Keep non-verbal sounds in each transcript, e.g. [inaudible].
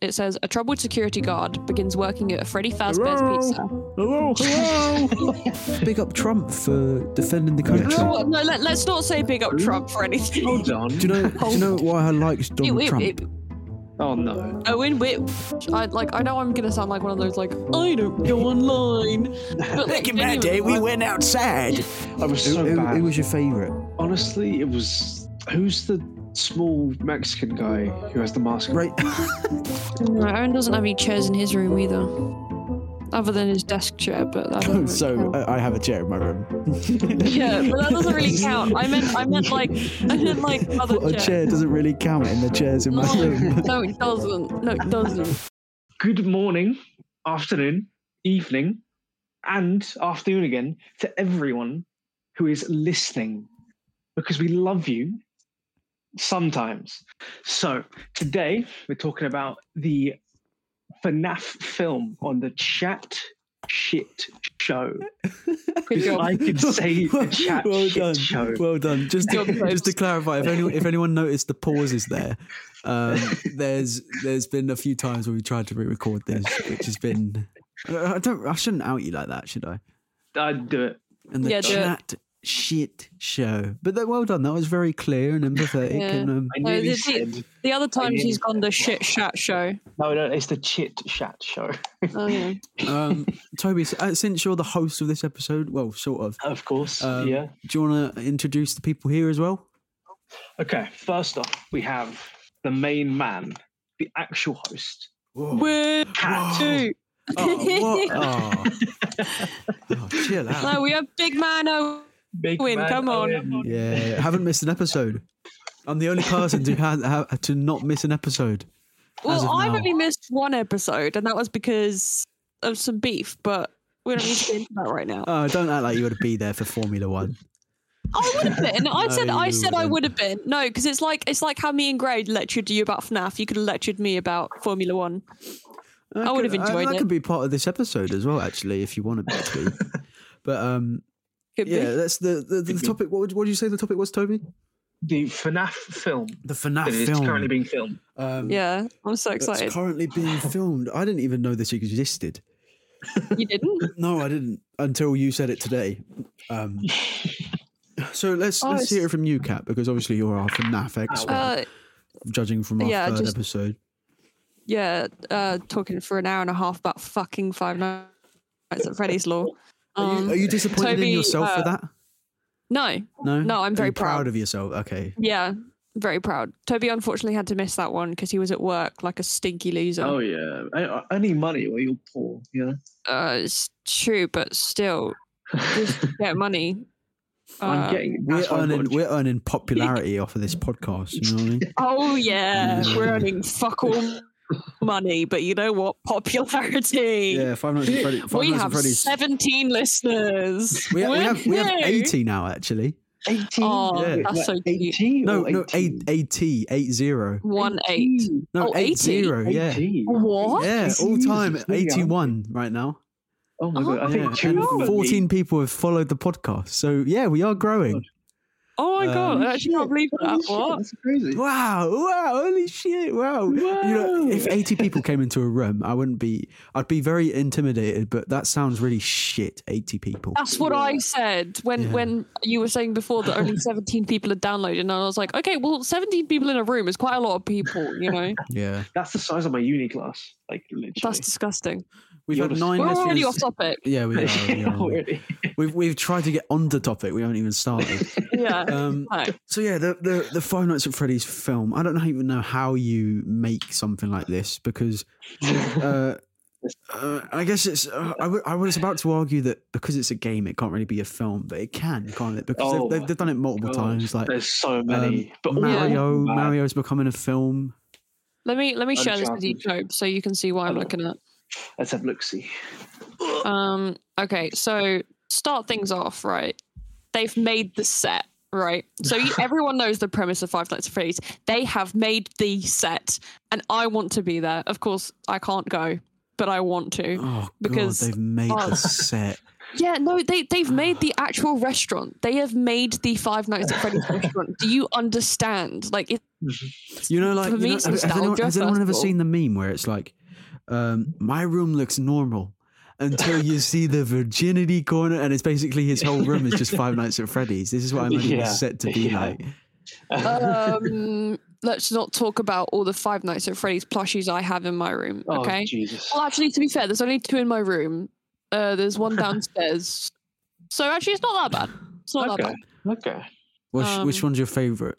it says a troubled security guard begins working at a Freddy Fazbear's Hello? Pizza. Hello, [laughs] hello. Big up Trump for defending the country. You know what? No, let, us not say big up Trump for anything. [laughs] Hold on. Do you know? Do you know why I liked Donald Ew, ew, Trump? ew. Oh no. Owen, we, I like. I know I'm gonna sound like one of those like I don't go online. But Back in my day, we went outside. I was Who, so who- bad. who was your favourite? Honestly, it was. Who's the small Mexican guy who has the mask? on? [laughs] Right. No, Owen doesn't have any chairs in his room either, other than his desk chair. But that doesn't really Oh, so uh, uh, count. I I have a chair in [laughs] my room. yeah, but that doesn't really count. I meant, I meant like, I meant like other What, a chair doesn't really count in the chairs in my [laughs] room. [laughs] No, no, it doesn't. No, it doesn't. Good morning, afternoon, evening, and afternoon again to everyone who is listening because we love you sometimes. So, today we're talking about the FNAF film on the chat shit [laughs] show. Good job. I could say the chat well shit done. show. Well done. Just to, Good job, just to clarify, if anyone if anyone noticed the pauses there, [laughs] um, there's there's been a few times where we tried to re-record this, which has been. I I don't. I shouldn't out you like that, should I? I'd do it. And the Yeah, do it. chat shit show. But that, well done. That was very clear and empathetic. Yeah. And um, I No, nearly the- said The other times he's gone the Well. shit chat show. no, no. It's the chit chat show, Oh, yeah. um, Toby, s- uh, since you're the host of this episode, well, sort of. of course. Um, yeah. Do you want to introduce the people here as well? Okay. First off, we have the main man, the actual host. We're Cat. two. Oh, [laughs] what? Oh. Oh, chill out. No, we have Big Man Owen. Big Win, come on. Owen. Yeah, I haven't missed an episode. I'm the only person to ha ha- to not miss an episode. As Well, of I've now. only missed one episode, and that was because of some beef, but we don't need to get into that right now. Oh, don't act like you would be there for Formula One. I would have been. I No, said I you said I wouldn't. would have been. No, because it's like it's like how me and Grade lectured you about FNAF. You could have lectured me about Formula One. That would could- uh, have enjoyed That it. could be part of this episode as well, actually, if you want it to. be. [laughs] But um, Could yeah, be. that's the the, the Could be. topic. What, would- what did you say the topic was, Toby? The FNAF film The FNAF that is film. currently being filmed. um, Yeah, I'm so excited. It's currently [laughs] being filmed. I didn't even know this existed. you [laughs] didn't? No, I didn't until you said it today. [laughs] Um, so let's Oh, let's it's- hear it from you, Kat, because obviously you're our FNAF expert. Uh, judging from our Yeah, third just- episode. yeah, uh, talking for an hour and a half about fucking Five Nights at Freddy's Law. are, you, Um, are you disappointed Toby, in yourself for uh, that? no, No, no, I'm Are very you proud. proud. of yourself. Okay, Yeah, very proud. Toby unfortunately had to miss that one because he was at work like a stinky loser. Oh yeah. I, I- I need money or you're poor. Yeah. Uh, it's true, but still, just get [laughs] money. Uh, I'm getting. we're that's why I've got a earning we're earning popularity off of this podcast. You know what I mean? oh [laughs] yeah, we're earning fuck all money, but you know what? Popularity. Yeah, Five Nights at Freddy. Five we Nights at have Freddy's. 17 listeners. We, ha- we have we have Woohoo! eighty now actually. Eighteen. Oh, Yeah. that's so cute. 18 No, or no, 18? eight, 80, eight zero. One eight. No, Oh, eight 80. zero. Yeah, 18. What? yeah, all Jesus, time it's really young. eighty one right now. Oh my Oh, god! I Yeah, think two and of them are fourteen me. people have followed the podcast. So yeah, we are growing. Oh my god, Um, I actually can't believe that. Holy shit, What? That's crazy. Wow, wow, holy shit, wow. You know, if 80 people came into a room, I wouldn't be, I'd be very intimidated, but that sounds really shit, 80 people. That's what I said when Yeah. when you were saying before that only 17 people had downloaded, and I was like, okay, well, 17 people in a room is quite a lot of people, you know. Yeah. That's the size of my uni class. Like literally. That's disgusting. We've You're had just- nine We're already off listeners. topic. Yeah, we are. We [laughs] Yeah, [laughs] are. already. We've, we've tried to get on the topic. We haven't [laughs] even started. Yeah. [laughs] Um, No. so, yeah, the, the, the Five Nights at Freddy's film, I don't even know how you make something like this because uh, uh, I guess it's. Uh, I, w- I was about to argue that because it's a game, it can't really be a film, but it can, can't it? Because Oh they've, they've, they've done it multiple God, times. Like um, There's so many. but all Mario, [laughs] of them are bad. Mario's becoming a film. Let me let me share this with you, Uncharted. Job, so you can see what I'm looking at. Let's have a look. See. [laughs] Um, okay, so start things off, right? They've made the set, right? So you, everyone knows the premise of Five Nights at Freddy's. They have made the set, and I want to be there. Of course, I can't go, but I want to. Oh Because- god, they've made oh. the set. Yeah, no, they they've made the actual restaurant. They have made the Five Nights at [laughs] Freddy's restaurant. Do you understand? Like it, You know, like For you me, know, it's has, has anyone, nostalgia, has anyone first ever of all. seen the meme where it's like, um, "My room looks normal until you see the virginity corner," and it's basically his whole room is just Five Nights at Freddy's. This is what I imagine [laughs] Yeah, it's set to be yeah. like. Oh, um, let's not talk about all the Five Nights at Freddy's plushies I have in my room. Oh, Okay. Jesus. Well, actually, to be fair, there's only two in my room. Uh, there's [laughs] one downstairs. so actually, it's not that bad. It's not that okay. bad. Okay. Which which Um, one's your favorite?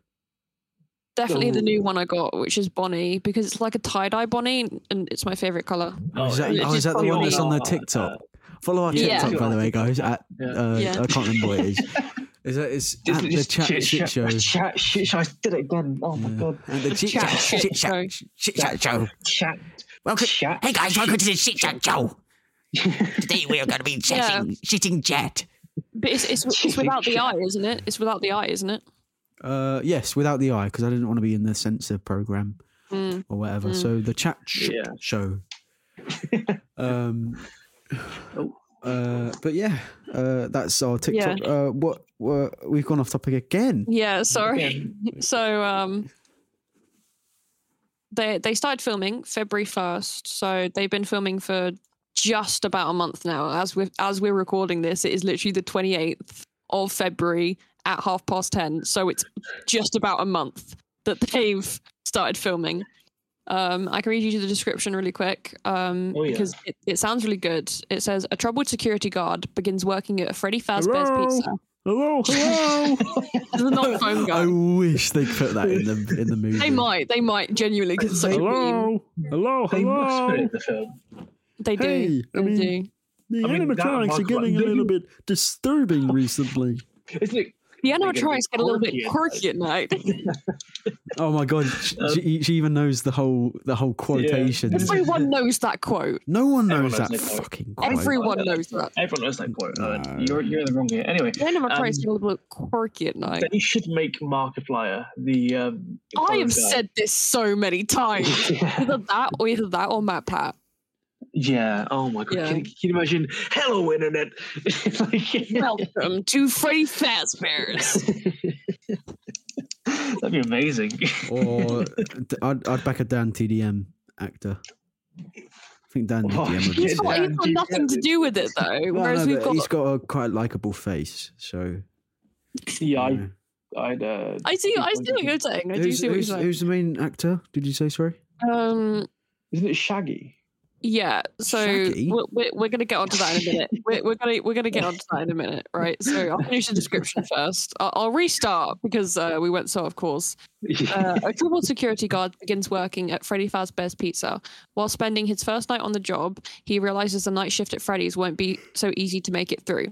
Definitely the Ooh. new one I got, which is Bonnie, because it's like a tie dye Bonnie, and it's my favorite color. Oh, is that, yeah. oh, is that the Follow one that's our, on the uh, TikTok? Follow our Yeah. TikTok, by the way, guys. At, Yeah. uh, Yeah. I can't remember what [laughs] it is. Is that is at the Just chat shit shit [laughs] show? Chat shit show. I did it again. Oh my Yeah. god. At the chit chat Shit shit chat Show. Shit chat show. Chat. Welcome. Chat. Hey guys, welcome to the shit chat show. Today we are going to be chatting, shitting chat. But it's, it's, [laughs] it's without the eye, isn't it? It's without the eye, isn't it? Uh, yes, without the eye, because I didn't want to be in the censor program Mm. or whatever. Mm. So the chat sh- Yeah. [laughs] show. um, Oh. uh, but yeah, uh, that's our TikTok. Uh, what, what we've gone off topic again. Yeah, sorry. so um, they they started filming February first. So they've been filming for just about a month now. As we as we're recording this, it is literally the twenty eighth of February at half past ten. So it's just about a month that [laughs] they've started filming. Um, I can read you the description really quick um, Oh, yeah. because it, it sounds really good. It says a troubled security guard begins working at a Freddy Fazbear's Hello? Pizza. Hello, hello. [laughs] This is not a [laughs] phone guy. I wish they put that in the in the movie. They might. They might genuinely because so mean. Mm-hmm. hello, They must put it in the film. They do. Hey, I they mean- do. The I mean, that animatronics are mug getting a one. little bit disturbing [laughs] recently. Isn't it? The gonna be animatronics get a little bit quirky quirky at [laughs] night. Oh my god, she, Um, she, she even knows the whole the whole quotation. It's like- [laughs] Everyone knows that quote. No one knows Everyone that knows that quote. fucking quote. Everyone knows that. Everyone knows that quote. Uh, No. You're you're in the wrong here. Anyway, The animatronics Um, get a little bit quirky at night. they should make Markiplier the. Um, I phone have guy. said this so many times. [laughs] yeah. Either that or either that or Matt Pat. yeah. Oh my god. Yeah. Can, can you imagine? Hello, internet. [laughs] It's like, Welcome to Freddy Fazbear's. [laughs] That'd be [laughs] amazing. Or d- I'd, I'd back a Dan TDM actor. I think Dan Oh, TDM would be He's yeah. good. got, he's got Yeah. nothing to do with it though. No, Whereas no, we've but got, he's got a quite likable face. So [laughs] yeah, you I, know. I'd. Uh, I see. I see what you're saying. I do who's, see what you're who's- saying. who's the main actor? Did you say sorry? Um, isn't it Shaggy? Yeah, so Shaggy? we're, we're, we're going to get onto that in a minute. We're, we're going to we're going to get onto that in a minute, right? So I'll finish the description first. I'll, I'll restart because uh, we went so off course. [laughs] Uh, a troubled security guard begins working at Freddy Fazbear's Pizza. While spending his first night on the job, he realizes the night shift at Freddy's won't be so easy to make it through.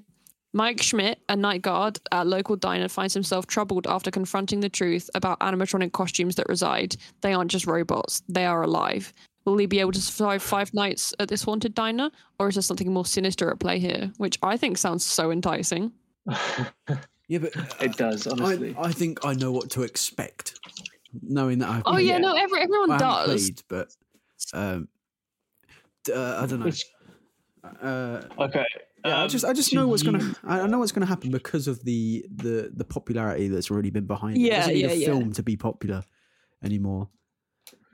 Mike Schmidt, a night guard at a local diner, finds himself troubled after confronting the truth about animatronic costumes that reside. They aren't just robots, they are alive. Will he be able to survive five nights at this haunted diner, or is there something more sinister at play here? Which I think sounds so enticing. Yeah, but [laughs] [laughs] it does, honestly. I, I think I know what to expect, knowing that I've. Oh, yeah, Yeah. no, every, I everyone haven't does. played, but um, d- uh, I don't know. It's- Uh, okay. yeah, I um, just I just do know what's gonna you- I I know what's gonna happen because of the the the popularity that's already been behind. it Yeah, doesn't need yeah, a yeah. film to be popular anymore.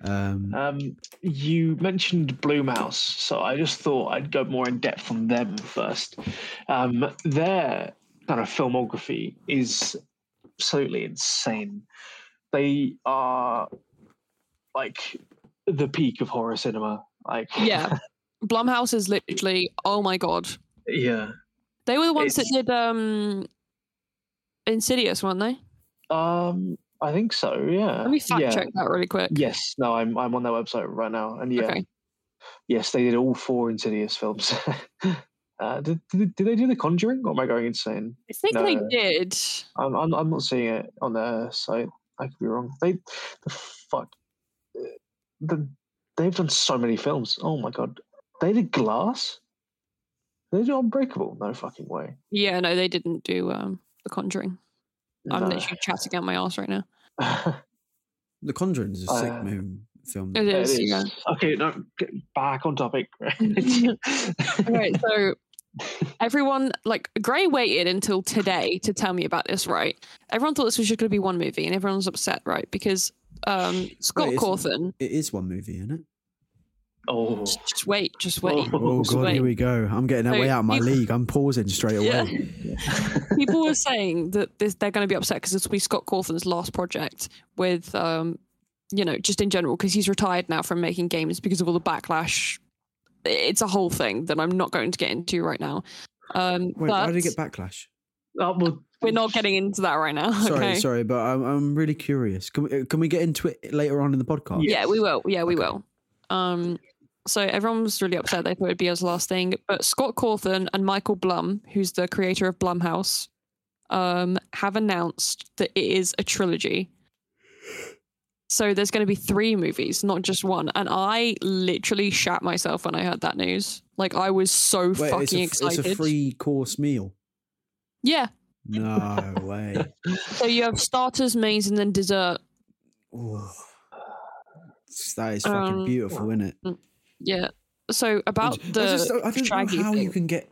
Um, Um, you mentioned Bloomhouse, so I just thought I'd go more in depth on them first. Um, their kind of filmography is absolutely insane. They are like the peak of horror cinema. Like, Yeah. Blumhouse is literally, oh my god. yeah. They were the ones It's- that did um Insidious, weren't they? Um, I think so. Yeah. Let me fact yeah. check that really quick. Yes. No, I'm I'm on their website right now, and yeah, Okay. yes, they did all four Insidious films. [laughs] uh, did, did did they do The Conjuring? Or am I going insane? I think they No. did. I'm, I'm I'm not seeing it on their site. I could be wrong. They, the fuck, Uh, the, they've done so many films. Oh my god, they did Glass. They did Unbreakable. No fucking way. Yeah, no, they didn't do um The Conjuring. I'm [laughs] No. literally chatting out my ass right now. the Conjuring is a sick uh, moon film. It It is, yeah. [laughs] is- Okay, no, get back on topic. [laughs] All right, so everyone like Gray waited until today to tell me about this, right? Everyone thought this was just going to be one movie, and everyone was upset, right? Because um, Scott Wait, it's- Cawthon, It is one movie, isn't it? Oh, just, just wait, just wait. Oh Just god, wait. here we go. I'm getting that So way out of my you- league. I'm pausing straight away. Yeah. [laughs] People were saying that this, they're going to be upset because this will be Scott Cawthon's last project with, um, you know, just in general because he's retired now from making games because of all the backlash. It's a whole thing that I'm not going to get into right now. Um, Wait, but why did it get backlash? Oh, well, we're not [laughs] getting into that right now. Sorry, okay? sorry, but I'm, I'm really curious. Can we, uh, can we get into it later on in the podcast? Yeah, we will. Yeah, we Okay. will. Um, so everyone was really upset. They thought it'd be his last thing, but Scott Cawthon and Michael Blum, who's the creator of Blumhouse, um, have announced that it is a trilogy. So there's going to be three movies, not just one. And I literally shat myself when I heard that news. Like I was so Wait, fucking it's a, f- excited. it's a free [laughs] course meal. yeah. No way. So you have starters, mains, and then dessert. Ooh. That is fucking Um, beautiful, isn't it? Yeah. So about I the just don't, I don't Shaggy know how thing. you can get.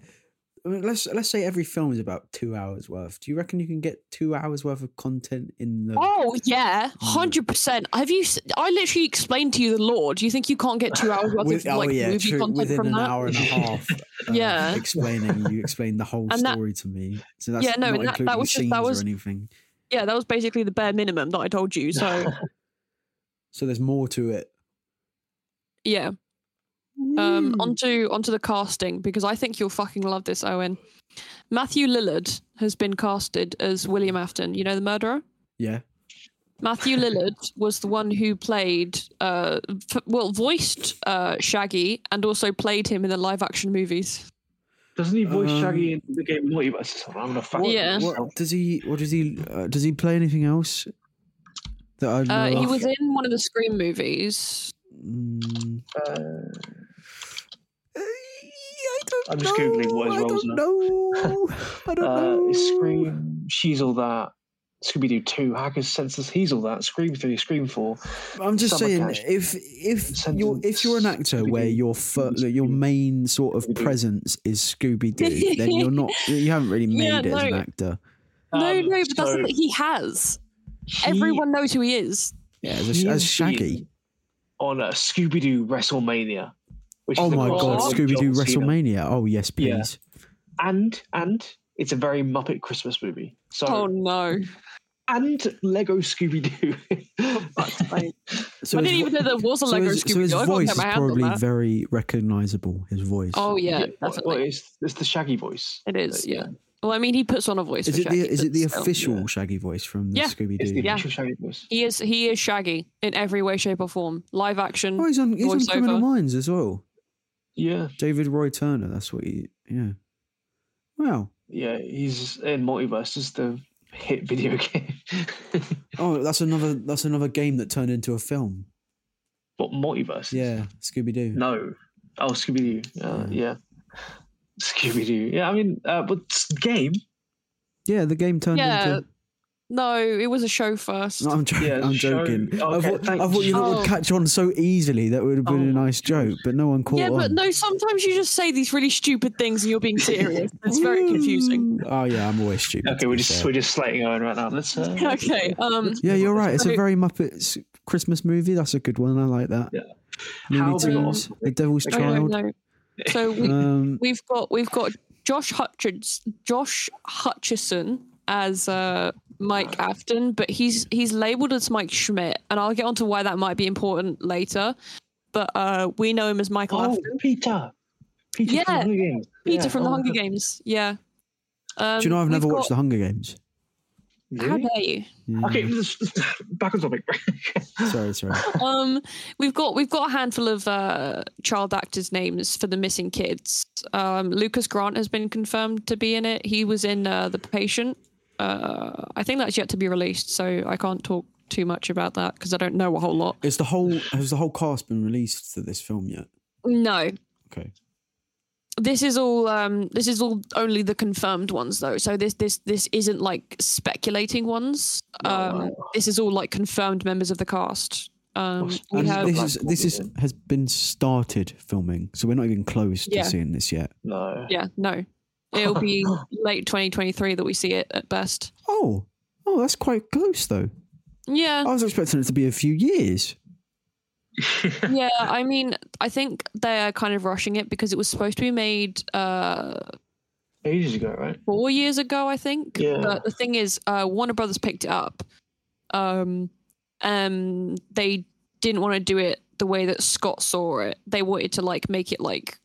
I mean, let's let's say every film is about two hours worth. Do you reckon you can get two hours worth of content in the? Oh yeah, hundred percent. Have you? s- I literally explained to you the law. Do you think you can't get two hours worth [laughs] With- oh, of like movie content within from an that? [laughs] hour and a half. uh, Yeah. explaining you explained the whole And that- story to me. So that's Yeah, no, not and that- that including was just- that scenes was- or anything. Yeah, that was basically the bare minimum that I told you. So [laughs] So there's more to it. yeah, um, Hmm. onto onto the casting because I think you'll fucking love this, Owen. Matthew Lillard has been casted as William Afton. You know the murderer. Yeah. [laughs] Matthew Lillard was the one who played, uh, f- well, voiced uh, Shaggy and also played him in the live action movies. doesn't he voice Um, Shaggy in the game Multiverse? I'm gonna fuck What- Yeah. myself. What does he? What does he? Uh, does he play anything else? That I know Uh, he of? was in one of the Scream movies. Mm. Uh, I don't I'm just Googling what his I roles don't are. know. I [laughs] don't uh, know. it's Scream, She's All That, Scooby Doo 2, Hackers, Senseless, He's All That, Scream 3, Scream 4. I'm just Summer saying, Cash. if if you're if Sentence, you're an actor where Scooby-Doo, your fir- Scooby-Doo. your main sort of Scooby-Doo. presence is Scooby Doo, then [laughs] you're not you haven't really made Yeah, it as an no. actor. No, no, Um, but that's so the thing. He has. he- Everyone knows who he is. Yeah, as, he a, as is Shaggy. in- On a Scooby Doo WrestleMania. Which Oh is the my god, crossover What? with Scooby Doo John Cena. WrestleMania. Oh yes, Yeah. please. And, and it's a very Muppet Christmas movie. So, Oh no! and Lego Scooby [laughs] Doo. So I his didn't vo- even know there was a so Lego his, so Scooby his Doo. I can't voice get is my hands on probably that. very recognizable. His voice. Oh yeah, Well, definitely. it's, it's the Shaggy voice. It is. Uh, Yeah. Well, I mean, he puts on a voice. is for it Shaggy, the is but it the still. official Shaggy voice from Yeah. the Scooby It's the Doo? Yeah. official Shaggy voice. He is. He is Shaggy in every way, shape, or form. Live action. Oh, he's on he's on Criminal Voiceover. Minds as well. Yeah, David Roy Turner. That's what he. Yeah. Wow. yeah, he's in Multiverse, is the hit video [laughs] game. Oh, that's another that's another game that turned into a film. what Multiverse? Yeah, Scooby Doo. No. Oh, Scooby Doo. Uh, yeah. Scooby Doo. Yeah, I mean, uh, but s- game. Yeah, the game turned Yeah. into. No, it was a show first. No, I'm joking. Yeah, I'm show- joking. I, okay, thought, thank I thought you lot you. would catch on so easily. That would have been Oh. a nice joke, but no one caught yeah, but on. no. Sometimes you just say these really stupid things and you're being serious. It's [laughs] very confusing. Mm. Oh yeah, I'm always stupid. Okay, to we're be just fair. we're just slating Owen right now. Let's. Uh, [laughs] okay. Um. Yeah, you're right. Mm. It's a So- very Muppets Christmas movie. That's a good one. I like that. Yeah. How Looney have we got Tunes, on- The Devil's I don't Child. know. So we, Um, we've got we've got Josh Hutchins, Josh Hutchison as uh, Mike Afton, but he's he's labeled as Mike Schmidt, and I'll get onto why that might be important later. But uh, we know him as Michael Oh, Afton, Peter. Yeah. Peter from the Hunger Games. Peter Yeah, from the oh, Hunger Games. Yeah. Um, do you know I've we've never watched got- The Hunger Games? How Really? dare you? Yeah. Okay, this- [laughs] back on [laughs] topic. Mm, Sorry, sorry. Um, we've got we've got a handful of uh, child actors' names for the missing kids. Um, Lucas Grant has been confirmed to be in it. He was in uh, the patient. Uh, I think that's yet to be released, so I can't talk too much about that because I don't know a whole lot. Is the whole has the whole cast been released for this film yet? No, Okay. this is all um, this is all only the confirmed ones though. So this this this isn't Oh, like speculating ones. Um, This is all like confirmed members of the cast. Um, Awesome. we And have this is this is has been started filming, so we're not even close to Yeah. seeing this yet. No. yeah no. It'll [laughs] be late 2023 that we see it at best. Oh, oh, that's quite close though. Yeah, I was expecting it to be a few years. Oh. yeah. I mean, I think they're kind of rushing it because it was supposed to be made uh, Ages ago, right? four years ago, I think. Yeah. But the thing is, uh, Warner Brothers picked it up. Um, um, they didn't want to do it the way that Scott saw it. They wanted to like make it like,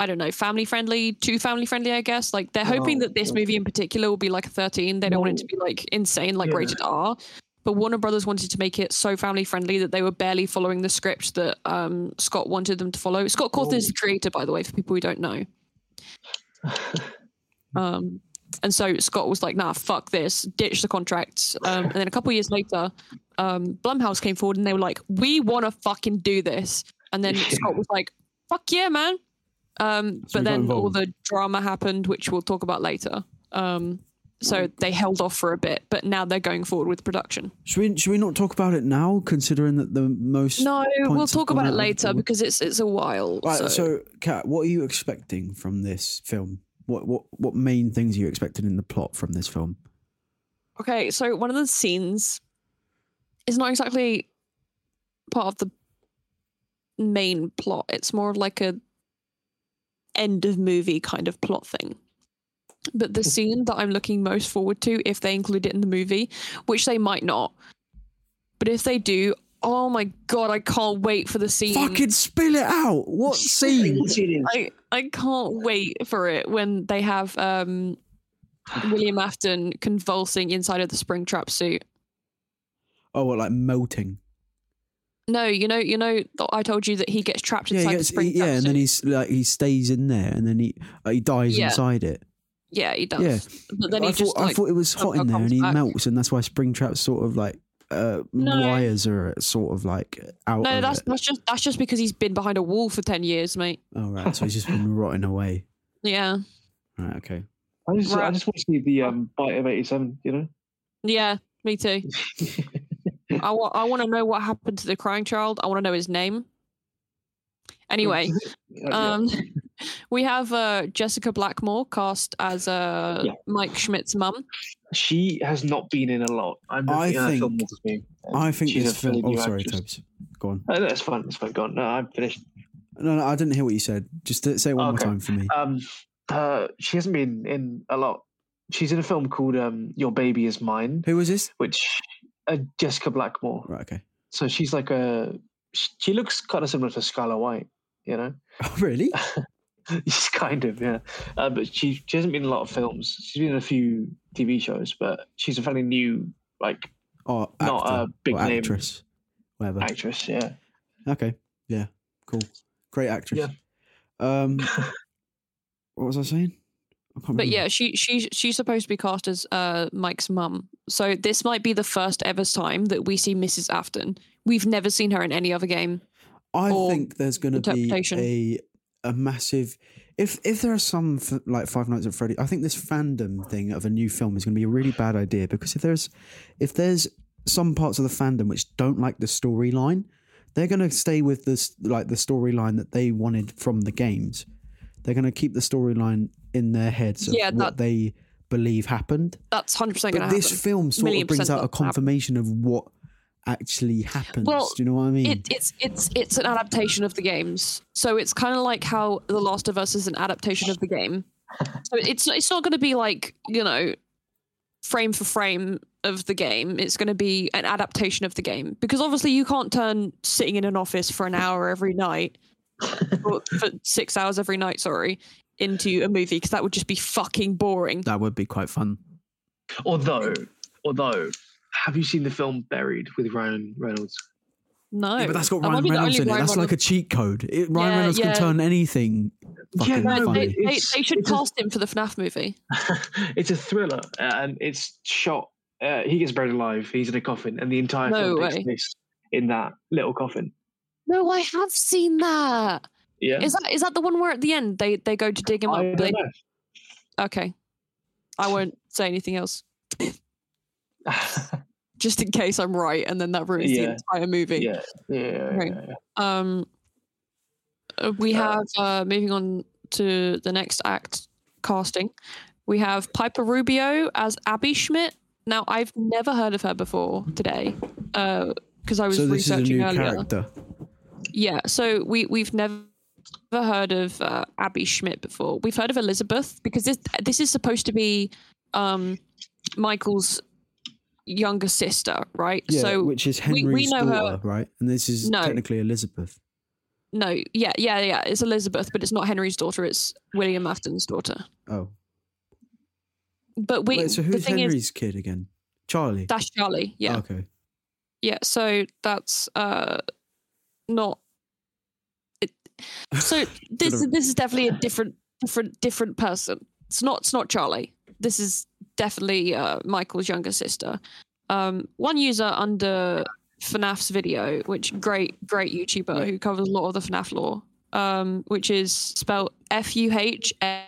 I don't know, family friendly, too family friendly, I guess. Like they're hoping Oh, that this okay. movie in particular will be like a thirteen. They don't want it to be like insane, like Yeah. rated R. But Warner Brothers wanted to make it so family friendly that they were barely following the script that um, Scott wanted them to follow. Scott Cawthon is the creator, by the way, for people who don't know. Um, and so Scott was like, nah, fuck this, ditch the contracts. Um, and then a couple years later, um, Blumhouse came forward and they were like, we want to fucking do this. And then Yeah. Scott was like, fuck yeah, man. Um, So but we got then all involved. the drama happened, which we'll talk about later. Um, so they held off for a bit, but now they're going forward with production. Should we should we not talk about it now, considering that the most No, we'll points have talk gone about it out of later order? because it's it's a while. Right, so. so, Kat, what are you expecting from this film? What what what main things are you expecting in the plot from this film? Okay, so one of the scenes is not exactly part of the main plot. It's more of like a end of movie kind of plot thing. But the scene that I'm looking most forward to, if they include it in the movie, which they might not, but if they do, oh my god, I can't wait for the scene. Fucking spill it out. What scene? I I can't wait for it when they have um, William Afton convulsing inside of the spring trap suit. Oh, what, like melting. No, you know, you know. th- I told you that he gets trapped Yeah, inside he the gets, spring. yeah, and traps. then he's like he stays in there, and then he uh, he dies Yeah. inside it. yeah, he does. yeah. But then I he thought, just I like, thought it was hot somehow in there, and comes he back. melts, and that's why Springtrap sort of like uh, No. wires are sort of like out. no, of that's it. that's just that's just because he's been behind a wall for ten years, mate. oh, right. So he's [laughs] just been rotting away. Yeah, Right. Okay. I just, I Right. just want to see the um, bite of 87, you know? yeah, me [laughs] too. I want I want to know what happened to the crying child. I want to know his name. [laughs] Anyway, Yeah, yeah. um, [laughs] we have uh, Jessica Blackmore cast as uh, Yeah. Mike Schmidt's mum. she has not been in a lot. I'm I looking at her think- film with me. and I think Uh, she's a this film. fairly Oh, new sorry, actress. Tubbs. Go on. No, no, it's Oh, fine. It's fine. Go on. No, I'm finished. No, no, I didn't hear what you said. Just uh, say it one Okay. more time for me. Um, her, she hasn't been in a lot. She's in a film called um, Your Baby Is Mine, Who was this? which uh, Jessica Blackmore. Right. Okay. [laughs] So she's like a. sh- She looks kind of similar to Skylar White, you know. [laughs] Oh, really? She's kind of yeah, uh, but she she hasn't been in a lot of films. She's been in a few TV shows, but she's a fairly new like Oh, actor, Not a big or name. actress. Whatever. actress. Yeah, Okay. Yeah. Cool. Great actress. Yeah. [laughs] Um. what was I saying? I can't But remember. yeah, she she she's supposed to be cast as uh, Mike's mum. So this might be the first ever time that we see Mrs. Afton. We've never seen her in any other game. I or think there's going to be interpretation. a a massive. If if there are some f- like Five Nights at Freddy, I think this fandom thing of a new film is going to be a really bad idea because if there's if there's some parts of the fandom which don't like the storyline, they're going to stay with this like the storyline that they wanted from the games. They're going to keep the storyline in their heads of Yeah, what that- they believe happened. That's hundred percent But going to this happen. film sort Million of brings percent out a that'll happen. confirmation of what actually happens. Well, Do you know what I mean? It, it's it's it's an adaptation of the games, so it's kind of like how The Last of Us is an adaptation of the game. So it's it's not going to be like you know, frame for frame of the game. It's going to be an adaptation of the game because obviously you can't turn sitting in an office for an hour every [laughs] night, or for six hours every night, sorry, into a movie because that would just be fucking boring. that would be quite fun. although although. Have you seen the film Buried with Ryan Reynolds? No, Yeah, but that's got I Oh, might Ryan be the Reynolds only in it. Ryan That's like a Reynolds- cheat code. It, Ryan Yeah, Reynolds yeah. can turn anything. Fucking no, They, funny. they, they, It's- they should it's a- cast him for the FNAF movie. [laughs] it's a thriller uh, and it's shot. Uh, he gets buried alive. He's in a coffin, and the entire No film takes way. place in that little coffin. No, I have seen that. Yeah, Is that is that the one where at the end they they go to dig him up? I but don't They, [laughs] know. okay, I won't say anything else. just in case I'm right, and then that ruins Yeah. the entire movie. Yeah, yeah, Right. yeah, yeah. Um, uh, we Uh, have uh, moving on to the next act casting. We have Piper Rubio as Abby Schmidt. Now I've never heard of her before today because I was So this is a researching new earlier. character. Yeah, so we we've never heard of uh, Abby Schmidt before. We've heard of Elizabeth because this this is supposed to be um, Michael's younger sister, right? Yeah, so which is we- Henry's we know her- daughter, right? And this is No. technically Elizabeth. no, yeah, yeah, yeah. It's Elizabeth, but it's not Henry's daughter. It's William Afton's daughter. Oh, But we Wait, so the who's thing Henry's is kid again? Charlie. Oh, that's Charlie. Yeah, Okay. yeah. So that's uh, not. It, so this Sort of- this is definitely a different different different person. It's not it's not Charlie. This is definitely uh, Michael's younger sister. Um, one user under FNAF's video, which great great YouTuber Right. who covers a lot of the FNAF lore, um, which is spelled F U H N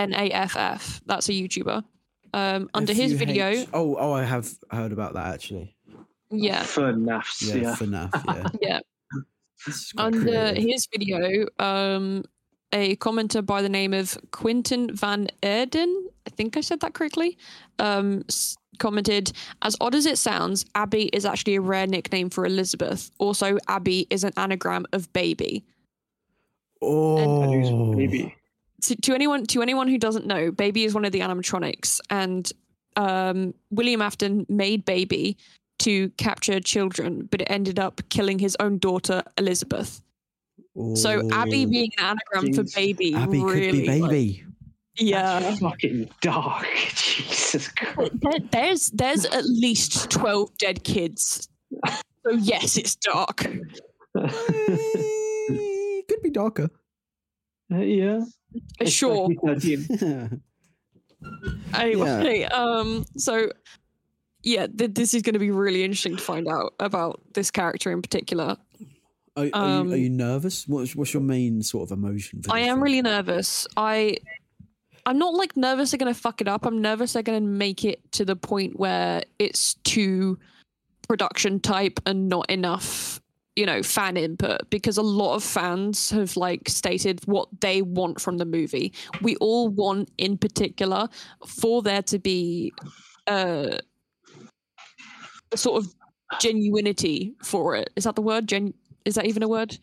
A F F. That's a YouTuber. Um, under his FUH. video, Oh, oh, I have heard about that actually. yeah, For nafs, Yeah, yeah. FNAF, yeah. yeah. This is quite Under creative. his video, um, a commenter by the name of Quinton Van Erden, I think I said that correctly, um, s- commented, as odd as it sounds, Abby is actually a rare nickname for Elizabeth. Also, Abby is an anagram of baby. And who's oh, Baby. To, to anyone to anyone who doesn't know, baby is one of the animatronics, and um, William Afton made baby to capture children, but it ended up killing his own daughter, Elizabeth. So Abby Oh. being an anagram for Jeez. baby, Abby really, could be like, baby. yeah. That's fucking dark. [laughs] [laughs] Jesus Christ. There- there's there's at least twelve dead kids. So yes, it's dark. Uh, Eh, [laughs] could be darker. yeah. It's Sure. 13. Anyway, um, so yeah, th- this is going to be really interesting to find out about this character in particular. Are, are, you, are Um, you nervous? What's what's your main sort of emotion? For I this am thing? really nervous. I I'm not like nervous they're gonna fuck it up. I'm nervous they're gonna make it to the point where it's too production type and not enough, you know, fan input because a lot of fans have like stated what they want from the movie. We all want in particular for there to be uh, a sort of genuinity for it. Is that the word? Gen is that even a word?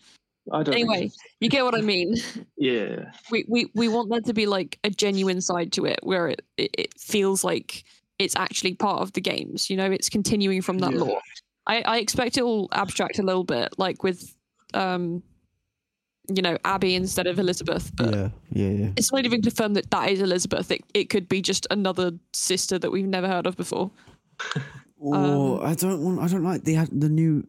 I don't think Anyway, you get what I mean Yeah. we, we we want there to be like a genuine side to it where it, it, it feels like it's actually part of the games you know it's continuing from that Yeah. lore I, I expect it will abstract a little bit like with um you know abby instead of elizabeth but Yeah, yeah, yeah. it's not even confirmed that that is elizabeth it, it could be just another sister that we've never heard of before Or Oh, I don't want. I don't like the ad- the new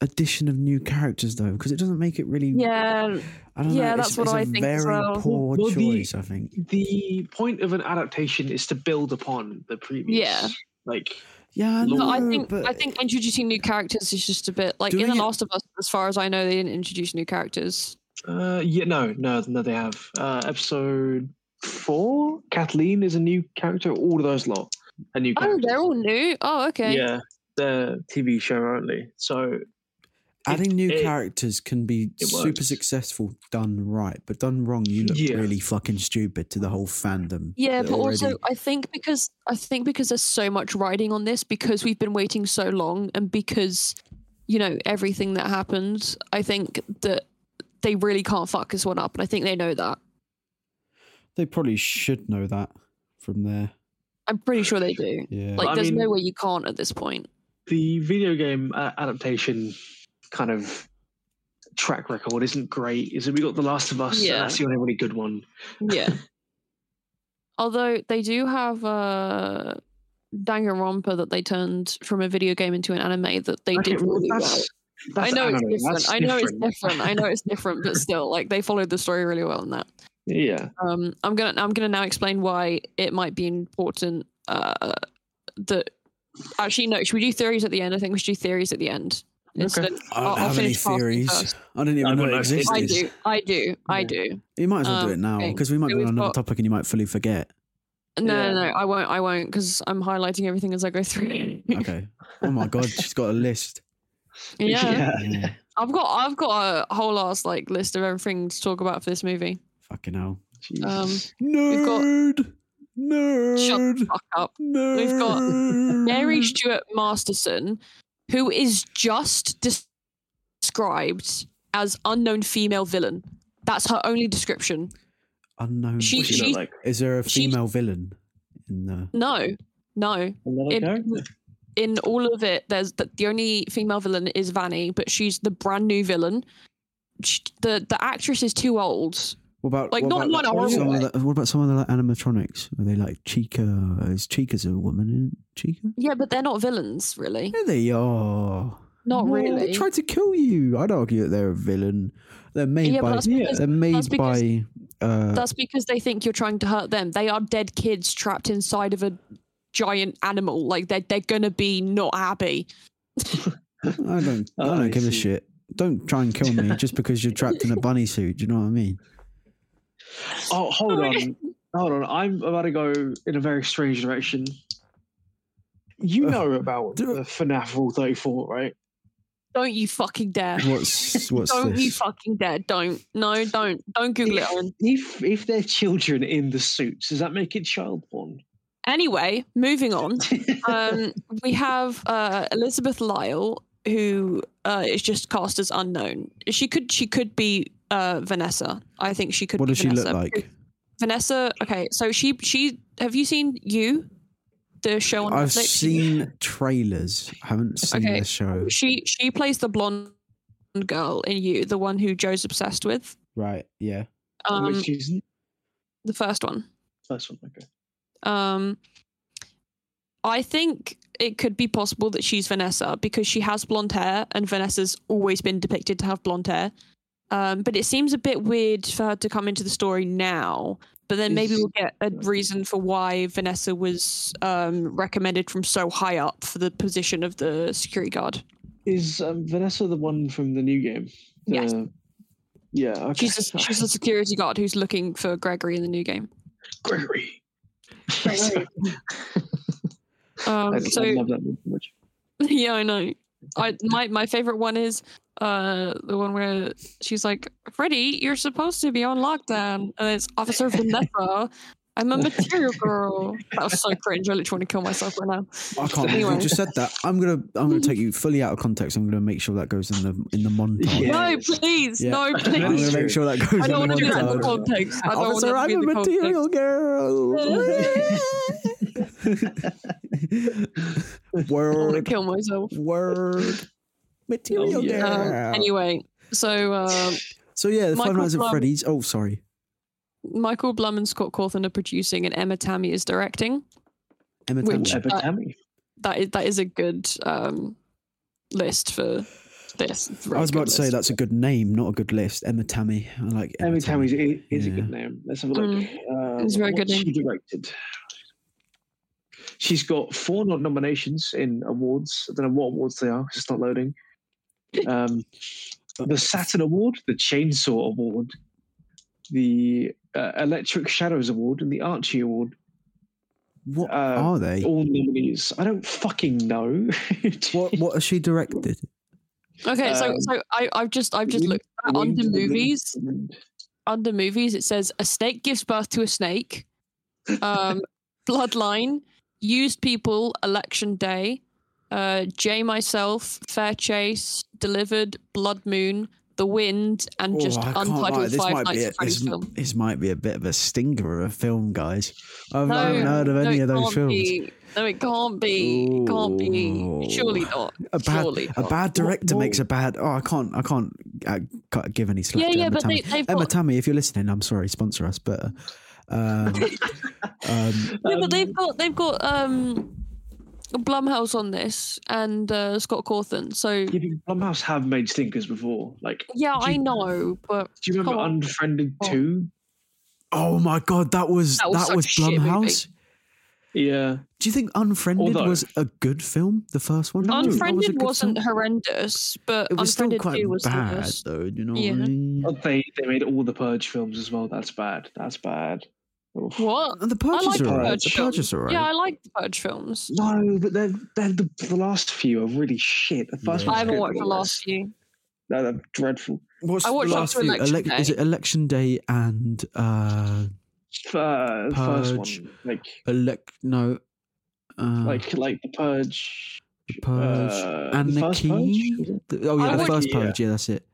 addition of new characters though, because it doesn't make it really. yeah I don't know. yeah, it's- that's what it's a I think Very as well. poor Well, the- choice, I think. The point of an adaptation is to build upon the previous. Yeah. Like, Yeah, I No, but i know, think but i think introducing new characters is just a bit like in Doing the it- last of us as far as i know they didn't introduce new characters uh, yeah, no, no, no, they have. Uh, episode four, Kathleen is a new character. All of those lot are new oh characters. they're all new oh okay Yeah. The TV show only. So, adding new it- characters can be it super works. successful done right, but done wrong, you look Yeah. really fucking stupid to the whole fandom. Yeah, that but already- also I think because I think because there's so much writing on this because we've been waiting so long and because you know everything that happened, I think that they really can't fuck this one up, and I think they know that. they probably should know that from there. I'm pretty sure they do. Yeah, Like, I there's no mean- way you can't at this [laughs] point. the video game uh, adaptation kind of track record isn't great. Is it? We got The Last of Us. and Yeah. that's the only really good one. Yeah. Although they do have uh, Danganronpa that they turned from a video game into an anime that they Okay, did well, really well. that's, I that's know it's anime, different. that's I know it's different. I know it's different, [laughs] but still, like they followed the story really well in that. yeah. um, I'm gonna I'm gonna now explain why it might be important uh, that actually no should we do theories at the end I think we should do theories at the end instead I don't I'll- I'll have any finish casting theories. first. I didn't I even know don't it know. existed. I do I do I Yeah. do You might as well do Um, it now okay. because we might So be we've on another got- topic and you might fully forget. No, Yeah. no, no, I won't. I won't because I'm highlighting everything as I go through. Okay. Oh my god, she's got a list. [laughs] yeah. Yeah. I've got I've got a whole ass like list of everything to talk about for this movie. Fucking hell. Um, Jesus. We've got- Nerd. Nerd. Shut the fuck up. Nerd. We've got Mary Mary. Stuart Masterson, who is just des- described as unknown female villain. That's her only description. Unknown. She- What's she she's- look like? Is there a she- female villain in the? No, no. Another It- character? In all of it, there's the, the only female villain is Vanny, but she's the brand new villain. She, the the actress is too old. What about Like, what not- about, not a horrible some of the, What about some of the like, animatronics? Are they like Chica? Is Chica's a woman? In Chica? Yeah, but they're not villains, really. Yeah, they are. Not No, They really. tried to kill you. I'd argue that they're a villain. They're made Yeah, but by. that's Yeah. because They're made that's because- by. Uh, That's because they think you're trying to hurt them. They are dead kids trapped inside of a giant animal. Like they're they're gonna be not happy. I don't. Oh, I don't I give a see. shit. Don't try and [laughs] kill me just because you're trapped in a bunny suit. Do you know what I mean? Oh, hold Sorry. on. Hold on. I'm about to go in a very strange direction. You Uh, know about do- the FNAF Rule 34, right? Don't you fucking dare. [laughs] What's what's Don't you this? fucking dare. Don't. No, don't. Don't Google it. Owen. If if they're children in the suits, does that make it child porn? Anyway, moving [laughs] on. Um, we have uh, Elizabeth Lyle, who uh, is just cast as unknown. She could she could be uh, Vanessa. I think she could. What be does she look Vanessa. like? Vanessa. Okay, so she she have you seen you, the show on I've Netflix? [laughs] seen trailers. I haven't seen Okay. the show. She she plays the blonde girl in you, the one who Joe's obsessed with. Right. Yeah. Um, Which is the first one. first one, okay. Um, I think it could be possible that she's Vanessa because she has blonde hair, and Vanessa's always been depicted to have blonde hair. Um, but it seems a bit weird for her to come into the story now. But then maybe Is- we'll get a reason for why Vanessa was um, recommended from so high up for the position of the security guard. Is um, Vanessa the one from the new game? Yes. The- yeah. Okay. She's a, [laughs] she's a security guard who's looking for Gregory in the new game. [laughs] Gregory. Um, I, so I love that movie so much. [laughs] yeah, I know. I my my favorite one is uh the one where she's like, Freddie, you're supposed to be on lockdown, and it's [laughs] Officer Vanessa. I'm a material girl. That was so cringe. I literally want to kill myself right now. I can't. believe You Anyway. just said that. I'm gonna. I'm gonna [laughs] take you fully out of context. I'm gonna make sure that goes in the in the montage. Yeah. No, please, Yeah. no, I'm please. gonna make sure that goes. I don't in want the to do that in the montage. context. I don't want Officer, to I'm be a in the context. material [laughs] girl. I want to Word. kill myself. Word. Material Oh, yeah. Um, girl. anyway, so um, So yeah, the Five Michael Nights at Blum- Freddy's. Oh, sorry. Michael Blum and Scott Cawthon are producing, and Emma Tammy is directing. Emma Which- Tammy. Epic uh, Tammy. that is that is a good um list for this. It's a I really was good about to say list. that's a good name, not a good list. Emma Tammy. I like Emma, Tammy Tammy's is, is Yeah. a good name. Let's have a look. Uh, Mm. It's a very what good She directed. She's got four nom- nominations in awards. I don't know what awards they are. 'cause It's [laughs] not loading. Um, the Saturn Award, the Chainsaw Award, the uh, Electric Shadows Award, and the Archie Award. What uh, are they? All nominees. I don't fucking know. [laughs] What What has she directed? Okay, so um, so I, I've just I've just Wind- looked at Wind under and Wind movies. and- Under movies, it says a snake gives birth to a snake. Um, bloodline, used people, election day, uh, J myself, fair chase, delivered, blood moon, the wind, and [laughs] just Oh, I can't lie, untitled This Five might be Nights a, at Freddy's this, film. this might be a bit of a stinker of a film, guys. I've I haven't heard of no, any it of those can't films. Be. No, it can't be. It can't be. Surely Ooh. not. A bad, Surely a not. bad director Whoa. makes a bad. Oh, I can't, I can't, I can't give any slack. Yeah, to yeah, Emma but Tammy. they, they've Emma got Tammy, if you're listening, I'm sorry, sponsor us, but um, um, no, but they've Um, got they've got um Blumhouse on this and uh, Scott Cawthon. So Yeah, but Blumhouse have made stinkers before. Like, yeah, I you- know, but do you remember Come on. Unfriended Oh. Two? oh my god, that was That that was was, such a shit movie. Blumhouse. Yeah. Do you think Unfriended Although- was a good film? The first one, No, it was a Unfriended good wasn't film. horrendous, but It was still Unfriended quite Two was the bad, worst. though. do You know, what I Yeah. mean? But they they made all the Purge films as well. That's bad. That's bad. Oof. What? And the Purge like is the alright. Purge The films. Purge is alright. Yeah, I like the Purge films. No, but they're, they're the, the last few are really shit. The first one's Yeah. I haven't good, watched but the last few. No, they're dreadful. What's I watched the last after few? Election Elec- Is Day. it Election Day and uh, Uh, the first Purge. one, like elec? No, uh, like like the purge. the Purge uh, and the the first Purge? Key. The- oh yeah, I the watched- first Purge. Yeah, that's it.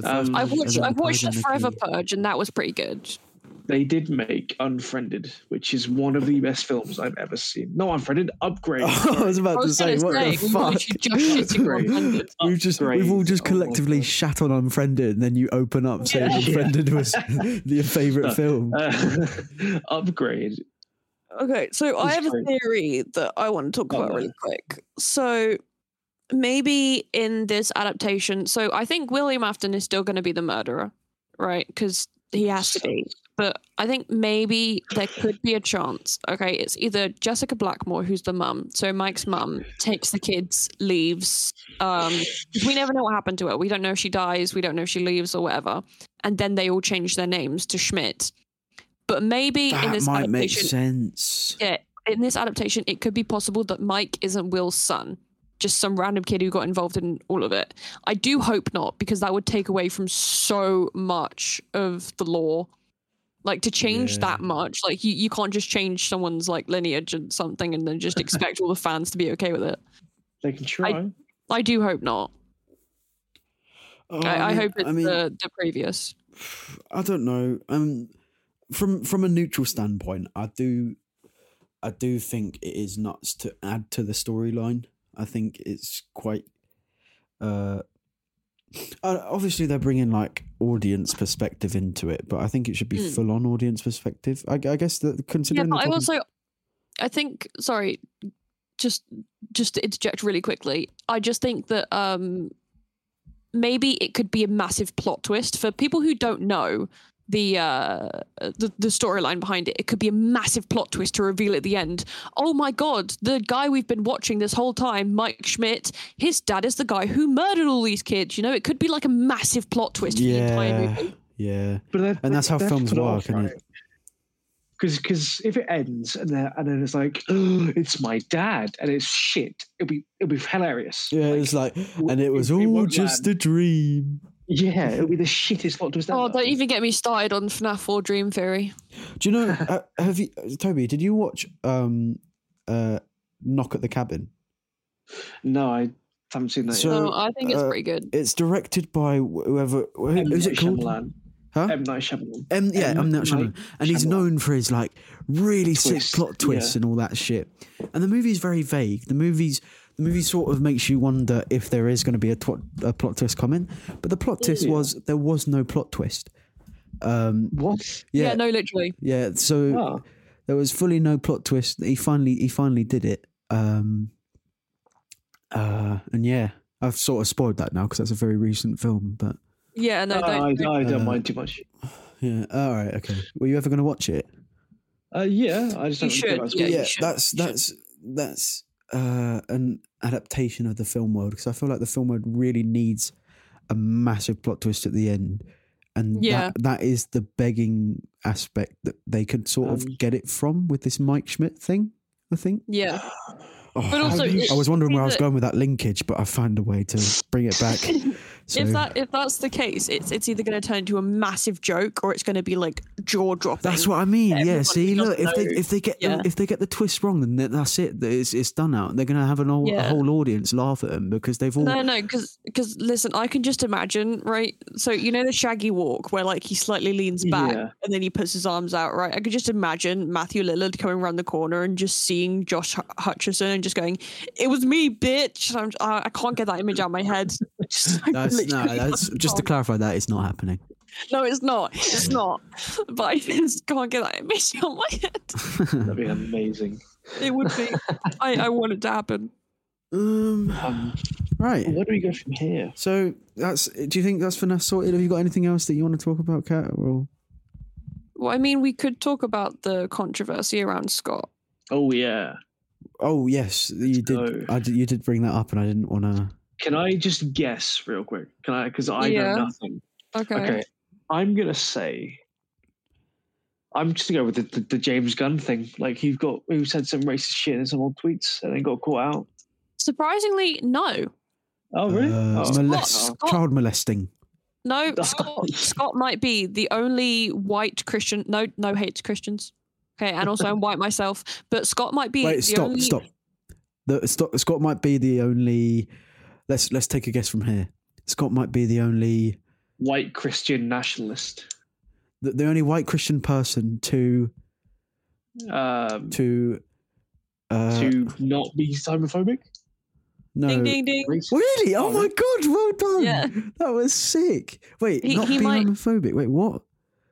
The Um, first I Purge, and watched then I watched the Purge and Forever Key. Purge and that was pretty good. They did make Unfriended, which is one of the best films I've ever seen. No, Unfriended, Upgrade. [laughs] I was about I to was say, gonna what say, the we fuck? were actually just shitting on Unfriended. We've just we've all Upgrade. just Oh my collectively God. shat on Unfriended, and then you open up saying Yeah. Unfriended [laughs] was [laughs] your favourite No, film. Uh, [laughs] upgrade. Okay, so I It's have a great. theory that I want to talk Oh, about no. really quick. So maybe in this adaptation, so I think William Afton is still going to be the murderer, right? Because he has to be. But I think maybe there could be a chance. Okay, it's either Jessica Blackmore, who's the mum, so Mike's mum, takes the kids, leaves. Um, 'cause we never know what happened to her. We don't know if she dies. We don't know if she leaves or whatever. And then they all change their names to Schmidt. But maybe in That this might make adaptation, sense. in this adaptation, it could be possible that Mike isn't Will's son, just some random kid who got involved in all of it. I do hope not, because that would take away from so much of the law. Like to change Yeah. that much, like you, you can't just change someone's like lineage and something and then just expect all the fans to be okay with it. They can try. I do hope not. Oh, I, I mean- hope it's I mean, the, the previous. I don't know. Um, from from a neutral standpoint, I do, I do think it is nuts to add to the storyline. I think it's quite. Uh, uh, obviously they're bringing like audience perspective into it, but I think it should be Mm. full on audience perspective. I, I guess that Yeah, considering. but I the also, I think. Sorry, just just to interject really quickly. I just think that um maybe it could be a massive plot twist for people who don't know the uh the, the storyline behind it. It could be a massive plot twist to reveal at the end. Oh my god, the guy we've been watching this whole time, Mike Schmidt, his dad is the guy who murdered all these kids. You know, it could be like a massive plot twist for the entire yeah, movie. yeah, But they're- and that's how they're films put work, off, isn't right? it? Because if it ends and then, and then it's like, [gasps] oh, it's my dad, and it's shit, it'll be it'll be hilarious. yeah. Like, it's like, w- and it was it all won't just land. a dream. yeah, it'll be the shittest plot twist ever. Oh, don't even get me started on FNAF 4 Dream Theory. Do you [laughs] know? uh, have you, Toby? Did you watch um, uh, Knock at the Cabin? no, I haven't seen that. So, yet. No, Oh, I think it's uh, pretty good. It's directed by wh- whoever. Who, M. who's Night it called? Shyamalan. Huh? M Night Shyamalan. M, yeah, M. M. Night Shyamalan. Night And he's Shyamalan. known for his like really Twists, sick plot twists and all that shit. And the movie's very vague. The movie's the movie sort of makes you wonder if there is going to be a, twat a plot twist coming. But the plot twist Yeah. was there was no plot twist. Um, What? Yeah, yeah, no, literally. yeah, So Oh, there was fully no plot twist. He finally he finally did it. Um, uh, and yeah, I've sort of spoiled that now because that's a very recent film. But Yeah, no, no, I, don't. don't- I don't Uh, mind too much. yeah, all right, okay. Were you ever going to watch it? Uh, yeah, I just You don't think should, that's- Yeah, you yeah, should, that's you should. that's that's uh, an adaptation of the film world because I feel like the film world really needs a massive plot twist at the end, and Yeah. that, that is the begging aspect that they could sort Um, of get it from with this Mike Schmidt thing. I think. yeah. Oh, But also, I, it- I was wondering where I was that- going with that linkage, but I found a way to bring it [laughs] back. So, If that if that's the case, it's it's either going to turn into a massive joke or it's going to be like jaw dropping. that's what I mean. Yeah. everyone See, doesn't look, if they know. if they get Yeah. the, if they get the twist wrong, then that- that's it. That It's it's done out. They're gonna have an whole, Yeah. a whole audience laugh at them because they've all. No, no, because listen, I can just imagine, right? So you know the Shaggy walk where like he slightly leans back Yeah. and then he puts his arms out, right? I could just imagine Matthew Lillard coming around the corner and just seeing Josh Hu- Hutcherson and just going, "It was me, bitch." And I'm, j- I, I can't get that image out of my head. [laughs] Just, I [laughs] That's, no, literally that's just to can't. clarify that it's not happening. No, it's not. It's not. But I [laughs] just can't get that image out of my head. That'd be amazing. It would be. I, I want it to happen. [laughs] um, Um, right. where do we go from here? So that's. Do you think that's finesse sorted? Have you got anything else that you want to talk about, Kat? Or Well, I mean, we could talk about the controversy around Scott. Oh yeah. oh yes, you go. did, I did. You did bring that up, and I didn't want to. Can I just guess real quick? Can I? Because I Yeah. know nothing. Okay. Okay. I'm gonna say I'm just gonna go with the, the, the James Gunn thing. Like he got he said some racist shit in some old tweets and then got caught out. Surprisingly, no. Oh really? Uh, oh. molest- Scott- Scott- child molesting. [laughs] No, Oh. Scott, Scott might be the only white Christian. No, no hate to Christians. Okay, and also I'm white myself, but Scott might be the Wait, stop, only. stop. The, Scott, Scott might be the only. Let's let's take a guess from here. Scott might be the only White Christian nationalist. the, the only white Christian person to Um, to uh, to not be xenophobic. no. Ding ding ding. racist. Really? Oh my god! Well done. Yeah. That was sick. Wait, He- not he be might- homophobic. Wait, what?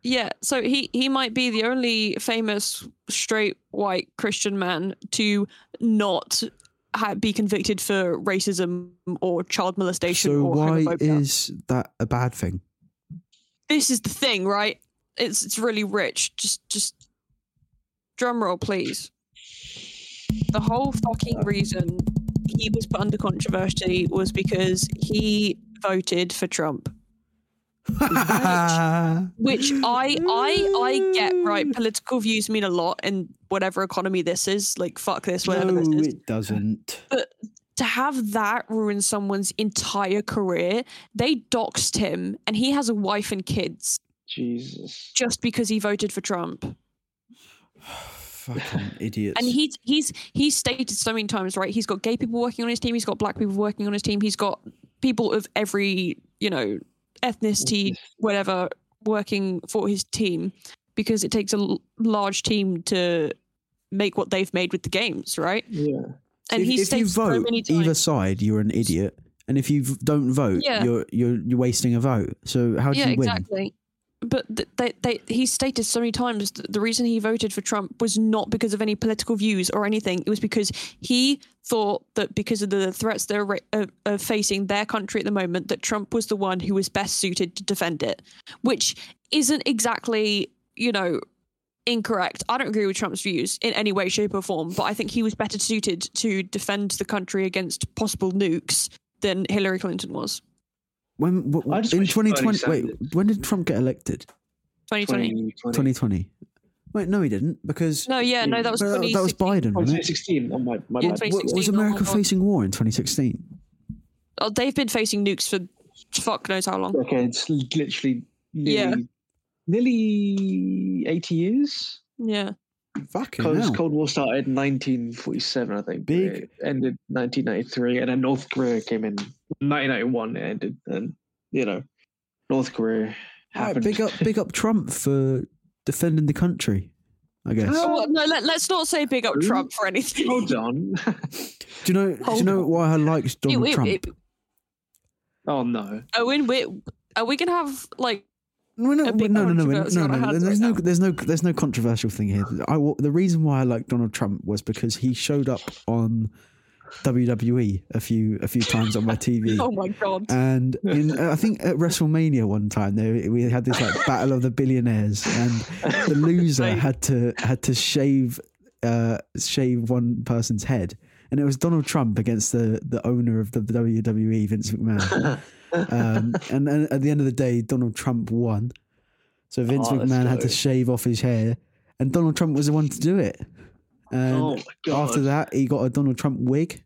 Yeah, so he he might be the only famous straight white Christian man to not ha- be convicted for racism or child molestation So or why homophobia. is that a bad thing? this is the thing, right? It's it's really rich. Just just drum roll, please. The whole fucking reason he was put under controversy was because he voted for Trump, which I I I get [laughs] Mm. right. Political views mean a lot in whatever economy this is. Like fuck this, whatever no, this is. it doesn't. [sighs] to have that ruin someone's entire career, they doxed him, and he has a wife and kids Jesus. just because he voted for Trump. Fucking idiots. And he's he's he's stated so many times, right? He's got gay people working on his team. He's got black people working on his team. He's got people of every you know ethnicity, whatever, working for his team because it takes a l- large team to make what they've made with the games, right? Yeah. And if, he if you states so vote many either times. side, you're an idiot. And if you v- don't vote, Yeah. you're you're you're wasting a vote. So how do yeah, you win? exactly. But th- they, they, he stated so many times that the reason he voted for Trump was not because of any political views or anything. It was because he thought that because of the threats they're ra- uh, uh, facing their country at the moment, that Trump was the one who was best suited to defend it, which isn't exactly, you know, incorrect. I don't agree with Trump's views in any way, shape, or form, but I think he was better suited to defend the country against possible nukes than Hillary Clinton was. When what, I just in wish Bernie 2020? Sanders- Wait, when did Trump get elected? 2020. 2020. 2020. Wait, no, he didn't because No, yeah, no, that was Well, that- that was 2016. Biden, wasn't it? 2016. Oh my, my Yeah, bad. twenty- W- Was 2016, oh my America God. facing war in 2016? Oh, they've been facing nukes for fuck knows how long. Okay, it's literally Yeah. nearly, nearly 80 years. Yeah. Fucking Cold, hell. Cold War started in 1947, I think. Big- It ended 1993, and then North Korea came in 1991. It ended, and you know, North Korea Right, happened. big up, big up Trump for defending the country. I guess. How- Oh, well, no, let, us not say big up Really? Trump for anything. [laughs] Hold on. [laughs] Do you know? do Hold you know on. why I liked It- Donald it- Trump? it- Oh no. Owen, we are we gonna have like We're not- a we- big no, no, no, no, controversy no, on our no, hands There's right no, now. there's no, there's no controversial thing here. I, wa- the reason why I liked Donald Trump was because he showed up on WWE a few, a few times on my TV. [laughs] oh my god. And [laughs] in, uh, I think at WrestMania one time, there we had this like battle of the billionaires, and [laughs] the loser Right. had to had to shave uh, shave one person's head, and it was Donald Trump against the the owner of the WWE, Vince McMahon. [laughs] um, and, and at the end of the day, Donald Trump won. So Vince Oh, that's McMahon had to dope. shave off his hair, and Donald Trump was the one to do it. And oh my god. after that, he got a Donald Trump wig.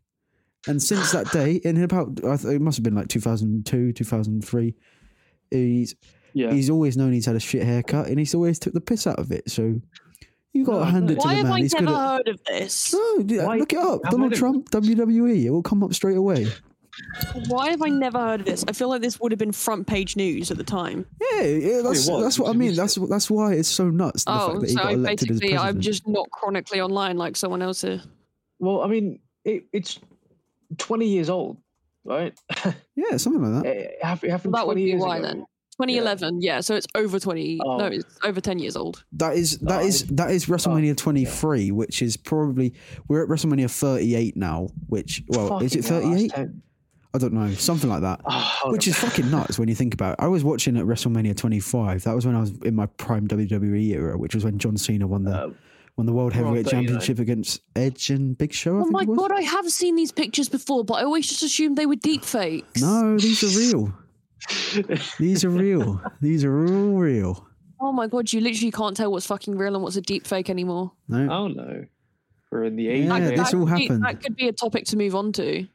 And [sighs] since that day, in about, I th- it must have been like 2002, 2003, he's, yeah. he's always known he's had a shit haircut and he's always took the piss out of it. So you got No, to hand no. it to Why the have man. I He's good never at. heard of [laughs] this? No, yeah, Why- look it up. How Donald modern. Trump, WWE. It will come up straight away. Why have I never heard of this? I feel like this would have been front page news at the time. Yeah, yeah that's, was, that's what I to be mean. That's that's why it's so nuts. The fact Oh, that he got so elected as basically president. I'm just not chronically online like someone else here. Well, I mean, it, it's 20 years old, right? [laughs] it, yeah, something like that. it hap- it happened That would 20 be years why ago. then. 2011, yeah. so it's over 20. Oh. No, it's over 10 years old. That is that Oh, is that is WrestleMania 23, which is probably we're at WrestleMania 38 now. Which well, is Fucking it hell, that's 38? 10. I don't know, something like that. Oh, hold Which on. [laughs] is fucking nuts when you think about it. I was watching at WrestleMania 25. That was when I was in my prime WWE era, which was when John Cena won the [laughs] Uh, won the World we're on Heavyweight 39. Championship against Edge and Big Show. I Oh think my it was. god, I have seen these pictures before, but I always just assumed they were deep fakes. [laughs] No, these are real. these are real. These are all real. Oh oh my god, you literally can't tell what's fucking real and what's a deep fake anymore. No. Oh no, we're in the Yeah, age. this that could of- all be- happened. that could be a topic to move on to.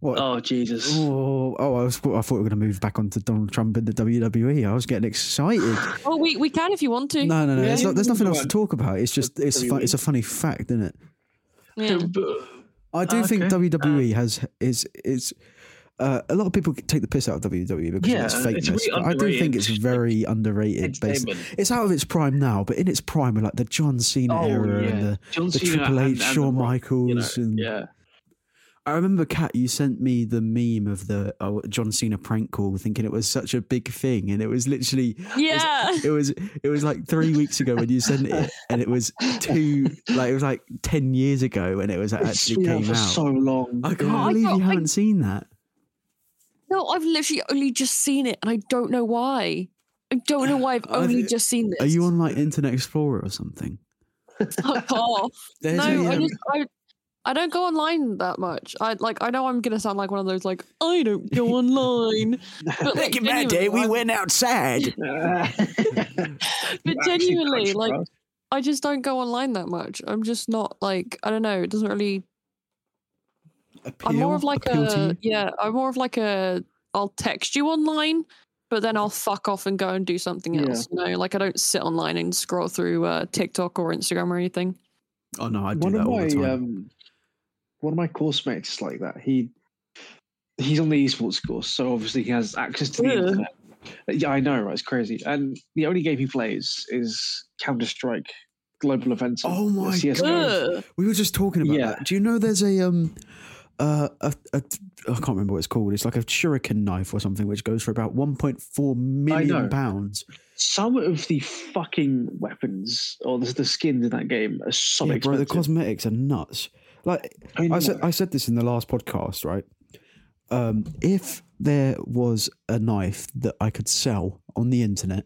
What? Oh Jesus. Oh, oh, I was. I thought we were going to move back onto Donald Trump and the WWE. I was getting excited. Oh, we, we can if you want to. No, no, no. Yeah. It's not, there's nothing else to Right. talk about. It's just it's WWE. fun, it's a funny fact, isn't it? Yeah. I do think Ah, Okay. Um, WWE has is is uh, a lot of people take the piss out of WWE because Yeah, of its it's fakeness. really but I do think underrated. it's very underrated. Based, Entertainment. it's out of its prime now, but in its prime, like the John Cena era and the, John the Oh, Cena Triple and- H, and The Rock, you Shawn know, Michaels, and yeah. I remember, Kat, you sent me the meme of the oh, John Cena prank call, thinking it was such a big thing, and it was literally Yeah. it was it was like three weeks ago when you sent it, and it was two like it was like ten years ago when it was It's actually been out came for out. so long. I [laughs] can't I believe got- you I- haven't seen that. No, I've literally only just seen it and I don't know why. I don't know why I've I only think- just seen this. e-, Are you on like Internet Explorer or something? [laughs] Fuck off. There's No, a, I um, just I, I don't go online that much. I like I know I'm gonna sound like one of those like I don't go [laughs] online. But like, genuinely, I- went outside. But genuinely, like I just don't go online that much. I'm just not like I don't know. It doesn't really. appeal, I'm more of like appeal to a you? yeah. I'm more of like a I'll text you online, but then I'll fuck off and go and do something Yeah. else. You know, like I don't sit online and scroll through uh, TikTok or Instagram or anything. Oh no, I do one that of all my the time. um, one of my course mates is like that. He he's on the esports course, so obviously he has access to the Yeah. internet. Yeah, I know, right? It's crazy. And the only game he plays is Counter Strike Global Offensive. Oh the my CS:GO. Ugh. We were just talking about Yeah. that. Do you know there's a um uh, a, a I can't remember what it's called. It's like a shuriken knife or something, which goes for about 1.4 million know. pounds. Some of the fucking weapons or the, the skins in that game are so Yeah, bro, the expensive. cosmetics are nuts. Like I know. I said, I said this in the last podcast, right? Um, if there was a knife that I could sell on the internet,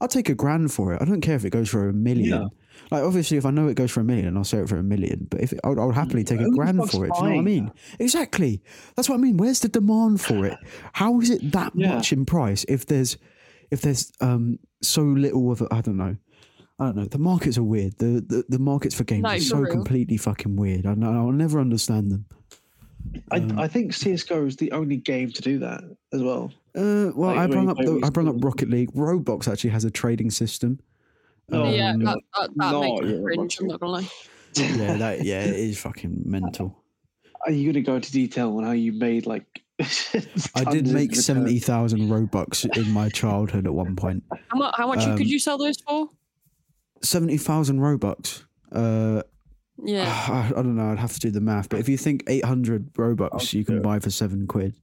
I'd take a grand for it. I don't care if it goes for a million. Yeah. Like obviously, if I know it goes for a million, I'll sell it for a million. But if it, I would, I would happily take a Who the grand fuck's for it. Do you know what I buying mean? Exactly. That's what I mean. Where's the demand for it? How is it that Yeah. much in price if there's if there's um so little of it? I don't know. I don't know. The markets are weird. The the, the markets for games No, are for so real. completely fucking weird. I know, I'll never understand them. I, Um, I think CS:GO is the only game to do that as well. Uh, well, Like, I when brought you up play the, with I brought up schools. Rocket League. Roblox actually has a trading system. Oh, yeah, Um, that, that, that no, makes me yeah, cringe. I'm not gonna lie. yeah, that yeah, it is fucking mental. [laughs] Are you going to go into detail on how you made like? [laughs] I tons did of make return? seventy thousand Robux in my childhood at one point. How much? How much you Um, could you sell those for? Seventy thousand Robux. Uh, Yeah. [sighs] I, I don't know. I'd have to do the math, but if you think eight hundred Robux, you can buy for seven quid.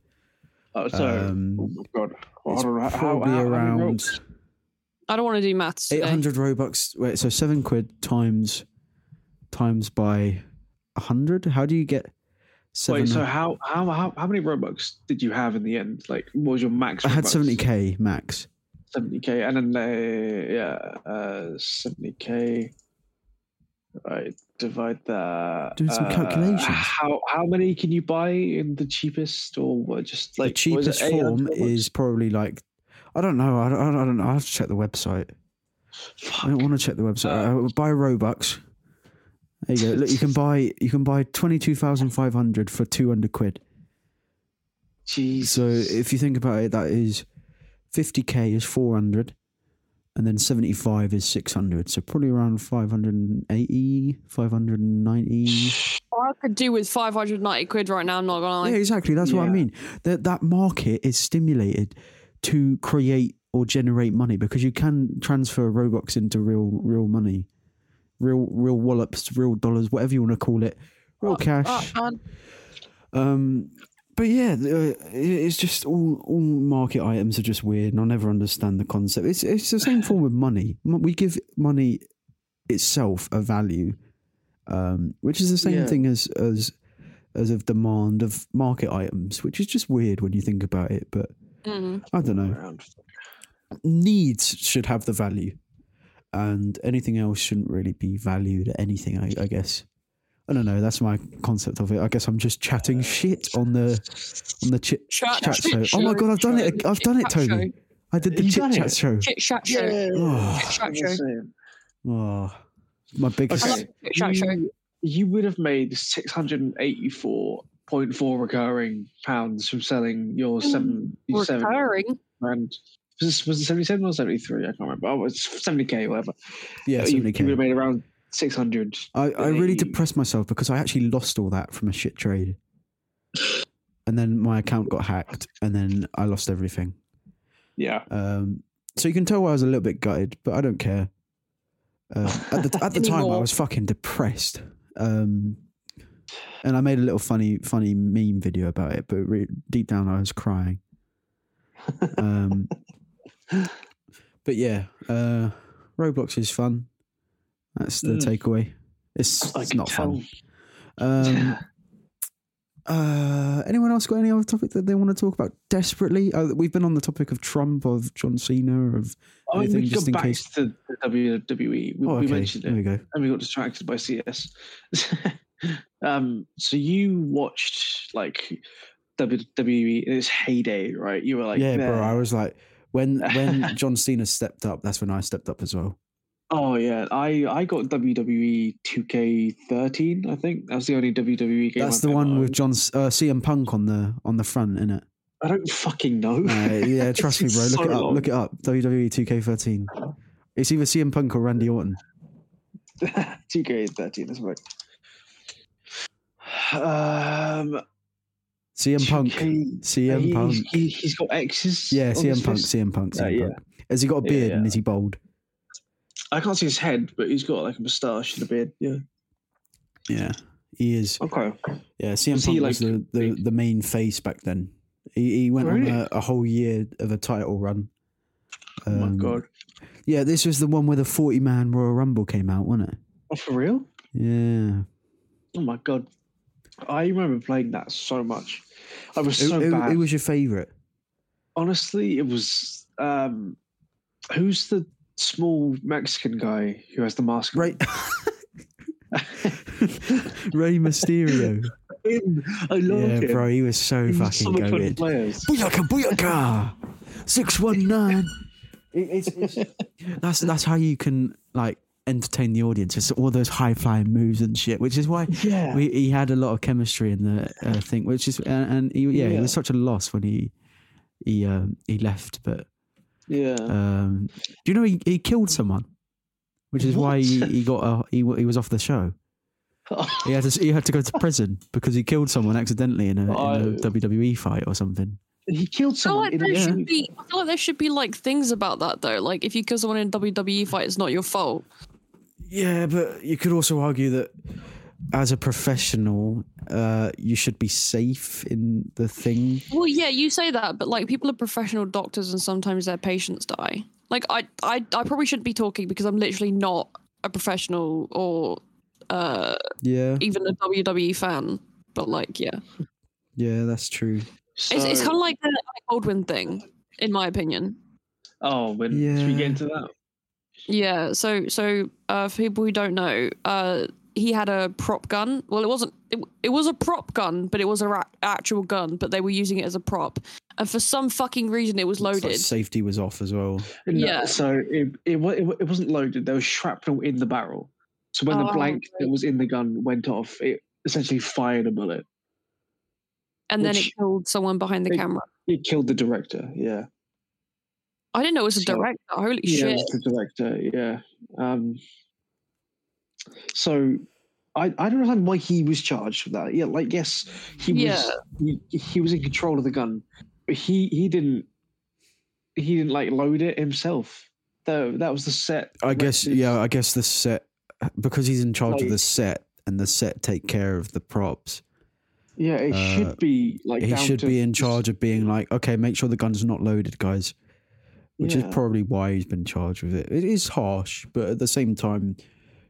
Oh, sorry. oh Um, my god! it's I don't know how, how, probably how many around ropes? I don't want to do maths. uh, eight Today. hundred Robux. Wait, so seven quid times times by hundred. How do you get? Wait, 700? so how, how how how many robux did you have in the end? Like, what was your max? I had Robux? seventy k max. 70k, and then uh, yeah, uh, seventy k. Right, divide that. Doing some uh, calculations. How how many can you buy in the cheapest or what, just like the cheapest form is probably like I don't know. I don't, I don't know. I have to check the website. I don't want to check the website. I would buy Robux. There you go. Look, [laughs] you can buy you can buy twenty two thousand five hundred for two hundred quid. Jeez. So if you think about it, that is fifty k is four hundred, and then seventy five is six hundred. So probably around 580, 590. All I could do with 590 quid right now. I'm not gonna lie. Yeah, exactly. That's what I Yeah. mean. That that market is stimulated to create or generate money because you can transfer Robux into real real money, real real wallets, real dollars, whatever you want to call it, real cash. Oh, man. Um, but yeah, the- uh, it- it's just all all market items are just weird, and I'll never understand the concept. It's it's the same form of money. Mo- We give money itself a value, um, which is the same Yeah. thing as as as of demand of market items, which is just weird when you think about it. But Mm. I don't know. Around Needs should have the value, and anything else shouldn't really be valued at anything. I, I guess. I don't know. That's my concept of it. I guess I'm just chatting Uh, shit on the on the chit Chat, chat chat show. Oh my show. god, I've done it! ag- I've done it, Chat show. Tony. I did the You chit done chat it? show. Chit chat show. Yeah. Oh, Chat show. oh, my biggest. I like chit chat show. You, you would have made 684.4 recurring pounds from selling your seven, your seven Mm. Recurring. grand. Was this- was it 77 or 73? I can't remember. Oh, it's 70k, whatever. yeah, Oh, you, 70K. you would have made around 600. I, I really Hey. depressed myself because I actually lost all that from a shit trade. And then my account got hacked and then I lost everything. Yeah. Um, so you can tell I was a little bit gutted, but I don't care. Uh, at the, t- at the time, I Anymore. was fucking depressed. Um, and I made a little funny, funny meme video about it, but re- deep down, I was crying. Um, but yeah, uh, Roblox is fun. That's the Mm. takeaway. It's, I it's can not tell. fun. [laughs] Um, uh, anyone else got any other topic that they want to talk about desperately? Uh, we've been on the topic of Trump, of John Cena, of I mean, anything, we just Oh, got back in case- to the WWE. We, oh, okay. we mentioned There it we go. and we got distracted by CS. [laughs] um, so you watched like WWE in its heyday, right? You were like, yeah, bro. there. I was like, [laughs] when when John Cena stepped up, that's when I stepped up as well. Oh yeah, I I got E WWE 2K13. I think that's the only WWE game. that's I've the one ever with owned. John C- uh, CM Punk on the on the front, is [laughs] it? I don't fucking know. [laughs] Uh, yeah, It's trust me, been bro. Look so it up. long. Look it up. E WWE 2K13. It's either CM Punk or Randy Orton. 2K13. That's right. Um, CM Punk. 2K CM He- Punk. he's- He, he's got X's. on Yeah, his CM Punk. fist. CM Punk. Uh, CM yeah. Punk. Has he got a Yeah, beard yeah. and is he bald? I can't see his head, but he's got like a moustache and a beard. Yeah. Yeah, he is. Okay. Yeah, CM Was he, Punk was the, like, the, big? the main face back then. He, he went Really? on a, a whole year of a title run. Oh Um, my god. Yeah, this was the one where the 40 man Royal Rumble came out, wasn't it? Oh, for real? Yeah. Oh my god. I remember playing that so much. I was Who- so who, bad. who was your favourite? Honestly, it was. um Who's the small Mexican guy who has the mask? Ray... [laughs] Ray Mysterio. Him. I love yeah, him. bro, he was so He was fucking so much fun to goated. play as. Booyaka, booyaka! 619! It- it's- it's- [laughs] that's, that's how you can, like, entertain the audience. It's all those high-flying moves and shit, which is why [laughs] Yeah. we, he had a lot of chemistry in the uh, thing, which is and, and he, yeah, it Yeah. was such a loss when he he um, he left. But yeah. um, do you know he, he killed someone, which is why he, What? he got a, he w- he was off the show. He had to he had to go to prison [laughs] because he killed someone accidentally in a, in Oh. a WWE fight or something. [laughs] he killed Oh, I feel, someone. like in there a- should be, I feel like there should be like things about that though. Like if you kill someone in a WWE fight, it's not your fault. Yeah, but you could also argue that as a professional, uh, you should be safe in the thing. Well, yeah, you say that, but like people are professional doctors, and sometimes their patients die. Like I, I, I probably shouldn't be talking because I'm literally not a professional or uh, Yeah, even a WWE fan. But like, yeah, yeah, that's true. it's, it's So- kind of like the Alec Baldwin thing, in my opinion. Oh, when should we Yeah. get into that? Yeah. So, so uh, for people who don't know, uh, he had a prop gun. Well, it wasn't. It, it was a prop gun, but it was a ra- actual gun. But they were using it as a prop, and for some fucking reason, it was Looks like loaded. safety was off as well. No, Yeah. So it, it wa- it wa- it wasn't loaded. There was shrapnel in the barrel. So when Oh, the blank that right. was in the gun went off, it essentially fired a bullet. and then it Which- killed someone behind the It- camera. It killed the director. Yeah. I didn't know it was a so- director. Holy Yeah, it shit! was the director. Yeah. Um, so I I don't understand why he was charged with that. Yeah. Like yes, he was Yeah. he, he was in control of the gun, but he he didn't he didn't like load it himself. Though that was the set. I guess directors. yeah, I guess the set because he's in charge of the Like- set and the set take care of the props. Yeah, it Uh, should be like he down should to be in just- charge of being like, okay, make sure the gun's not loaded, guys. Which Yeah. is probably why he's been charged with it. It is harsh, but at the same time,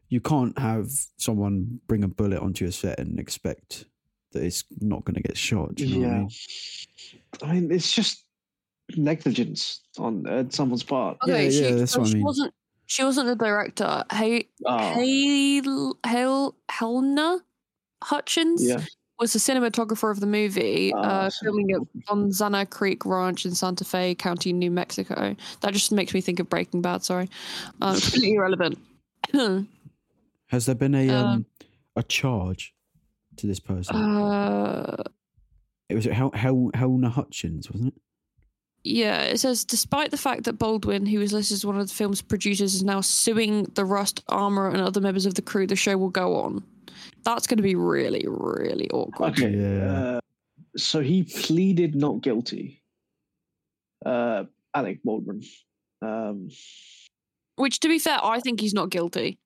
you can't have someone bring a bullet onto your set and expect that it's not going to get shot. do you know what I mean? I mean, it's just negligence on uh, someone's part. Okay, Yeah, she, yeah, that's so what I she mean. Oh. wasn't. She wasn't the director. Hey, Ah, Hale, Hale, Helena Hutchins yeah, was the cinematographer of the movie, Ah, uh, so- filming at Bonzana Creek Ranch in Santa Fe County, New Mexico. That just makes me think of Breaking Bad. Sorry, um, [laughs] completely irrelevant. [clears throat] Has there been a Um, um, a charge to this person? uh, it was Hel- Hel- Helena Hutchins, wasn't it? Yeah, it says despite the fact that Baldwin, who was listed as one of the film's producers, is now suing the Rust Armor and other members of the crew, the show will go on. That's going to be really, really awkward. Okay. Yeah. Uh, so he pleaded not guilty. Uh, Alec Baldwin. Um, Which, to be fair, I think he's not guilty.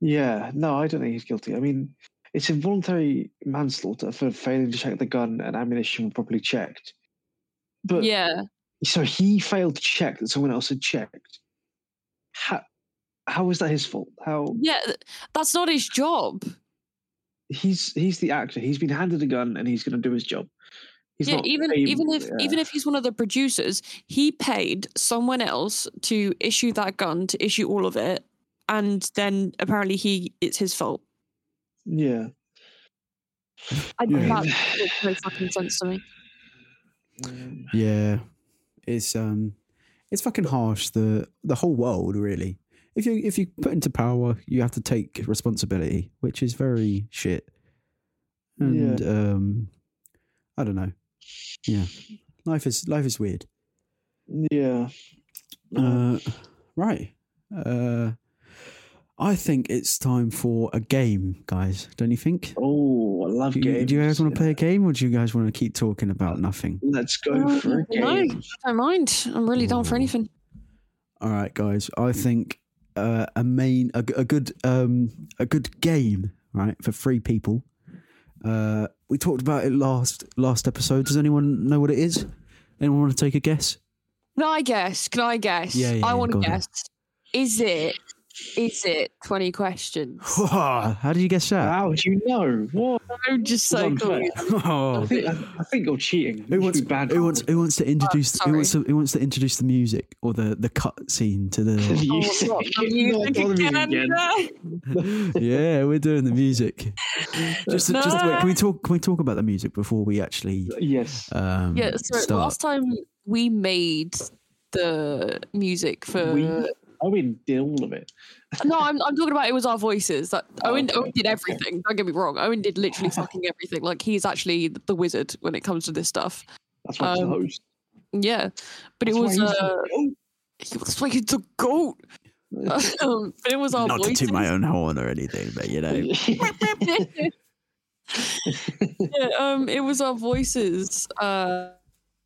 yeah, no, I don't think he's guilty. I mean, it's involuntary manslaughter for failing to check the gun and ammunition were properly checked. But yeah, so he failed to check that someone else had checked. How how is that his fault? How yeah, th- that's not his job. he's he's the actor. He's been handed a gun and he's going to do his job. He's yeah, not even able- even if yeah. even if he's one of the producers, he paid someone else to issue that gun, to issue all of it, and then apparently he it's his fault. yeah. I, Yeah. That [sighs] makes no fucking sense to me. Mm, Yeah, it's um, it's fucking harsh. The the whole world really. If you if you put into power, you have to take responsibility, which is very shit. And um, I don't know. Yeah, life is life is weird. yeah. Uh, right. Uh, I think it's time for a game, guys. Don't you think? Oh, I love Do you, games. do you guys want to play a game, or do you guys want to keep talking about nothing? Let's go Oh, for a no. game. I don't mind. I'm really down for Ooh. anything. All right, guys. I think uh, a main a, g- a good um, a good game, right, for three people. Uh, we talked about it last last episode. Does anyone know what it is? Anyone want to take [laughs] a guess? Can I guess? Can I guess? Yeah, yeah, I yeah, want go to on then. guess. Is it? Is it twenty [laughs] questions? How did you guess that? How do you know? What? I'm just It's so unfair. confused. [laughs] I Oh. think I, I think you're cheating. Who wants, to bad who wants who wants to introduce who wants to Oh, sorry. who wants to introduce the music or the the cut scene to [laughs] The the music. [laughs] Oh, Not music the music again. again. yeah we're doing the music just, No. just wait, can we talk can we talk about the music before we actually Yes. um Yeah. So start last time we made the music for. We- Owen did all of it. No, I'm, I'm talking about it was our voices. That Oh, Owen, okay, Owen did okay. everything. Don't get me wrong. Owen did [laughs] literally fucking everything. Like he's actually the wizard when it comes to this stuff. That's why he's the Um, host. Yeah, but it That's why was. he's the Uh, he was like it's a goat. [laughs] um, but it was our not to voices. toot my own horn or anything but you know uh, [laughs] goat. [laughs] yeah, um, it was our voices uh,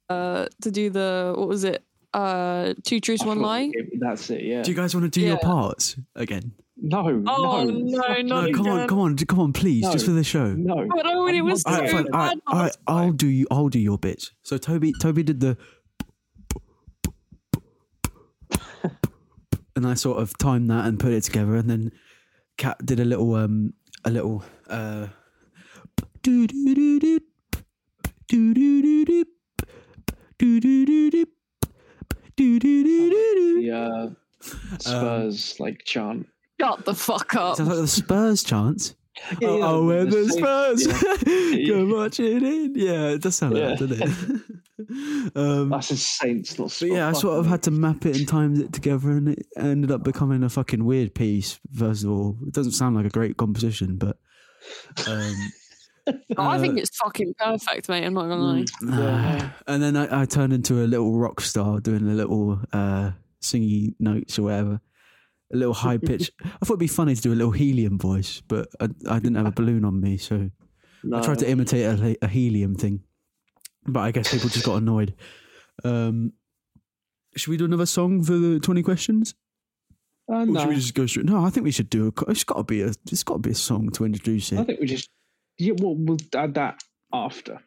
uh, to do the what was it? Uh, two truths, one lie. That's it. Yeah. do you guys want to do your Yeah. parts again No. Oh no, no. no, no come on come on d- come on please just No. for the show No. But oh, it I'm was not all so right, doing fine. bad. All right, all right, I'll do you. I'll do your bit. So Toby, Toby did the, and I sort of timed that and put it together, and then Cat did a little, um, a little, uh, do do do do, do do do do, do do do do, do do do do do. the uh, Spurs like chant. Shut the fuck up. Sounds like the Spurs chants. Yeah, Oh, yeah, oh we're the same- Spurs. Yeah. Go march it in. Yeah, it does sound like that, Yeah. doesn't it? [laughs] um, That's a Saints, not but yeah, I sort of had to map it and time it together, and it ended up becoming a fucking weird piece. First of all, it doesn't sound like a great composition, but um, I uh, think it's fucking perfect, mate. I'm not gonna lie. Mm, [laughs] yeah. [sighs] and then I, I turned into a little rock star doing a little uh, singy notes or whatever, a little [laughs] high pitch. I thought it'd be funny to do a little helium voice, but I, I didn't have a balloon on me, so. I tried to No. imitate a, he- a helium thing, but I guess people just got annoyed. Um, should we do another song for the twenty questions, Uh, or should no. we just go straight? No, I think we should do. A, co- it's got to be a. It's got to be a song to introduce I it. think we just yeah. Well, we'll add that after.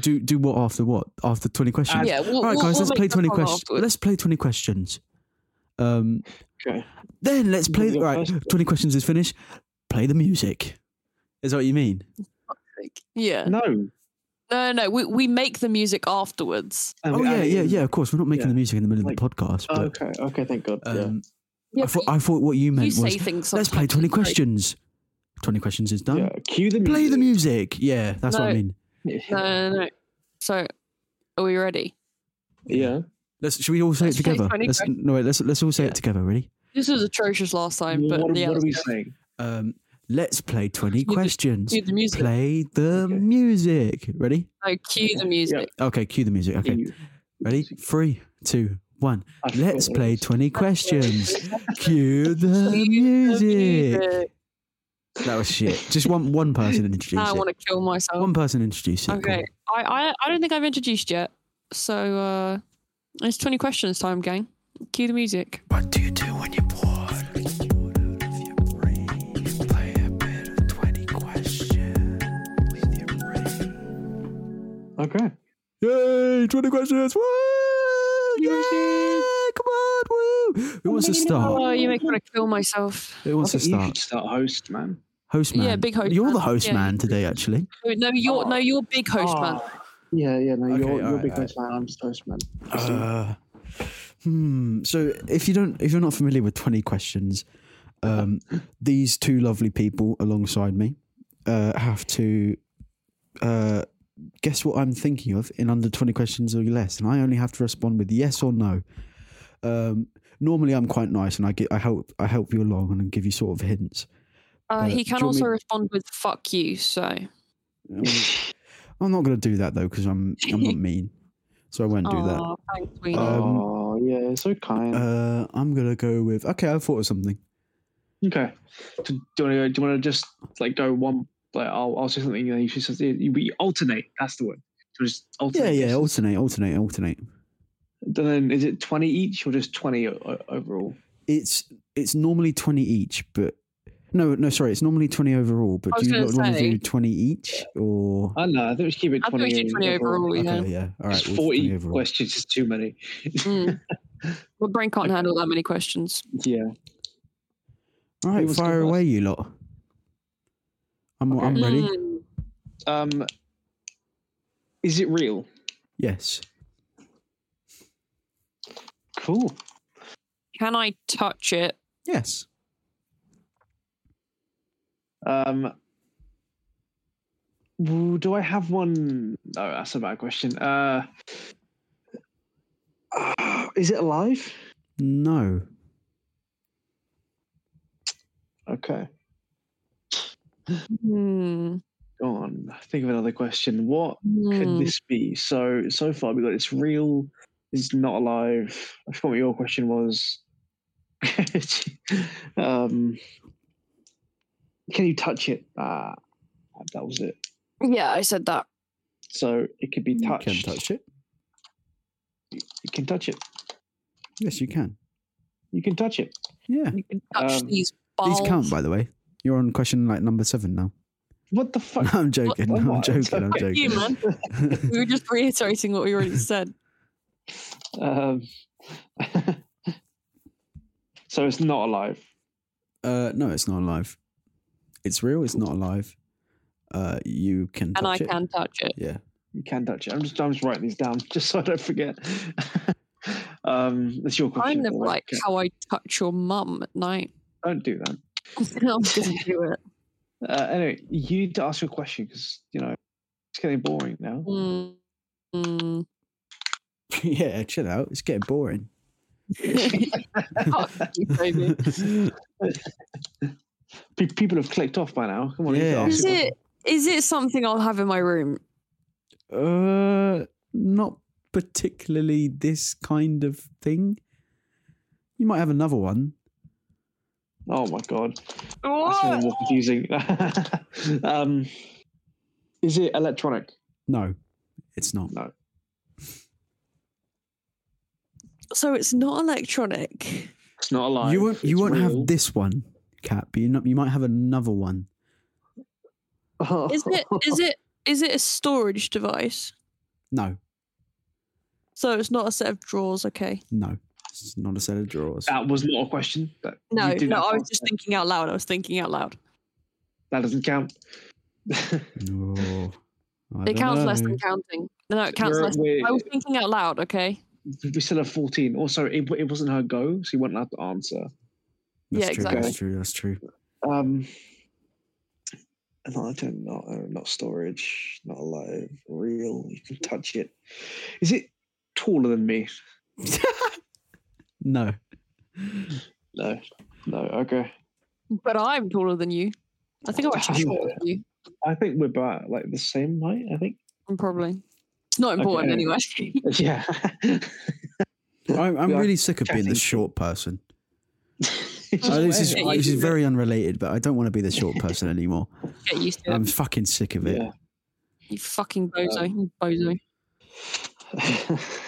Do do what after what after twenty questions? Yeah, we'll, All right, we'll- guys, we'll let's make play that twenty one questions. afterwards. Let's play twenty questions. Um, Okay. then let's You play. go Right, first. twenty questions is finished. Play the music. Is that what you mean? Yeah. No. No, no, we we make the music afterwards. and Oh we yeah, add it yeah, in. yeah. Of course, we're not making Yeah. the music in the middle Like- of the podcast. But, Okay. Okay. Thank God. yeah. um, Yeah, I thought but I thought what you you meant was say things. Let's play sometimes, 20 it's like- questions. 20 questions is done. Yeah, cue the music. Play the music. Yeah, that's what I No. mean. No, no, [laughs] no. no. So, are we ready? Yeah. Let's, should we all say Let's it play together? 20 Let's, no, wait, let's, let's all say Yeah. it together. Ready? This was atrocious last time, but what, yeah, what are let's we go. saying? Um, let's play 20 Cue the- questions. Cue the music. Play the Okay. music. Ready? No, cue the music. Okay, cue the music. Okay. You- Ready? Three, two, one. I forgot Let's what it play was. [laughs] 20 questions. Cue Oh. Cue the the music. music. That was shit. Just one one person introduce [laughs] I it. want to kill myself. One person introduce it. go Okay. I, I I don't think I've introduced yet. So uh it's 20 questions time, gang. Cue the music. What do you do when you're bored? Play a bit of 20 questions with your brain. Okay. Yay, 20 questions! Woo! Yay! Come on, woo! Who wants to start? Oh, you make me want to kill myself. Who wants I to think You should start? start host, man. Host man. Yeah, big host You're the man. host Yeah. man today, actually. No, you're Oh. no, you're big host man. Ah, Yeah, yeah, no, Okay, you're, you're alright, big alright. host man. I'm just host man. Uh, hmm. So if you don't, if you're not familiar with twenty questions, um, these two lovely people alongside me uh, have to uh, guess what I'm thinking of in under twenty questions or less, and I only have to respond with yes or no. Um, normally, I'm quite nice, and I get, I help, I help you along, and give you sort of hints. Uh, Uh, he do you can want also me- respond with fuck you, so Um, I'm not going to do that though because I'm I'm not mean, so I won't do that. Aw, Oh, thanks, [laughs] Weenie. Um, oh, yeah, so kind. Uh, I'm gonna go with okay. I thought of something. okay. Do, do you want to? Do you want to just like go one? Like I'll, I'll say something, and then you should say you, we alternate. That's the word. So just Yeah, alternate. yeah, guesses. alternate, alternate, alternate. And then is it twenty each or just twenty o- o- overall? It's it's normally twenty each, but no, no, sorry, it's normally twenty overall. But I do was you gonna lot want to say- do twenty each or? I don't know. I think we should keep it I think we twenty. should do 20 overall, Oh, yeah. Okay, yeah, all right, Just we'll do Forty 20 overall. questions is too many. Mm. [laughs] My brain can't handle that many questions. Yeah. All Who right, wants to go fire first? away, you lot. I'm Okay. I'm ready. Mm. Um, is it real? Yes. Cool. Can I touch it? Yes. Um, w- do I have one? No, that's a bad question. Uh, [sighs] uh, is it alive? No. Okay, Hmm. go on. Think of another question. What Hmm. could this be? So so far we got it's real. It's not alive. I forgot what your question was. [laughs] um, can you touch it? Ah, that was it. Yeah, I said that. So it could be You touched. can touch it. You can touch it. Yes, you can. You can touch it. Yeah. You can touch Um, these balls. These count, by the way. You're on question like number seven now. [laughs] What the No, [laughs] fuck? I'm joking. What? I'm joking. I'm Fuck Fuck you, man. joking. [laughs] we were just reiterating what we already said. Um, [laughs] so it's not alive. Uh, no, it's not alive. It's real. It's not alive. Uh, you can. And I touch it. can touch it. Yeah. [laughs] You can touch it. I'm just I'm just writing these down [laughs] just so I don't forget. um, that's your question. Kind of by the way. like Okay, how I touch your mum at night. [laughs] don't do that. I'm gonna do it. Uh, anyway, you need to ask your question because you know it's getting boring now. Mm. Mm. yeah. Chill out. It's getting boring. Fuck Oh, you, [laughs] baby. Pe- people have clicked off by now. Come on, you need to Yeah. ask Is your it is it something I'll have in my room? uh, not particularly this kind of thing. You might have another one. question. Oh my god, that's even more confusing. [laughs] um, is it electronic? No, it's not. So it's not electronic. It's not alive. you won't. You it's won't real. [laughs] have this one, Cap. But you not. You might have another one. Is it is it is it a storage device? No, So it's not a set of drawers, okay. no. It's not a set of drawers. That was not a question. That, you No, did no, not I was answer. just thinking out loud. I was thinking out loud. That doesn't count. [laughs] No. Oh, I It don't counts less know. than counting. No, it counts We're- less. we're- I was thinking out loud, okay? we still have 14. Also, it, it wasn't her go, so you weren't allowed to answer. Yeah, That's true, exactly. That's true. That's true. Um, not not uh, not storage, not alive, real. You can touch it. Is it taller than me? No. No, no. Okay, But I'm taller than you. I think I'm actually Damn. shorter than you. I think we're about like the same height. I think. Probably. It's not important Okay. anyway. [laughs] [laughs] [laughs] Yeah. I'm, I'm We are really sick of being the chatting. short person. It's Uh, this is weird. this is very unrelated, but I don't want to be the short person anymore. Get used to it. I'm fucking sick of it. [laughs] Yeah. you fucking bozo. you bozo. [laughs]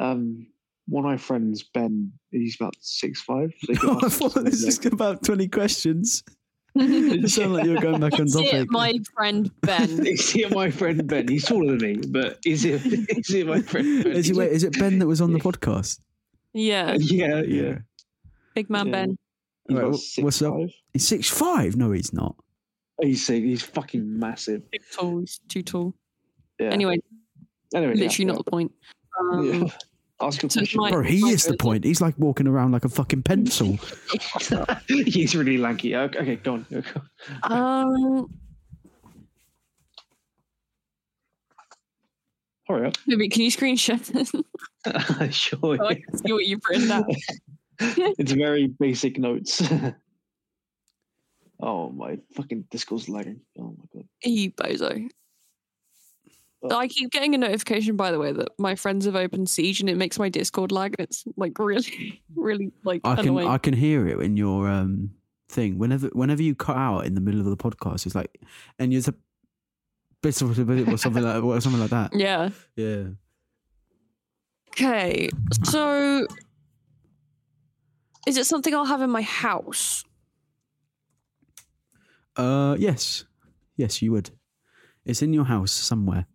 um, one of my friends, Ben, he's about six five. [laughs] So he can [laughs] I ask [laughs] thought himself, this is about 20 [laughs] questions. It sounded like you were going back on That's topic. it, [laughs] my friend [laughs] Ben. Is it my friend Ben? He's taller than me, but is [laughs] it is it my friend Ben? Is it, wait, is it Ben that was on the podcast? yeah, Yeah, [laughs] yeah. big man Yeah. Ben. he's Right, about wh- what's up? 6'5". He's six five. No, he's not. He's sick, he's fucking massive. Too tall. He's too tall. Yeah. Anyway, Anyway, yeah, literally yeah, not the point. Um, yeah. [laughs] Ask a so question. my- [laughs] Bro, he my is the bozo- point. He's like walking around like a fucking [laughs] pencil. He's really lanky. Okay, okay, go [laughs] on. go on. Um, Hurry [laughs] up. maybe can you screen share this? [laughs] so sure. I can see what you've written [laughs] down? [laughs] It's very basic notes. [laughs] oh my fucking Discord's lagging. Oh my god. You bozo. Oh. I keep getting a notification, by the way, that my friends have opened siege, and it makes my Discord lag. And it's like really, [laughs] really like I can annoying. I can hear it in your um thing. Whenever whenever you cut out in the middle of the podcast, it's like and you're a bit of a bit or something like [laughs] or something like that. yeah. Yeah. Okay, so is it something I'll have in my house? Uh yes. Yes, you would. It's in your house somewhere.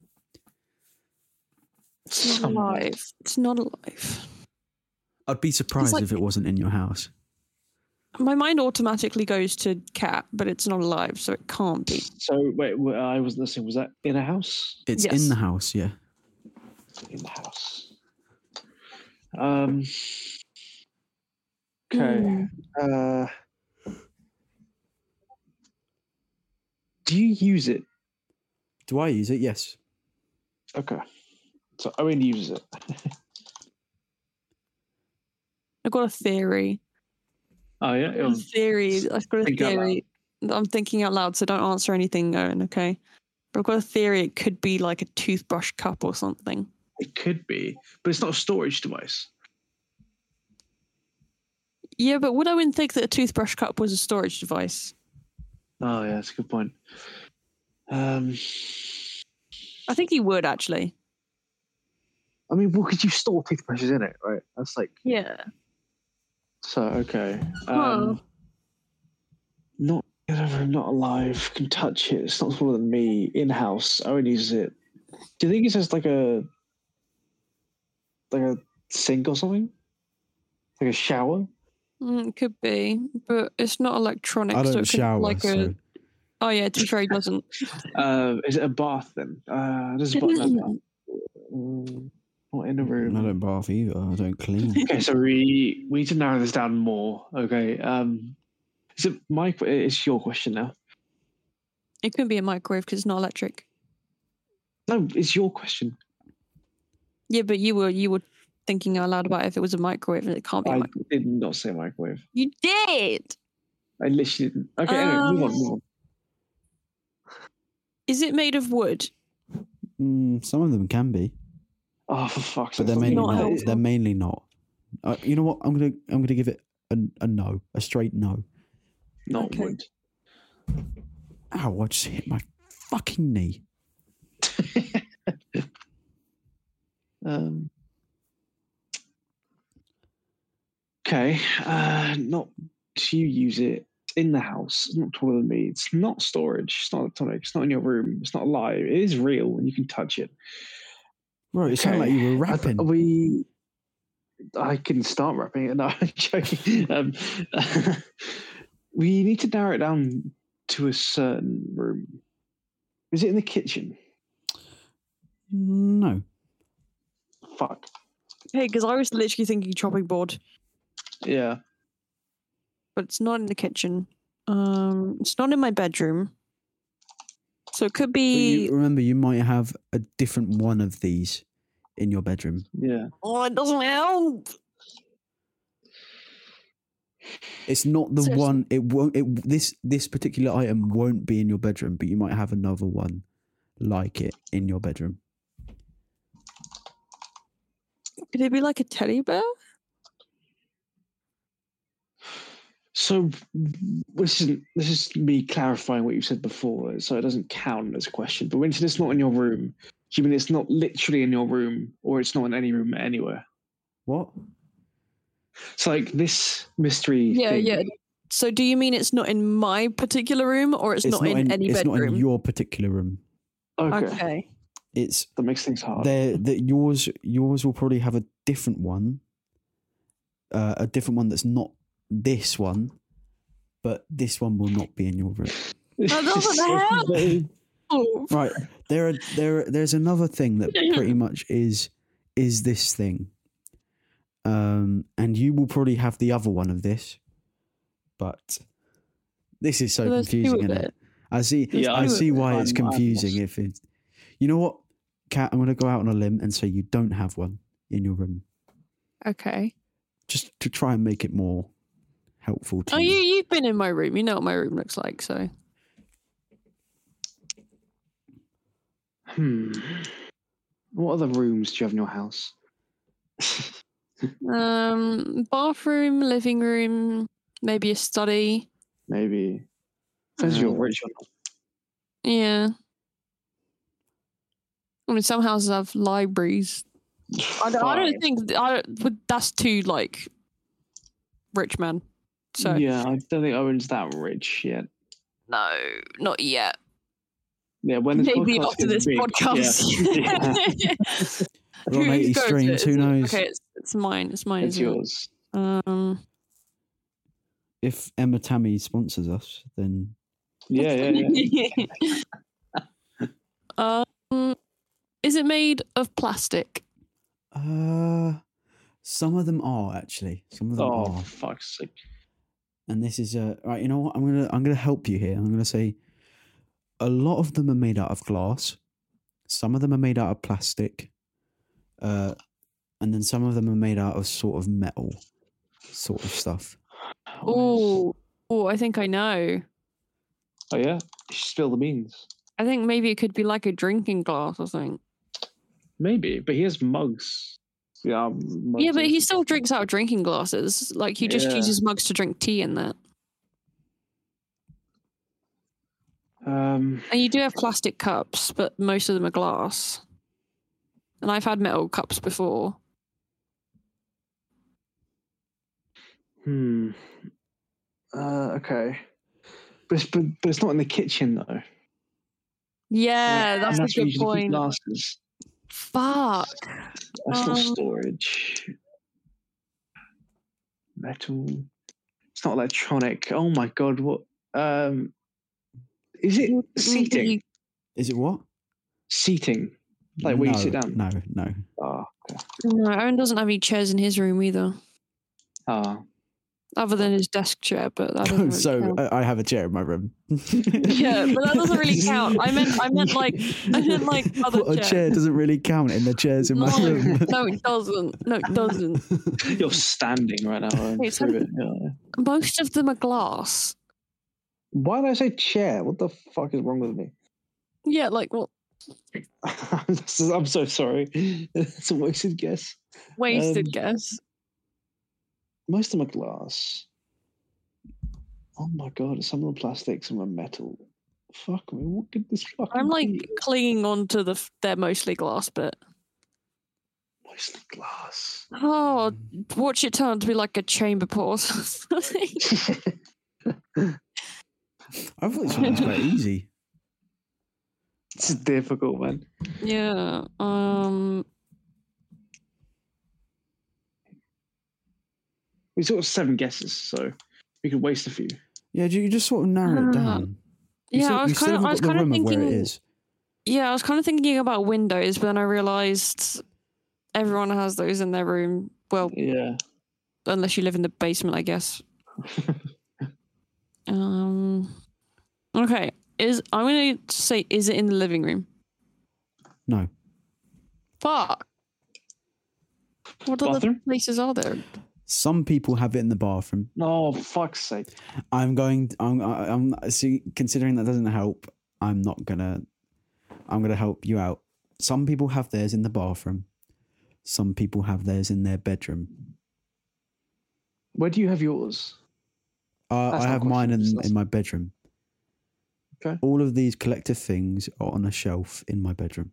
It's not Somewhere. alive. It's not alive. I'd be surprised like- if it wasn't in your house. My mind automatically goes to cat, but it's not alive, so it can't be. So wait, wh- I wasn't listening. Was that in a house? It's Yes. in the house, yeah. In the house. Um. Okay. Mm. Uh, do you use it? Do I use it? Yes. Okay. So Owen uses it. I've got a theory. Oh yeah. I've got um, a theory. I've got a think out loud. theory. that I'm thinking out loud, so don't answer anything, Owen. Okay. But I've got a theory. It could be like a toothbrush cup or something. It could be, but it's not a storage device. Yeah, but would Owen think that a toothbrush cup was a storage device? Oh yeah, that's a good point. Um, I think he would actually. I mean, what could you store toothbrushes in it, right? That's like Yeah. So okay. Huh. Um, not not alive. Can touch it. It's not taller than me. In house. Owen uses it. Do you think it's just like a like a sink or something? Like a shower? Mm, it could be, but it's not electronic. I so don't it could, shower, like so a, oh yeah, to be fair, he [laughs] doesn't. Uh, is it a bath then? Uh, there's a bath. no, mm, Not in a I room. don't bath either. I [laughs] don't clean. okay, so we we need to narrow this down more. Okay, um, is it my? qu- It's your question now. It couldn't be a microwave because it's not electric. No, it's your question. Yeah, but you were you were thinking out loud about if it was a microwave, and it can't be. a I microwave. did not say microwave. You did. I literally didn't. Okay, anyway, move on, Um, move on. Is it made of wood? Mm, some of them can be, Oh, for fuck's sake. but they're mainly not not. helpful. They're mainly not. Uh, you know what? I'm gonna I'm gonna give it a, a no, a straight no. not Okay. wood. Ow! I just hit my fucking knee. Um, okay, uh, not to use it in the house. It's not taller than me. It's not storage. It's not electronic. It's not in your room. It's not live. It is real, and you can touch it. Bro, it sounded like Okay. you were I th- rapping. we, I can start wrapping it. [laughs] No, I'm joking. Um, [laughs] we need to narrow it down to a certain room. Is it in the kitchen? no, Fuck. Hey, because I was literally thinking chopping board, Yeah. but it's not in the kitchen. Um, it's not in my bedroom. So it could But be. you, remember, you might have a different one of these in your bedroom. Yeah. oh, it doesn't help. It's not the Seriously. one. It won't. It this this particular item won't be in your bedroom, but you might have another one like it in your bedroom. Could it be like a teddy bear? So this isn't this is me clarifying what you said before, so it doesn't count as a question. But when you said it's not in your room, do you mean it's not literally in your room, or it's not in any room anywhere? What? It's like this mystery. Yeah, thing. yeah. So do you mean it's not in my particular room or it's, not, in, any It's bedroom? not in your particular room. Okay. okay. It's that makes things Oh. hard. [laughs] there that yours yours will probably have a different one uh, a different one that's not this one but this one will not be in your room That doesn't [laughs] help. Oh, right there are there are- there's another thing that pretty much is is this thing um and you will probably have the other one of this but this is so so there's two confusing of isn't it? it. I see. Let's Yeah, I do see it. why it's I'm- I'm confusing. lost. If it, you know what, Kat, I'm going to go out on a limb and say you don't have one in your room, Okay. just to try and make it more helpful to Oh, you you. you've been in my room. You know what my room looks like. So Hmm. What other rooms do you have in your house? um, bathroom, living room, maybe a study. Maybe. Because you're Uh, rich. Yeah. I mean, some houses have libraries. I don't, I don't Fine. think I don't, but that's too like rich man. So Yeah, I don't think Owen's that rich yet. no, not yet. Yeah, when this Maybe podcast after gets this big, [laughs] podcast. I've got an Whose 80 goes streams. it? Who Is it- knows? Okay, it's, it's mine. It's mine. Yeah, it's isn't it? yours. Um, If Emma Tammy sponsors us, then Yeah, yeah, yeah. [laughs] um, is it made of plastic? uh, some of them are actually. Some of them Oh, are. fuck's sake. And this is uh, right. You know what? I'm gonna I'm gonna help you here. I'm gonna say, a lot of them are made out of glass. Some of them are made out of plastic, uh, and then some of them are made out of sort of metal, sort of stuff. Oh, oh, I think I know. Oh, yeah? You should spill the beans. I think maybe it could be like a drinking glass or something. Maybe, but he has mugs. Yeah, um, mugs Yeah, but and he stuff. still drinks out of drinking glasses. Like he just Yeah. uses mugs to drink tea in that. Um, And you do have plastic cups, but most of them are glass. And I've had metal cups before. hmm. Uh, okay. But it's, but, but it's not in the kitchen, though. Yeah, that's, that's a where good you usually point. keep Glasses. Fuck. That's not Um, storage. Metal. It's not electronic. Oh my god, what um is it seating? Maybe- Is it what? Seating. Like where you sit No, down. No, no. Ah, No, Owen doesn't have any chairs in his room either, ah. [laughs] other than his desk chair. But that [laughs] doesn't really so uh, count. I, I have a chair in my room. [laughs] yeah, but that doesn't really count. I meant, I meant like, I [laughs] meant like other What, a chairs. chair doesn't really count in the chairs in my No. room. No, it doesn't. No, it doesn't. You're standing right now. Owen. Wait, Prove it, [laughs] yeah. Most of them are glass. Why did I say chair? What the fuck is wrong with me? [laughs] Yeah, like well, This is- I'm so sorry. [laughs] it's a wasted guess. wasted Um, guess. Most of them are glass. Oh my god, some of them plastic, some are metal. Fuck me, what could this fucking I'm like be? clinging on to the f- they're mostly glass bit. Mostly [laughs] glass. [laughs] Oh, watch it turn to be like a chamber [laughs] pause. [laughs] [laughs] I thought this one was quite easy. It's difficult, man. yeah. Um. We sort of seven guesses, so we could waste a few. Yeah, you you just sort of narrow Uh, it down. You Yeah, still- I you was still kind of, haven't I was got the kind of room thinking. where it is. Yeah, I was kind of thinking about windows, but then I realized everyone has those in their room. Well, Yeah. unless you live in the basement, I guess. um. Okay, Is I'm gonna say, is it in the living room? No. Fuck. What other Bathroom? places are there? Some people have it in the bathroom. No, fuck's sake. I'm going. I'm. I- I'm. See, considering that doesn't help, I'm not gonna. I'm gonna help you out. Some people have theirs in the bathroom. Some people have theirs in their bedroom. Where do you have yours? Uh, That's I not have mine in, questionable, that's- in my bedroom. Okay. All of these collective things are on a shelf in my bedroom,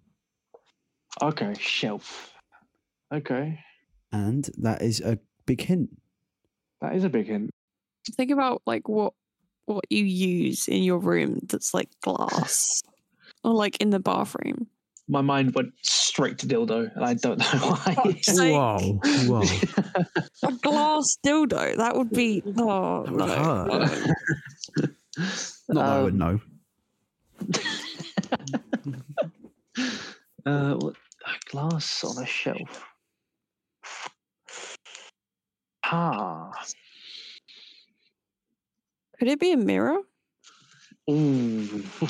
Okay, shelf. Okay, and that is a big hint. that is a big hint. Think about like what what you use in your room that's like glass, or like in the bathroom. My mind went straight to dildo, and I don't know [laughs] why. Fuck's sake. Whoa! [laughs] [laughs] Whoa! A glass dildo. That would be oh That would no. hurt. Not that I would Um, know. Uh, what a glass on a shelf? Ah, Could it be a mirror? Ooh. [laughs]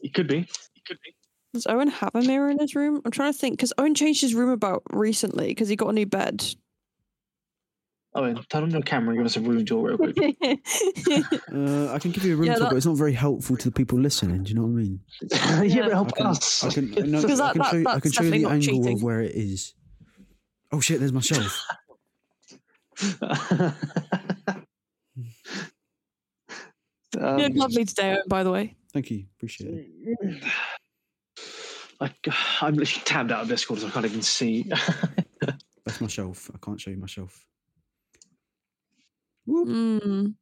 it could be. It could be. Does Owen have a mirror in his room? I'm trying to think because Owen changed his room about recently because he got a new bed. [laughs] Owen, turn on your camera Oh, and give us a room tour real quick. yeah, Uh, I can give you a room Yeah, tour, that- but it's not very helpful to the people listening. Do you know what I mean? yeah, Yeah. but help I can, us. I can, no, Because that- I can that- show you, I that's can show you the definitely angle not of cheating. where it is. Oh shit! There's [laughs] my shelf. Um, lovely today, Owen, by the way. Thank you, appreciate it. I, I'm literally tabbed out of Discord, so I can't even see. [laughs] That's my shelf. I can't show you my shelf. Whoop. Mm.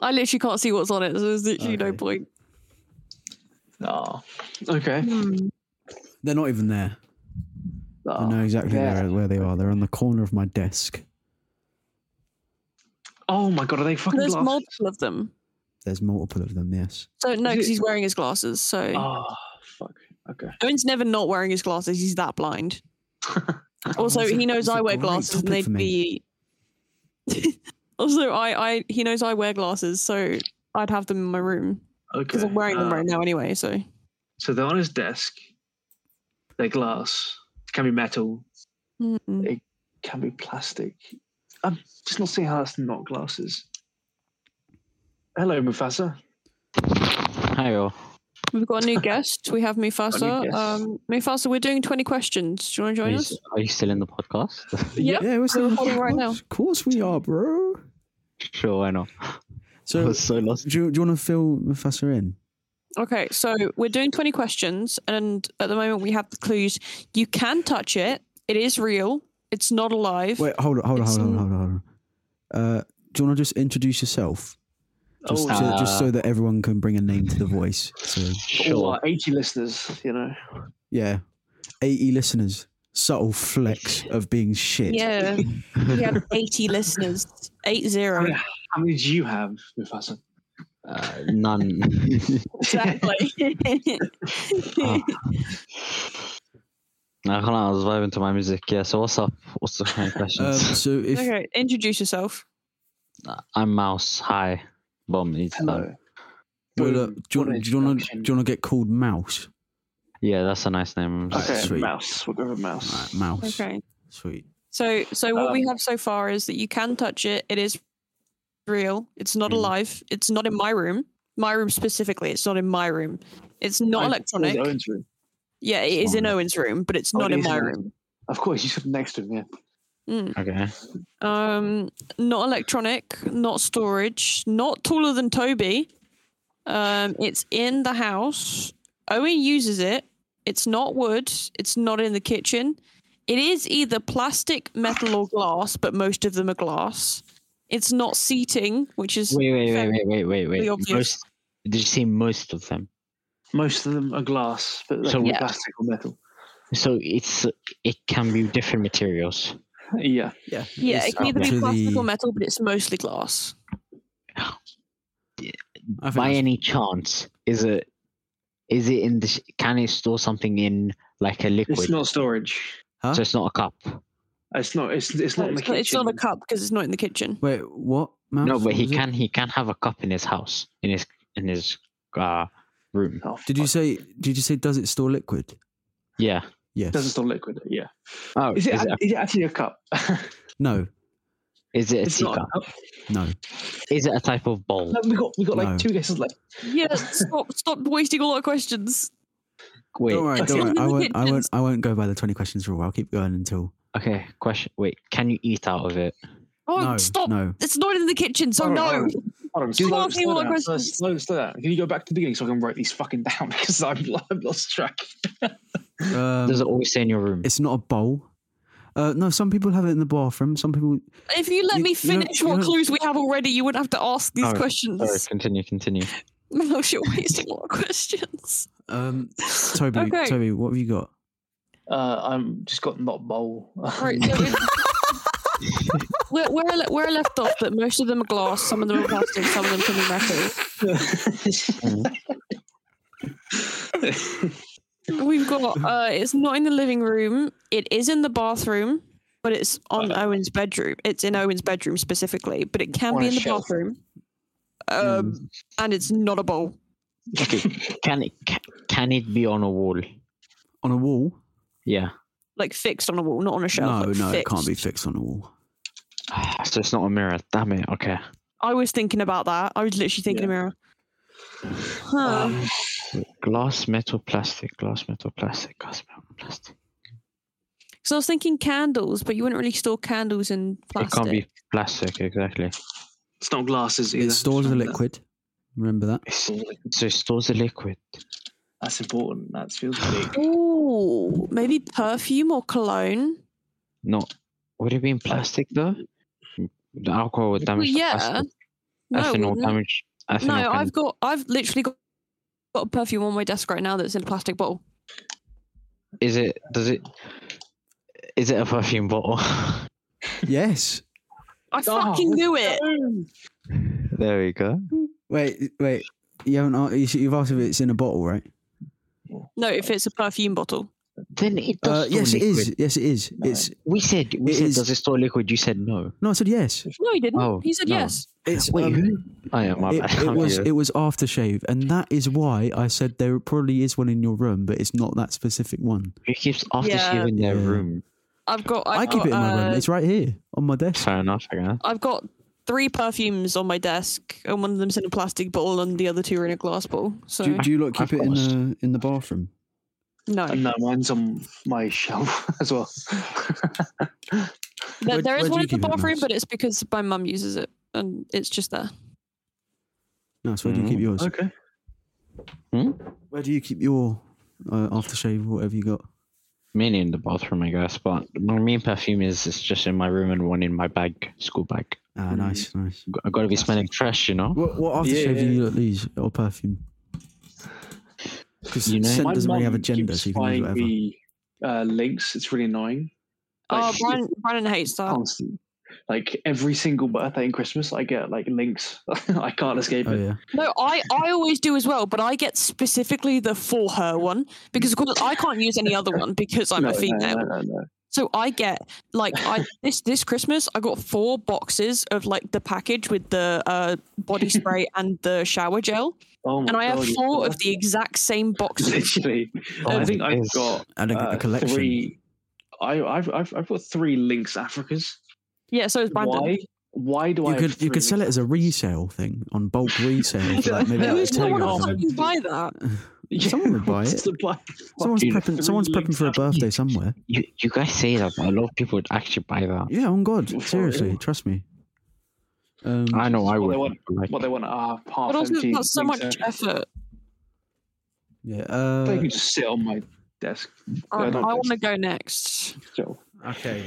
I literally can't see what's on it, so there's literally no Okay. point. [laughs] oh, okay. They're not even there. I Oh, Ah, know exactly there. where, where they are. They're on the corner of my desk. Oh my god, are they fucking There's glasses? multiple of them. There's multiple of them. Yes. So no, Is because it- he's wearing his glasses. So Ah. Oh, fuck. Okay. Owen's never not wearing his glasses. He's that blind. [laughs] Also, that's a- he knows that's a I wear great glasses, and topic for they'd be. [laughs] also, I, I, he knows I wear glasses, so I'd have them in my room Okay. because I'm wearing them uh, right now anyway. So So they're on his desk. They're glass. It can be metal. Mm-mm. Can be plastic. I'm just not seeing how that's not glasses. Hello, Mufasa. Hang on. we've got a new guest. We have Got a new Mufasa. guest. Um, Mufasa, we're doing 20 questions. Do you want to Are join you, us? are you still in the podcast? [laughs] Yeah, Yeah, we're still recording right now. Of course we are, bro. sure, why not? I So, was [laughs] so lost. do you, do you want to fill Mufasa in? Okay, so we're doing 20 questions, and at the moment we have the clues. You can touch it, it is real, it's not alive. Wait, hold on, hold on, It's hold on, in- hold on. Hold on. Uh, do you want to just introduce yourself? Just, oh, to- uh, just so that everyone can bring a name [laughs] to the voice. So, for all Sure. our 80 listeners, you know. yeah, AE listeners, subtle flex of being shit. Yeah, we [laughs] have 80 listeners, 80. Oh, yeah. How many do you have, Mufasa? Uh, none. [laughs] Exactly. Ah. I can't. I was vibing to my music. Yeah. So what's up? What's the kind of Um, questions? Uh, so [laughs] if okay, introduce yourself. I'm Mouse. Hi. Bomb. It's done. [laughs] Hello. well, uh, Boom. do you What an want, do you want to introduction. do you want to get called Mouse? Yeah, that's a nice name. Alright, Okay, sweet. mouse. We'll go with mouse. Alright, mouse. Okay, Sweet. so so what Um, we have so far is that you can touch it, it is real, it's not Hmm. Mm. alive, it's not in my room, my room specifically, it's not in my room, it's not I- electronic. Where's Owen's room? Yeah, it is in Fine. Owen's room, but it's Oh, not it in is my in room. Of course, you sit next to him, yeah. Mm. Okay. Um, not electronic, not storage, not taller than Toby. Um, it's in the house. Owen uses it. It's not wood. It's not in the kitchen. It is either plastic, metal, or glass, but most of them are glass. It's not seating, which is Wait, wait, wait, very wait, wait, wait, wait. obvious. Most, did you say most of them? Most of them are glass, but they So- can be Yeah. plastic or metal. So it's it can be different materials. Yeah. Yeah. yeah. It it's can either up to be plastic the- or metal, but it's mostly glass. I think By that's- any chance, is it is it in this? Can it store something in like a liquid? It's not storage. Huh? So it's not a cup. It's not. It's it's No, not in the it's, not, kitchen. it's not a cup because it's not in the kitchen. Wait, what? Mouse, no, but what he was it? can. He can have a cup in his house, in his in his uh, room. Oh, Did you say? Did you say? Does it store liquid? Yeah. Yes. Doesn't still liquid. Yeah. Oh, Is it, is it, a, is it actually a cup? no. is it a it's not. teacup? A cup. No. Is it a type of bowl? No, we got we got like No. two guesses left. Yeah, stop stop wasting all our questions. Wait. Don't worry. that's Don't not gonna worry. I won't. get [laughs] I won't. dense. I won't go by the twenty questions rule. I'll keep going until. Okay. Question. Wait. Can you eat out of it? Oh, no. stop! No. It's not in the kitchen, so Hold on, no. hold on, hold on, Stop slow- asking slow all our down, slow- questions. Slow, slow down. Can you go back to the beginning so I can write these fucking down [laughs] because I've, I've lost track. Um, Does it always stay in your room? it's not a bowl. Uh, no, some people have it in the bathroom. Some people. If you let You- me you don't- finish you what don't- clues we have already, you wouldn't have to ask these Sorry, Sorry. questions. Continue. Continue. Milosh, [laughs] you're wasting all our questions. Um, [laughs] Toby, Okay. Toby, what have you got? Uh, I'm just got not bowl. Right, [laughs] so [laughs] we- we're, we're, le- we're left off that most of them are glass, some of them are plastic, some of them can be metal. We've got uh, it's not in the living room, it is in the bathroom, but it's on Owen's bedroom. It's in Owen's bedroom specifically, but it can On be a in the shelf. bathroom. Hmm. Um, And it's not a bowl. Okay. Can it? Can, can it be on a wall? On a wall? Yeah. [sighs] Like fixed on a wall, not on a shelf. no, like no, it fixed. can't be fixed on a wall. So it's not a mirror. Damn it. Okay. I was thinking about that. I was literally thinking a mirror. Huh. Um, Um, Glass, metal, plastic. Glass, metal, plastic. Glass, metal, plastic. Because I was thinking candles, but you wouldn't really store candles in plastic. It can't be plastic. Exactly. It's not glasses either. It stores the Remember that. liquid. Remember that? It's- so it stores the liquid. That's important. That feels big. Ooh, maybe perfume or cologne. No. Would it be in plastic though? The alcohol would damage. the yeah. plastic. No, it ethanol wouldn't. damage. Ethanol no, can- I've got, I've literally got, got a perfume on my desk right now that's in a plastic bottle. Is it? Does it? Is it a perfume bottle? [laughs] yes. I Oh. fucking knew it. there we go. Wait, wait. You haven't. a- you- You've asked if it's in a bottle, right? No, if it's a perfume bottle. Then it Uh, does. store yes, it liquid. is. Yes, it is. It's. We said. We It said. is. Does it store liquid? You said no. No, I said yes. No, he didn't. Oh, he said no. yes. It's. Wait, um, who? I am. Oh, My It, bad. [laughs] it I'm was here. it was aftershave, and that is why I said there probably is one in your room, but it's not that specific one. Who keeps aftershave Yeah. in their Yeah. room? I've got, I've I keep got, it in my room. uh, It's right here on my [laughs] desk. Fair enough. I guess. I've got three perfumes on my desk, and one of them's in a plastic bottle, and the other two are in a glass bottle. So Do, do you lot I've keep it got in a s- the in the bathroom? no, And no, mine's on my [laughs] shelf as well. There- there Where- where is do one you in the keep it, bathroom, Max? but it's because my mum uses it, and it's just there. No, so where do you keep Mm. yours? okay. Where do you keep your uh, aftershave, whatever you got? Mainly in the bathroom, I guess. But my main perfume is it's just in my room and one in my bag, school bag. Ah, Mm. nice, nice. I gotta be smelling fresh, you know. What, what Yeah, aftershave do yeah. you lot use or perfume? Because You know- scent My doesn't really have a mum gender, keeps so you can use buying whatever. me, uh, links. It's really annoying. Oh, Like, Brian, Brian hates that. constant. Like every single birthday and Christmas, I get like links. [laughs] I can't escape Oh it. yeah, No, I, I always do as well, but I get specifically the for her one because of course I can't use any other one because I'm No, a no, female. no, no, no. So I get like I this this Christmas I got four boxes of like the package with the uh, [laughs] body spray and the shower gel, Oh my and I have God, four of that's [laughs] the exact same boxes. literally. Oh I think my I've days. got and a, uh, a collection. three. I, I've, I've I've got three links Africas. Yeah, so is Brandon. Why? Why do I? You have could you three could sell it as [laughs] a resale thing on bulk resale for like maybe Yeah, like a Who's tenner gonna or want to something. fucking buy that? links? someone would buy wants it. to buy- [laughs] Someone's fucking prepping, someone's three prepping for a links birthday somewhere. You you guys say that, but a lot of people would actually buy that. Yeah, on For God, seriously, real. trust me. Um, I know I Well, would. they want- like, What they want are half But also, empty. that's so links much Africas. effort. yeah. They Uh, can just sit on my desk. Alright, not Um, I want to this. go next. So. uh, okay.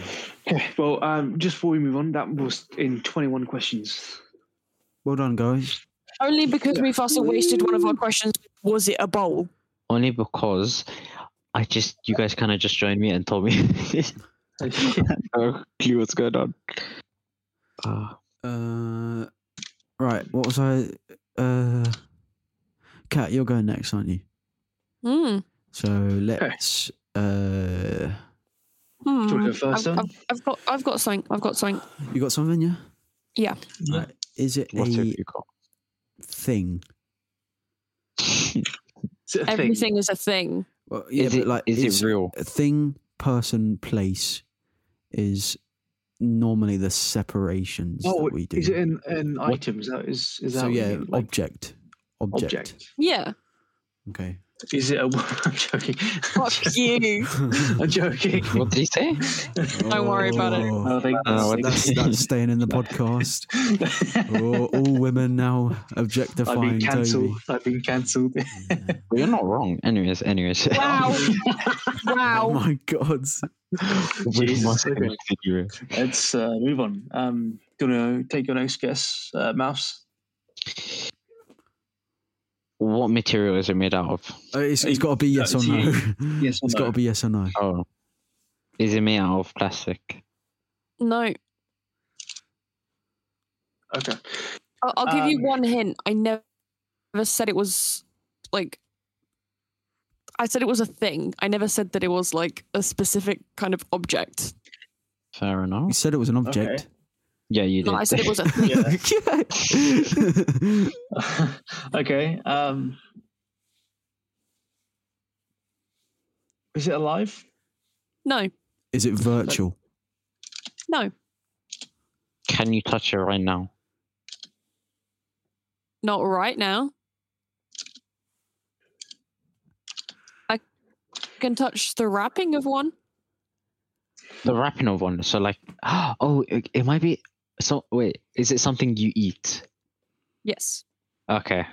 Okay, well, um, just before we move on, that was in 21 questions. Well done, guys. Only because we've also wasted one of our questions. Was it a bowl? only because I just you guys kind of just joined me and told me [laughs] no clue what's going on. Uh, Uh, right. What was I? Uh, Kat, you're going next, aren't you? Hmm. So let's. Uh, Hmm. Do you want to go first, I've, then? I've- I've got. I've got something. I've got something. you got something, yeah? Yeah. Right. Is it What have a you got? thing? Is it a thing? Everything is a thing. Well, yeah, is but it like is it's- it real? a thing, person, place is normally the separations Oh, that we do. is it an, an item? Is that is, is that so what you yeah, mean? like object, object. object? Yeah. [laughs] Okay. Is it a? I'm joking. [laughs] Fuck you. I'm joking. What did he say? Don't worry about it. [laughs] Oh, I think Oh, what That's, [laughs] that's staying in the podcast. Oh, all women now I've been objectifying cancelled. [laughs] Toby. I've been cancelled. Well, you're not wrong. Anyways, anyways. [laughs] Wow. Oh Wow. my god! we Jesus, must okay. continue. Let's uh, move on. Um, do you want to take your next guess, uh, Mouse? What material is it made out of? Uh, It's, it's got to be yes or to no. [laughs] you. It's Yes or got no? to be yes or no. Oh, is it made out of plastic? No. Okay. I'll, I'll give you Um, one hint. I never said it was like. I said it was a thing. I never said that it was like a specific kind of object. Fair You enough. said it was an object. Yeah, you did. No, I said it was a [laughs] thing. [laughs] Yeah. It's [laughs] okay. Um, is it alive? No, Is it virtual? no, Can you touch it right now? not right now. I can touch the wrapping of one. The wrapping of one. So like, [gasps] oh, it, it might be. So wait, is it something you eat? Yes. Okay.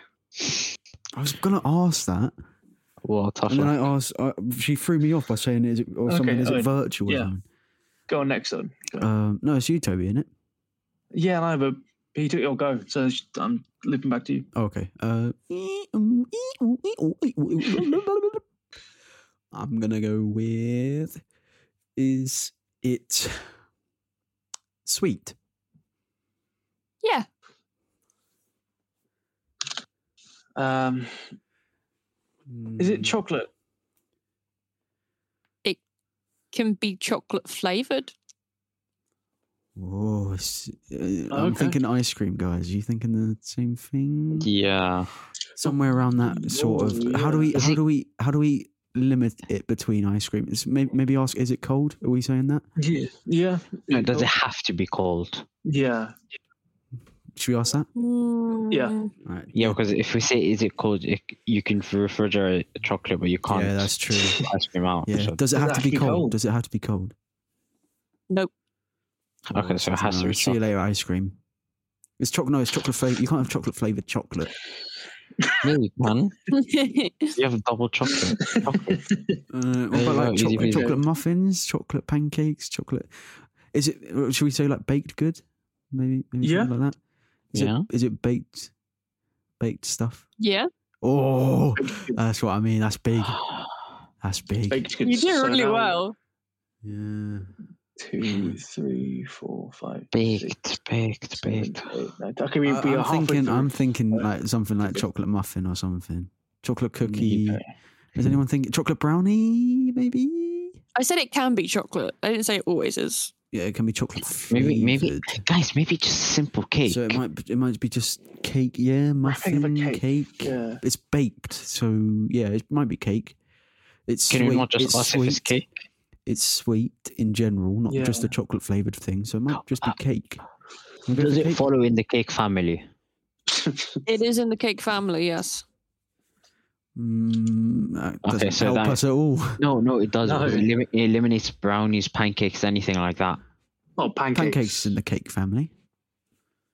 I was gonna ask that, Well, tough and then one. I asked. I, she threw me off by saying, "Is it or something? Okay, Is it alright. virtual?" or Yeah. something? Go on next one. Go on. Um, no, it's you, Toby, isn't it? yeah, no, but he took your go. So sh- I'm looping back to you. Oh, okay. Uh, I'm gonna go with. Is it sweet? Yeah. Um, is it chocolate? Can be chocolate flavored. Oh, it's- uh, I'm Okay. thinking ice cream, guys. you thinking the same thing? Yeah. Somewhere around that sort of. Oh, How do we? yeah. Is How it- do we? How do we limit it between ice cream? It's maybe, maybe ask. Is it cold? Are we saying that? Yeah. Yeah. No, does it have to be cold? Yeah. Should we ask that? All right. Yeah, because if we say is it cold, it, you can refrigerate chocolate, but you can't. Yeah, that's [laughs] true. put [laughs] ice cream out. Yeah. So- Does it have to be actually cold? cold? Does it have to be cold? Nope. Okay, so it has to be See you later, ice cream. It's chocolate. No, it's chocolate flavor. You can't have chocolate flavored chocolate. no, you [laughs] can. You have double chocolate. chocolate. [gasps] Uh, what Yeah, about like easy chocolate, peasy. chocolate muffins, chocolate pancakes, chocolate? Is it? uh, Should we say like baked good? Maybe. maybe Yeah. something Like that. Is Yeah. It, is it baked? Baked stuff. [laughs] yeah. Oh, that's what I mean. [gasps] That's big. That's big. Baked goods. You did So really now- well. Yeah. Two, three, four, five. six, baked, baked, seven, baked. eight, nine. Okay, we, I- we are I'm halfway thinking. through. I'm thinking Uh, like something like okay. chocolate muffin or something. Chocolate cookie. Maybe. Is anyone thinking chocolate brownie? Maybe. I said it can be chocolate. I didn't say it always is. Yeah, it can be chocolate. Maybe, maybe, flavoured. guys, maybe just simple cake. So it might it might be just cake, yeah, Wrapping of a muffin cake. cake, Yeah. [laughs] It's baked, so yeah, it might be cake. It's Can sweet. you not just it's ask sweet. if it's cake? It's sweet in general, not Yeah. just a chocolate flavored thing. So it might just be Uh, cake. I'm going Does for it cake. follow in the cake family? It is in the cake family, yes. Mm, that Okay, doesn't so help that- us [laughs] at all. No, no, it doesn't. No. It elim- it eliminates brownies, pancakes, anything like that. Not Oh, pancakes. Pancakes in the cake family.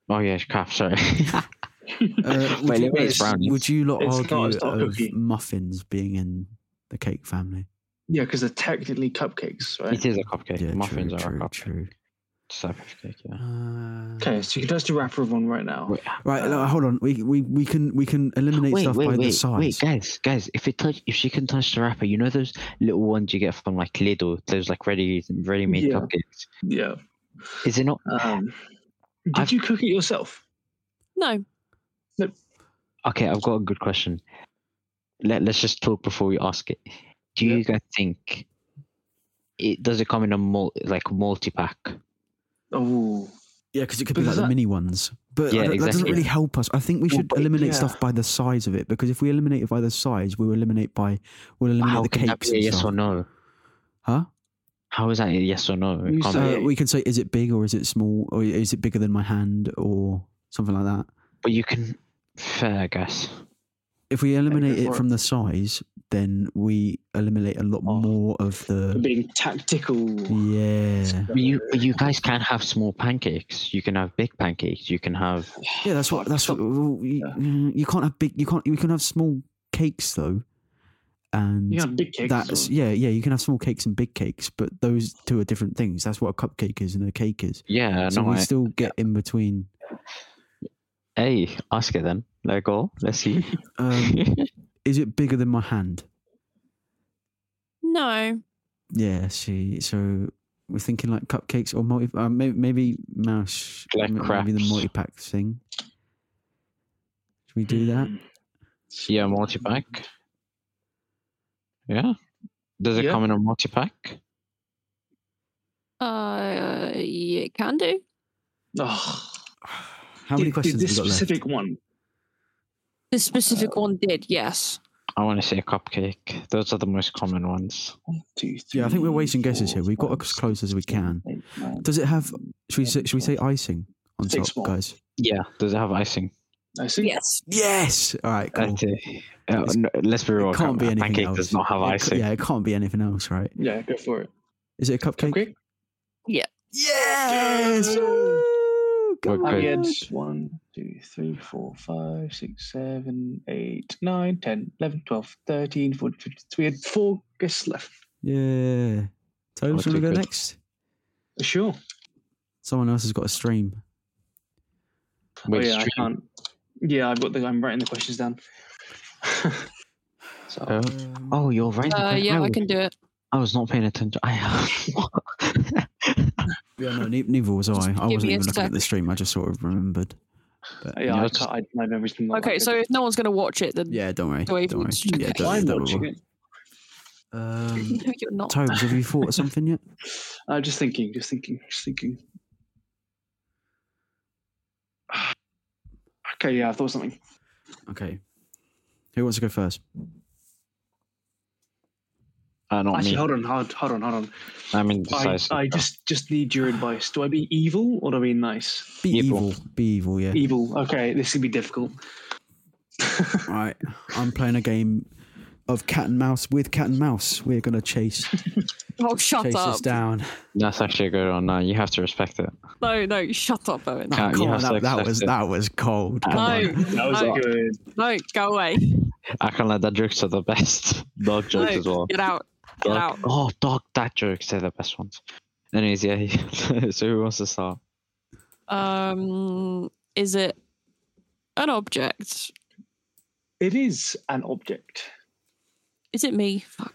Oh yeah, [laughs] crap. Sorry. Uh, [laughs] Well, would, you, it is brownies. would you lot It's not- argue it's not of cookie. muffins being in the cake family? Yeah, because they're technically cupcakes, right? it is a cupcake. Yeah, Muffins true, are true, a cupcake. true. It's a type of cake. Yeah. Uh, Okay, so you can touch the wrapper of one right now. Wait, Right, Uh, no, hold on. We, we we can we can eliminate wait, stuff by wait, the wait, size. wait, guys, guys. If it touch, if she can touch the wrapper, you know those little ones you get from like Lidl, those like ready, ready-made Yeah. cupcakes. Yeah. Is it not? Um, did I've- you cook it yourself? No. Okay, I've got a good question. Let Let's just talk before we ask it. Do Yeah. you guys think it does it come in a mul- like multi pack? Oh, Yeah, because it could But be like is the that- mini ones. But Yeah, I don't- that doesn't exactly. really help us. I think we Well, should but- eliminate yeah. stuff by the size of it because if we eliminate it by the size, we'll eliminate by we'll eliminate How the can that cakes. be a and yes stuff. or no? Huh? How is that a yes or no? It You can't said- be. Uh, we can say, is it big or is it small or is it bigger than my hand or something like that. But you can. Fair, I guess. If we eliminate for it it. from the size, then we eliminate a lot Oh. more of the. being tactical. Yeah, But you, but you guys can have small pancakes. You can have big pancakes. You can have. yeah. That's what. That's what. You, you can't have big. You can't. You can have small cakes though, and You got big cakes. as Mm, That's well. yeah, yeah. You can have small cakes and big cakes, but those two are different things. That's what a cupcake is and a cake is. Yeah, so no. we I- still get in between. Hey, ask it then. Let go. Let's see. Um, is it bigger than my hand? No. Yeah. See, so we're thinking like cupcakes or multi. Uh, maybe, maybe mouse. Like m- maybe the crafts. multi pack thing. Should we do [sighs] that? yeah, multi pack. Yeah. Does it Yeah. come in a multi pack? Uh, yeah, can do. Ugh. How Did- many did questions have this we got specific one? This specific one did, yes. I want to say cupcake. Those are the most common ones. One, two, left? Yeah, I think we're wasting guesses here. We've got five, as close as we can. eight, nine, Does it have? Should we say, should we say icing on Six top, more. guys? Yeah. Does it have icing? I see. Yes. Yes. All right. Cool. That's it. Uh, It's- no, let's be real. It can't be a anything pancake else. does not have It ca- icing. yeah, it can't be anything else, right? Yeah, go for it. Is it a cupcake? Cupcake? Yes! Yeah. Woo! Come We're on. good. Good. One, two, three, four, five, six, seven, eight, nine, ten, eleven, twelve, thirteen, fourteen, fifteen. So we had four guests left. Yeah. Toad, Not do you want to too go good. next? Sure. Someone else has got a stream. Wait, oh, yeah, I stream. can't. Yeah, I've got the. I'm writing the questions down. so Uh, oh, you're right. Uh, okay. yeah, I, I was- can do it. I was not paying attention. I [laughs] Yeah, no, ne- neither was I. I give wasn't me a even looking sec. at the stream. I just sort of remembered. yeah, Yeah, I it's- can't, I, my memory's not. Okay, that so good. if no one's going to watch it, then Yeah, don't worry. Do I Don't worry. even- Yeah, Okay. don't, I'm don't watching worry. it. Um, no, [laughs] you're not. Toad, have you thought of something yet? I'm Uh, just thinking, just thinking, just thinking. [sighs] Okay, yeah, I thought of something. Okay. Who wants to go first? uh, not Actually, me. hold on, hold, hold on, hold on. I'm I, indecisive. I just just need your advice. Do I be evil or do I be nice? Be evil. Evil. Be evil, yeah. Evil. Okay, this could be difficult. Right. I'm playing a game of cat and mouse with cat and mouse. We're going [laughs] to chase, Oh, shut chase up. Uh, this down. That's actually a good one. No, you have to respect it. No, no, shut up, Owen. No, Cat, you come on, have that, that to accept was it. that was cold. Come No, on. That was no, good. no, go away. I can't let that jokes are the best. [laughs] Dog jokes No, as well. Get out. Get Dog- out. Oh, dog, that jokes are the best ones. Anyways, yeah. [laughs] so who wants to start? Um, is it an object? It is an object. Is it me? Fuck.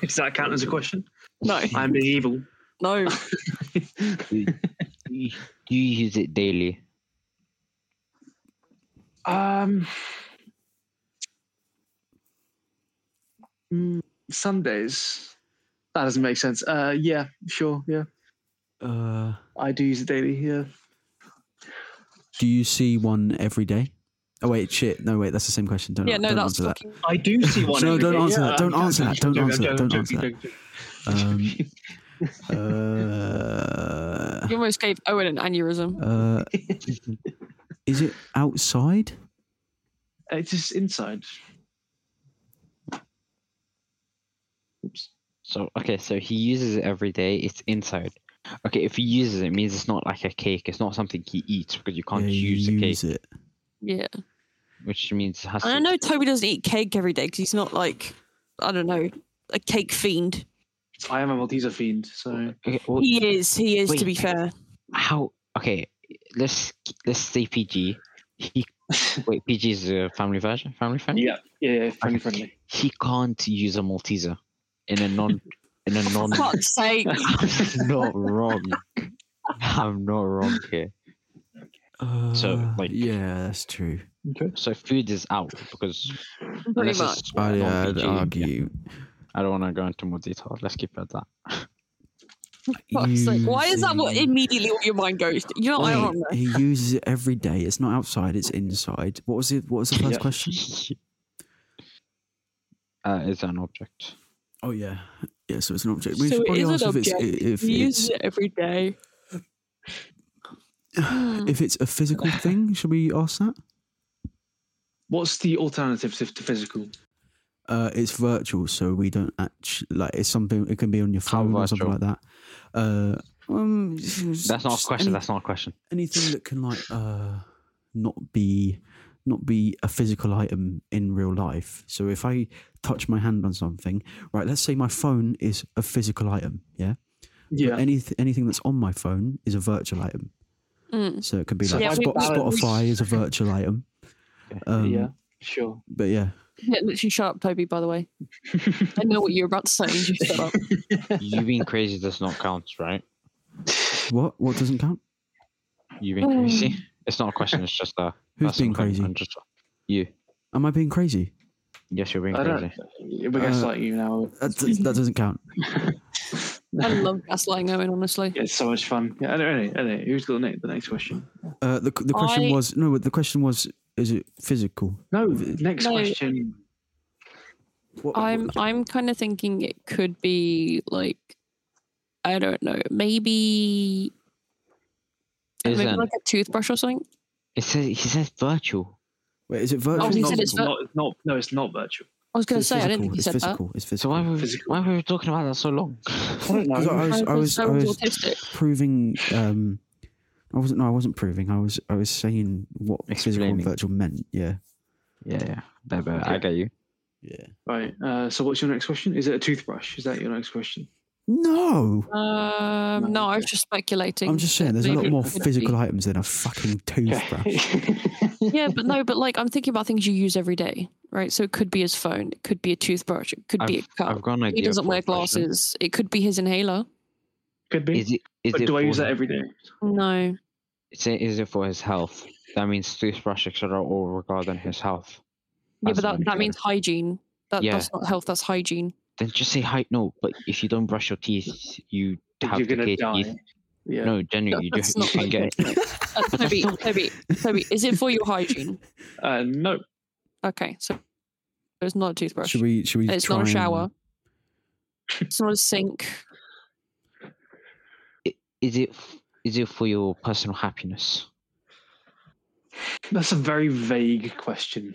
Does that count as a question? [laughs] No, I'm being evil. no. You you use it daily. Um, mm, some days. That doesn't make sense. Uh, yeah, sure, yeah. Uh, I do use it daily. Yeah. do you see one every day? Oh wait, shit. No wait, that's the same question. Don't, Yeah, no, don't that's answer that. fucking. I do [laughs] see one. No, every don't day, answer yeah. that, don't I'm answer that, joking, don't I'm answer that, joking, don't I'm answer joking, joking. Um, uh, You almost gave Owen an aneurysm. uh, is it outside? [laughs] It's just inside. Oops. So okay, so he uses it every day. It's inside. Okay, if he uses it, it means it's not like a cake. It's not something he eats because you can't Yeah, you use the cake, use it. Yeah. which means it has And I to. know Toby doesn't eat cake every day because he's not like, I don't know, a cake fiend. I am a Malteser fiend, [laughs] so Okay, well, He is. He is, to Wait. be fair. how? Okay, let's let's say PG. He wait, PG is a family version, family friendly. yeah, yeah, yeah, friendly, friendly. He can't use a Malteser in a non in a non. Fuck's sake. I'm not wrong. I'm not wrong here. Uh, So, like- yeah, that's true. So food is out because Pretty unless much. it's I, Oh, yeah, I'd non-PG, yeah. argue. I don't want to go into more detail. Let's keep it at that. Fuck's sake. Why is that what Using- immediately what your mind goes to? You're not like, oh, Wait, no. he uses it every day. It's not outside. It's inside. What was it? What was the first Yeah. question? [laughs] Uh, it's an object. Oh yeah, yeah. So it's an object. We've So it already is asked an if it's object. if you use it's, it every [sighs] day. Hmm. if it's a physical thing. Should we ask that? [laughs] What's the alternative to, to physical? Uh, it's virtual, so we don't actually like. It's something. It can be on your phone or something like virtual? that. Uh, um, That's not a question. that's not a question. anything that can like uh not be not be a physical item in real life so if i touch my hand on something right let's say my phone is a physical item yeah Yeah. Any, anything that's on my phone is a virtual item Mm. so it could be So like Yeah, we Spot- balance- spotify is a virtual item um, yeah. Sure. but yeah Yeah, literally, shut up, Toby. By the way, I know what you're about to say. and You shut up. You being crazy does not count, right? what what doesn't count You being Mm. crazy. It's not a question. It's just a. who's that's being something crazy I'm just- you. am i being crazy Yes, you're being I don't. crazy. We're gonna Uh, start you now. that, that doesn't count [laughs] I love gaslighting Owen. Honestly, Yeah, it's so much fun. Yeah, I don't know. I don't know. Who's got the next, the next question? uh, the, the question I- was no the question was is it physical No, next No. question. What- I'm I'm kind of thinking it could be like I don't know, maybe maybe Isn't. like a toothbrush or something. It says he says virtual. wait is it virtual Oh, he not, said it's it's not, it's not. No, it's not virtual. I was gonna It's say I didn't physical, think you it's said physical. It's So physical. why were, Physical. why were we talking about that so long? [laughs] I don't Because I know. was, that. I was, I so was autistic. proving. Um, I wasn't. No, I wasn't proving. I was. I was saying what physical and Explaining. virtual meant. Yeah. yeah, yeah. No, but I Okay. get you. Yeah. Right. Uh, so, what's your next question? Is it a toothbrush? Is that your next question? No, Um, no, I was just speculating. I'm just saying. that There's a lot maybe it more could physical items than a fucking [laughs] toothbrush. be- Yeah, [laughs] but no, but like I'm thinking about things you use every day, right? So it could be his phone, it could be a toothbrush, it could be a I've, cup. I've got an he idea. doesn't for a wear question. glasses. It could be his inhaler. Could be. Is it? Is but it do I for use that his- every day? No. it's a- Is it for his health? That means toothbrush, etc., all regarding his health. Yeah, As but that, an that means hygiene. That, Yeah. That's not health, that's hygiene. Then just say height. No, but if you don't brush your teeth, you have You're gonna decayed die. teeth. Yeah. No, genuinely, you do. That's You not can get. [laughs] Uh, Toby, Toby, Toby, is it for your hygiene? Uh, no. Okay, so it's not a toothbrush. should we? Should we? it's not a try shower. and- It's not a sink. Is it? f- Is it for your personal happiness? That's a very vague question.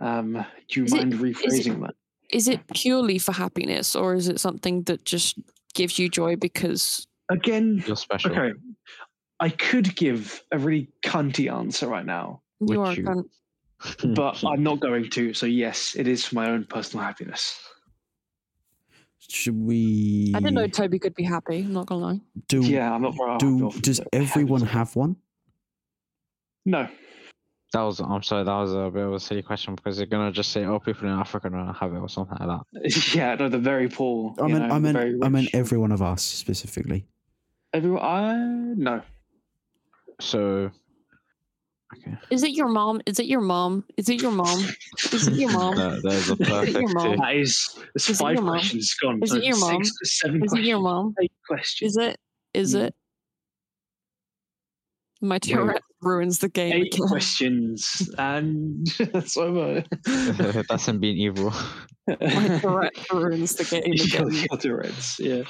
Um, do you Is it- mind is it- rephrasing that? Is it purely for happiness or is it something that just gives you joy because Again, You're special. okay. I could give a really cunty answer right now, Would you are a you? cunt? Mm-hmm. but I'm not going to. So yes, it is for my own personal happiness. Should we? I didn't know Toby could be happy, I'm not gonna lie. Do yeah, I'm not. very happy do? off Does it. everyone have one? No. [laughs] That was. I'm sorry. That was a bit of a silly question because you're gonna just say, "Oh, people in Africa don't have it" or something like that. Yeah, no, the very poor. I you mean, know, I the mean, very I mean, rich. every one of us specifically. everyone. I no. So, [laughs] okay. Is it your mom? Is it your mom? Is it your [laughs] mom? Is it your mom? [laughs] That, that is a perfect. your mom? tip. That is. It's Is it five your mom? questions gone. Is it your mom? Six, seven Is it questions. your mom? Eight questions. Is it? Is Mm. it? My Tourette ruins the game. Eight again. questions, and [laughs] that's over. That's him being evil. [laughs] [laughs] [laughs] My Tourette ruins the game Your- again. your Tourette's, yeah.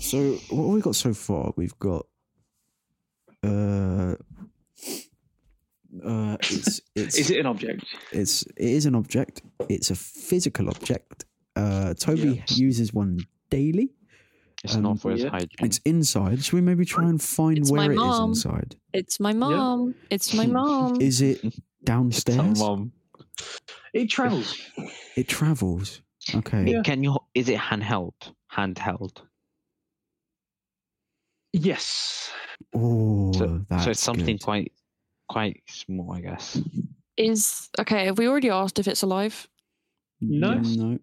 So what have we got so far? We've got uh uh [laughs] it's it's Is it an object? it's it is an object. It's a physical object. Uh Toby uses one daily. It's Um, not for his yeah. hygiene. It's inside. Should we maybe try and find It's where my it is mom. inside? It's my mom. It's my mom. [laughs] Is it It's a downstairs? mum. It travels. It travels. Okay. Yeah. Can you? Is it handheld? Handheld. Yes. Oh, that's so it's something good. quite, quite small, I guess. [laughs] Is okay. Have we already asked if it's alive? No. No.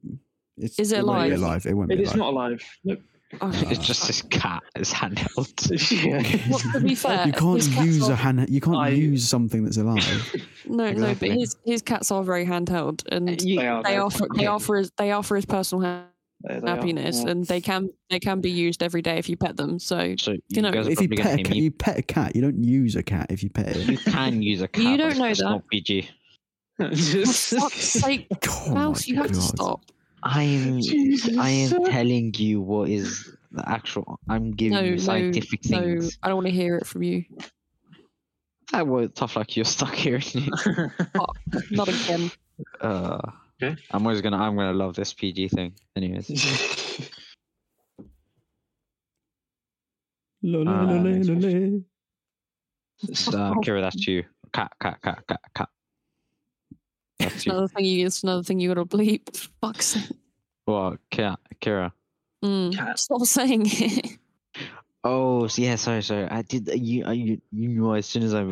It's, Is it won't be alive? alive? It won't It be is alive. not alive. Nope. [laughs] Okay. it's just this cat. It's handheld. [laughs] yeah. Well, to be fair, [laughs] you can't his cats use are- a hand. You can't I- use something that's alive. No, no. But Exactly. his his cats are very handheld, and They are. they they're are for, they quite are for his they are for his personal ha- There they are. happiness, Yeah. and [laughs] they [laughs] can they can be used every day if you pet them. So [laughs] So you, know, guys are If you probably pet a going to cat, hear me. you pet a cat. You don't use a cat if you pet [laughs] it. You can use a cat. You but don't it's- know it's that. Not PG. for fuck's Jesus. sake, Oh my Mouse, you have to God. stop. I'm Jesus. I am telling you what is the actual. I'm giving No, you no, scientific No, things. I don't want to hear it from [laughs] you. Ah, well, tough luck. You're stuck here. [laughs] Not again. uh, Okay. I'm always gonna. I'm gonna love this PG thing. [laughs] Anyways, La, la, Uh, la, la, next la, question. la. uh, Kira, that's you. Cat, cat, cat, cat, cat. That's you. Another thing you. It's another thing you gotta bleep. Fuck's sake. Well, Kira. Kira. Mm, Cat. Stop saying [laughs] it. Oh, so yeah. Sorry, sorry. I did. uh, You, I- you, you know. As soon as I,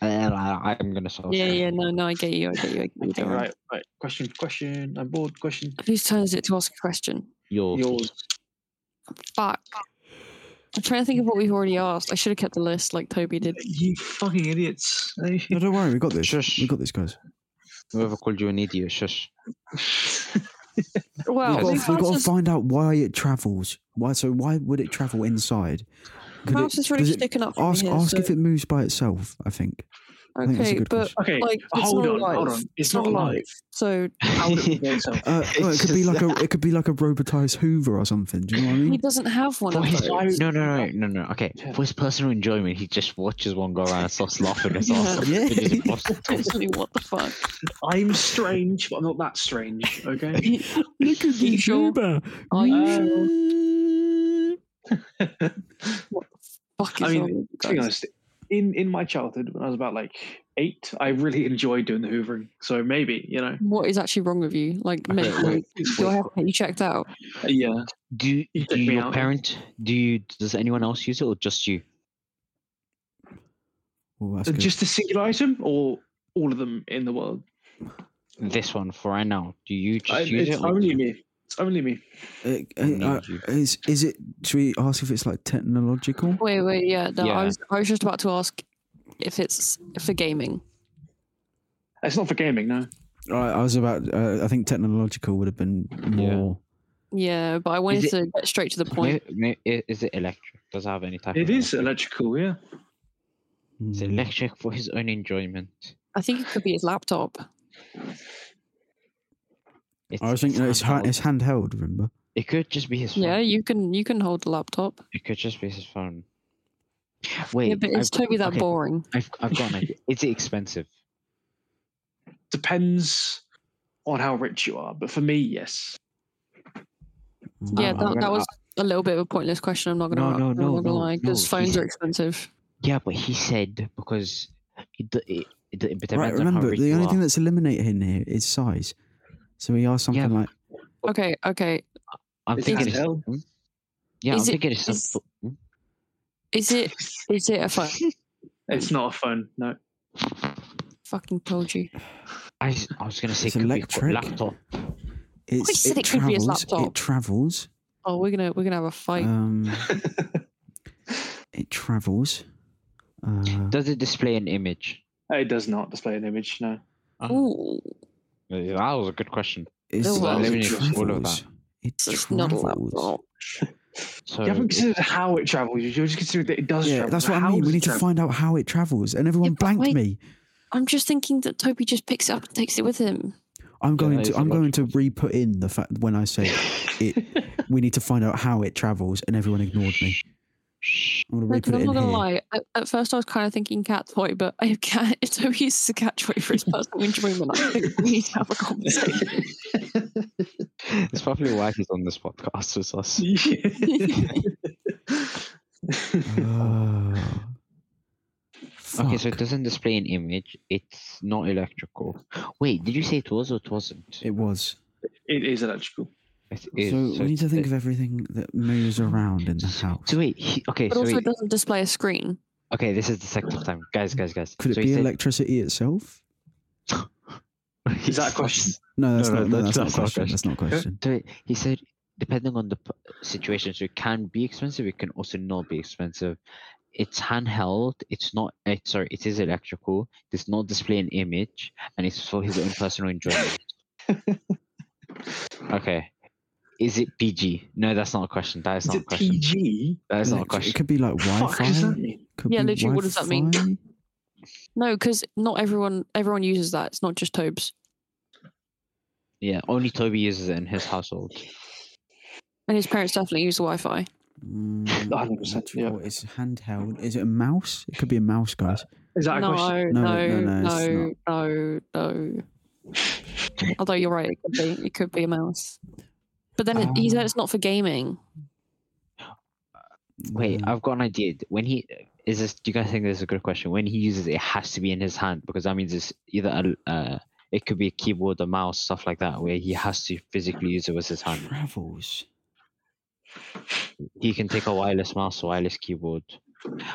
I I'm gonna solve. yeah, it. yeah. No, no. I get you. I get you. I get you. okay, don't worry. right, right. Question, question. I'm bored. Question. Whose turn is it to ask a question? Yours. Yours. Fuck. I'm trying to think of what we've already asked. I should have kept the list like Toby did. You fucking [laughs] idiots. No, don't worry. We got this. Shush. We got this, guys. [laughs] Whoever called you an idiot. Shush. Well, We've got, we've to, we've got to answered- find out why it travels. Why? So why would it travel inside? Could it- Mouse is really does it- sticking up for me ask here, ask so- if it moves by itself. I think. I think that's a Okay, good but Okay, like, it's hold not on, hold alive. on. It's not alive. So How would it [laughs] be so? Uh, well, it It's could be just- like a it could be like a robotized Hoover or something. Do you know what I he mean? doesn't have one of Why- those. [laughs] No, no, no, no, no. Okay, Yeah. for his personal enjoyment, he just watches one go around and starts laughing. [laughs] It's awesome. Yeah. He just pops it to him. Actually, what the fuck? I'm strange, but I'm not that strange. [laughs] Okay. Look at you sure? Hoover. Are you Uh, sure? What the fuck is I mean, wrong with you to be guys? honest, in in my childhood, when I was about like eight, I really enjoyed doing the hoovering. So maybe you know. What is actually wrong with you? Like, mate, wait, like, your hair, you checked out. Yeah. Do You do took me your out. parent? Do you? Does anyone else use it or just you? Well, that's good. Just a singular item, or all of them in the world. This one for right now. Do you just I- use it's it? or only do- me. It's only me. Uh, uh, Need you. is is it? Should we ask if it's like technological? Wait, wait, yeah. No, Yeah. I was, I was just about to ask if it's for gaming. It's not for gaming, no. I, I was about. Uh, I think technological would have been more. Yeah, but I wanted it- to get straight to the point. May- may- i- Is it electric? Does it have any type? It of is electrical, yeah. It's Mm. electric [laughs] for his own enjoyment. I think it could be his laptop. It's, I was thinking it's, ha- handheld. it's handheld. Remember? It could just be his. Phone. Yeah, you can you can hold a laptop. It could just be his phone. Wait, yeah, but is I've- Toby that okay, boring? I've, I've got an [laughs] idea. Is it expensive? Depends on how rich you are, but for me, yes. Yeah, that, that I'm gonna- was a little bit of a pointless question. I'm not gonna, No, I'm no, not no, gonna no, lie because no, phones he's- are expensive. Yeah, but he said because it, d- it, it, d- it depends right. on how Remember, rich the you only are. thing that's eliminated in here is size. So we asked something Yeah, like, Okay, okay. I'm Is thinking it's, handheld? mm, yeah, Is I'm it- thinking it's is- something. mm, Is it is it a [laughs] phone? It's not a phone, no. Fucking told you. I, s- I was gonna say It's could electric. be a laptop. it's, said it, it could be his travels. It laptop. travels. Oh, we're gonna we're gonna have a fight. [laughs] Um, it travels. Uh, Does it display an image? It does not display an image, no. Uh, Ooh, Yeah, Uh, That was a good question. is, Well, it eliminates all of travels. It it's not a travels. laptop. So you [laughs] haven't it- considered how it travels. You're just considering that it does Yeah, travel. that's but what how I mean. does We it need to travel? find out how it travels, and everyone but blanked wait. me. I'm just thinking that Toby just picks it up and takes it with him. I'm going that is to a I'm going to logical- re-put in the fact when I said [laughs] it. We need to find out how it travels, and everyone ignored me. I'm going No, to re-put because it I'm in not gonna here. lie. At, at first, I was kind of thinking cat toy, but I have cat. [laughs] If Toby uses a cat toy for his personal enjoyment, I think we need to have a conversation. [laughs] it's probably why he's on this podcast [laughs] with us. [sighs] Ah. Okay, so it Fuck. doesn't display an image. It's not electrical. Wait, did you say it was or it wasn't? it was. [laughs] it is electrical. It is, So we need to it's- think of everything that [laughs] moves around in the house. So wait, he, okay, But so also, wait, it doesn't display a screen. okay, this is the second time, guys, guys, guys. Could it so he be said- electricity itself? [laughs] Is that a question? No, that's No, not. no, No, that's, that's- not a question. That's not a question. So it- he said, depending on the p- situation, so it can be expensive. It can also not be expensive. It's handheld. It's not. eh, sorry, it is electrical. Does not display an image, and it's for his own personal enjoyment. okay, Is it PG? No, that's not a question. That is Is not a it question. PG? That is Yeah, not a it could- It question. could be like Wi Fuck does Fi. that mean? Yeah, literally, what does that mean? No, because not everyone everyone uses that. It's not just Tobes. Yeah, only Toby uses it in his household. And his parents definitely use the Wi Fi. Mm, 100%, which- yeah. what is handheld? Is it a mouse? It could be a mouse, guys. Is that No, a question? no, No, no, no, no, it's no, no, Although you're right, it could be it could be a mouse. But then it, he Um, said it's not for gaming. Wait, Mm-hmm. Uh, I've got an idea. When he is this? Do you guys think this is a good question? When he uses it, it has to be in his hand because that means it's either a. Uh, it could be a keyboard, a mouse, stuff like that, where he has to physically use it with his hand. travels. He can take a wireless mouse, a wireless keyboard.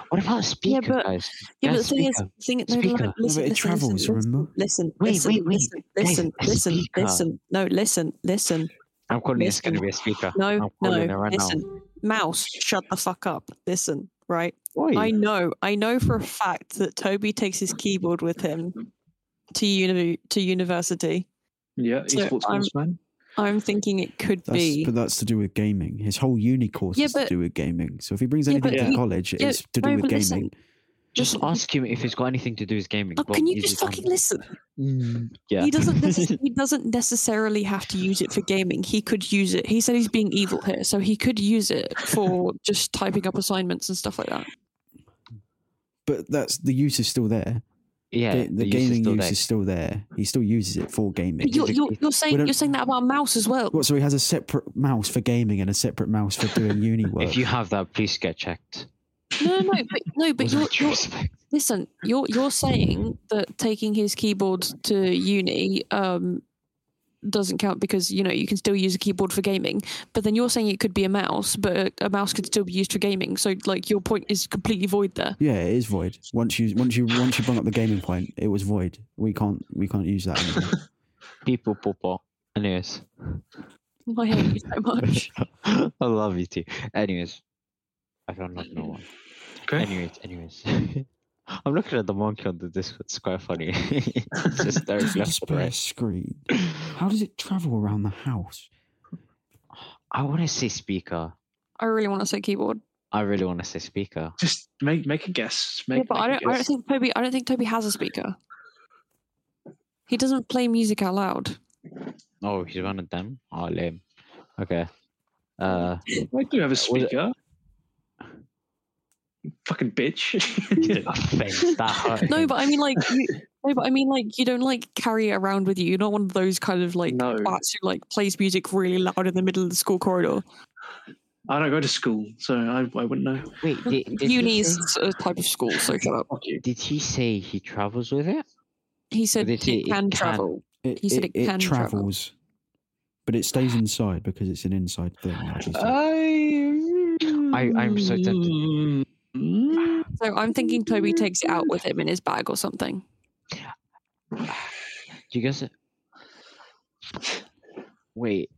What about a speaker, but- guys? Yeah, but Guys, the thing speaker. is, thing, no, no, no, Speaker. No, No, listen, listen, but it listen, travels. listen, Remember? Listen, Wait, listen, wait, wait. listen, Guys, listen, a listen, speaker. listen. No, listen, listen. I'm calling it's going to listen. be a speaker. I'm No, calling it no, right listen. Mouse, shut the fuck up. Listen, right? now. I know, I know for a fact that Toby takes his keyboard with him to uni- to university. Yeah, So um, esports I'm- sportsman. I'm thinking it could That's, be. But that's to do with gaming. His whole uni course Yeah, is but- to do with gaming. So if he brings Yeah, anything but to he- college, yeah, it's to do no, with but listen, gaming. Just ask him if it's got anything to do with gaming. Oh, Well, can you is just it on- fucking listen? Mm, Yeah. He doesn't. [laughs] necess- he doesn't necessarily have to use it for gaming. He could use it. He said he's being evil here, so he could use it for just typing up assignments and stuff like that. But that's the use is still there. [laughs] Yeah. Ga- the, use is gaming still use there. is still there. He still uses it for gaming. But you're, you're, you're saying don't- you're saying that about mouse as well. What? So he has a separate mouse for gaming and a separate mouse for doing uni work. [laughs] If you have that, please get checked. No, no, no, but no, but With you're, much you're respect. listen. You're you're saying that taking his keyboard to uni um doesn't count because you know you can still use a keyboard for gaming. But then you're saying it could be a mouse, but a mouse could still be used for gaming. So like your point is completely void there. yeah, it is void. Once you once you once you bring up the gaming point, it was void. We can't we can't use that. Anymore. [laughs] People, people. Anyways, I hate you so much. [laughs] I love you too. Anyways, I don't know Mm. no one. Okay. Anyways, anyways. [laughs] I'm looking at the monkey on the Discord. It's quite funny. [laughs] [laughs] [laughs] it's just there. Does it left and display a right. screen? How does it travel around the house? [laughs] I want to say speaker. I really want to say keyboard. I really want to say speaker. Just make make a guess. Make, Yeah, but I make don't. I a don't guess. think Toby. I don't think Toby has a speaker. He doesn't play music out loud. Oh, he's one of them. Oh, lame. Okay. [laughs] Uh, I do have a was it- speaker. Fucking [laughs] bitch. offense, that hurt. No, but I mean [laughs] like. You, no, but I mean like you don't like carry it around with you. You're not one of those kind of like No. bats who like plays music really loud in the middle of the school corridor. I don't go to school, so I, I wouldn't know. Wait, did, did he Uni say- is a type of school, so shut up. Fuck you. Did he say he travels with it? He said They it say can, it can. travel. It, He said it can travel. travels, but it [sighs] stays inside because it's an inside thing. like you said. I, I- I'm so tempted. So I'm thinking Toby takes it out with him in his bag or something. Do you guys? Wait,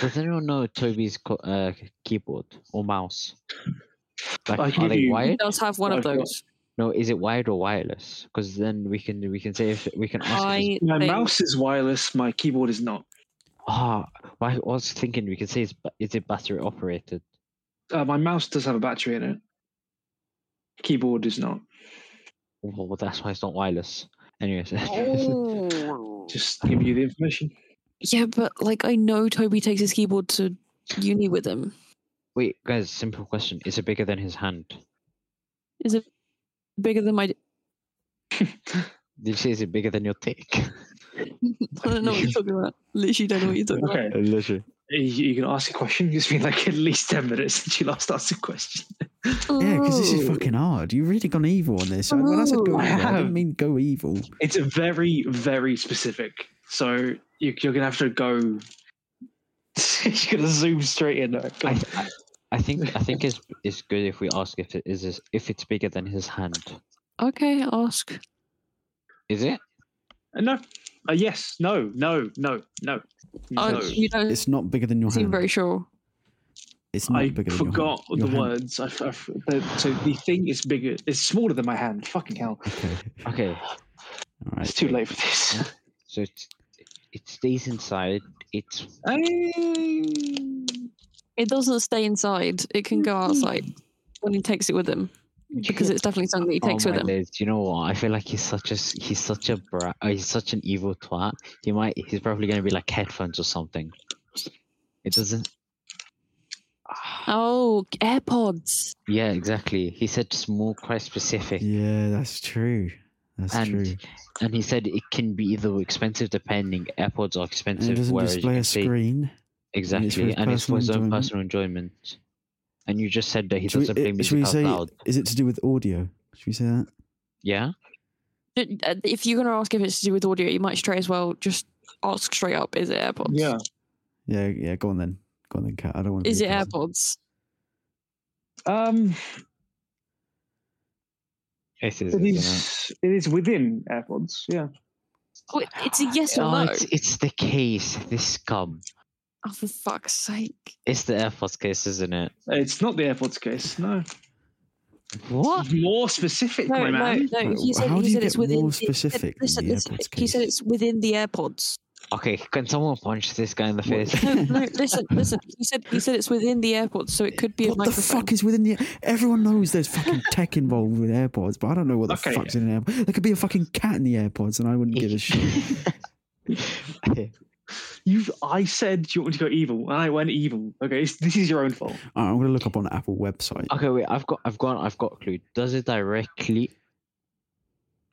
does anyone know Toby's co- uh, keyboard or mouse? Like, I are give they you- He wired? does have one of I've got- those. No, is it wired or wireless? Because then we can we can say if we can ask. if it's- I My think- mouse is wireless. My keyboard is not. Ah, oh, I was thinking we can say it's, ba- is it battery operated? Uh, my mouse does have a battery in it. Keyboard is not. Well, that's why it's not wireless. Anyways, Oh. Just give you the information. Yeah, but like I know Toby takes his keyboard to uni with him. [laughs] wait, guys, simple question: Is it bigger than his hand? Is it bigger than my? Did you say is it bigger than your dick? I don't know what you're talking about. Literally, don't know what you're talking about. Okay. Literally. You, you can ask a question. It's been like at least 10 minutes [laughs] since you last asked a question. Yeah, because this is Ooh. fucking hard. You've really gone evil on this. I- When I said go Ooh. evil, I I have. didn't mean go evil. It's very, very specific. So you, you're going to have to go. [laughs] you're going to zoom straight in. I, I, I think I think [laughs] it's it's good if we ask if it is if it's bigger than his hand. Okay, ask. Is it? no. Uh, yes. No. No. No. No. Oh, No. you don't It's not bigger than your seem hand. very sure. It's not I bigger than your hand. forgot the Your hand- words. I, f- I f- the- so the thing is bigger. It's smaller than my hand. Fucking hell. Okay. Okay. All right. It's too late for this. So it's, it stays inside. It's [laughs] It doesn't stay inside. It can go outside when he takes it with him because it's definitely something that he takes oh with my him. days. Do you know what? I feel like he's such a s- he's such a bra- uh, he's such an evil twat. He might he's probably gonna be like headphones or something. It doesn't. Oh, AirPods. Yeah, exactly. He said small, quite specific, Yeah, that's true. That's And true. and he said it can be either expensive depending. AirPods are And it expensive. doesn't whereas you display can a say- screen. Exactly, for his and it's for personal his own enjoyment. personal enjoyment. And you just said that he Should we- doesn't i- play should music we out say- loud. Is it to do with audio? Should we say that? Yeah. If you're going to ask if it's to do with audio, you might straight as well just ask straight up is it AirPods? Yeah. Yeah, yeah. Go on then. Go on then, Kat. I don't want. to Is be it a person. AirPods? Um, It is. it isn't is. It is within AirPods. Yeah. Oh, it- it's a yes it? or Oh, no. it's, it's the case. This scum. Oh, for fuck's sake. It's the AirPods case, isn't it? It's not the AirPods case. No. What? More specific, No, my man. no, no. He Wait, said, how he do you said it's get within. more he said- specific than listen, the listen, AirPods he said case? it's within the AirPods. Okay, can someone punch this guy in the face? [laughs] No, [laughs] no, listen, listen. He said he said it's within the AirPods, so it could be a What the microphone. fuck is within the? Everyone knows there's fucking tech involved with AirPods, but I don't know what the Okay. fuck's in an AirPod. There could be a fucking cat in the AirPods, and I wouldn't [laughs] give a shit. You. I said you want to go evil, and I went evil. Okay, it's, this is your own fault. Alright, I'm gonna look up on the Apple website. okay, wait. I've got, I've got, I've got a clue. Does it directly?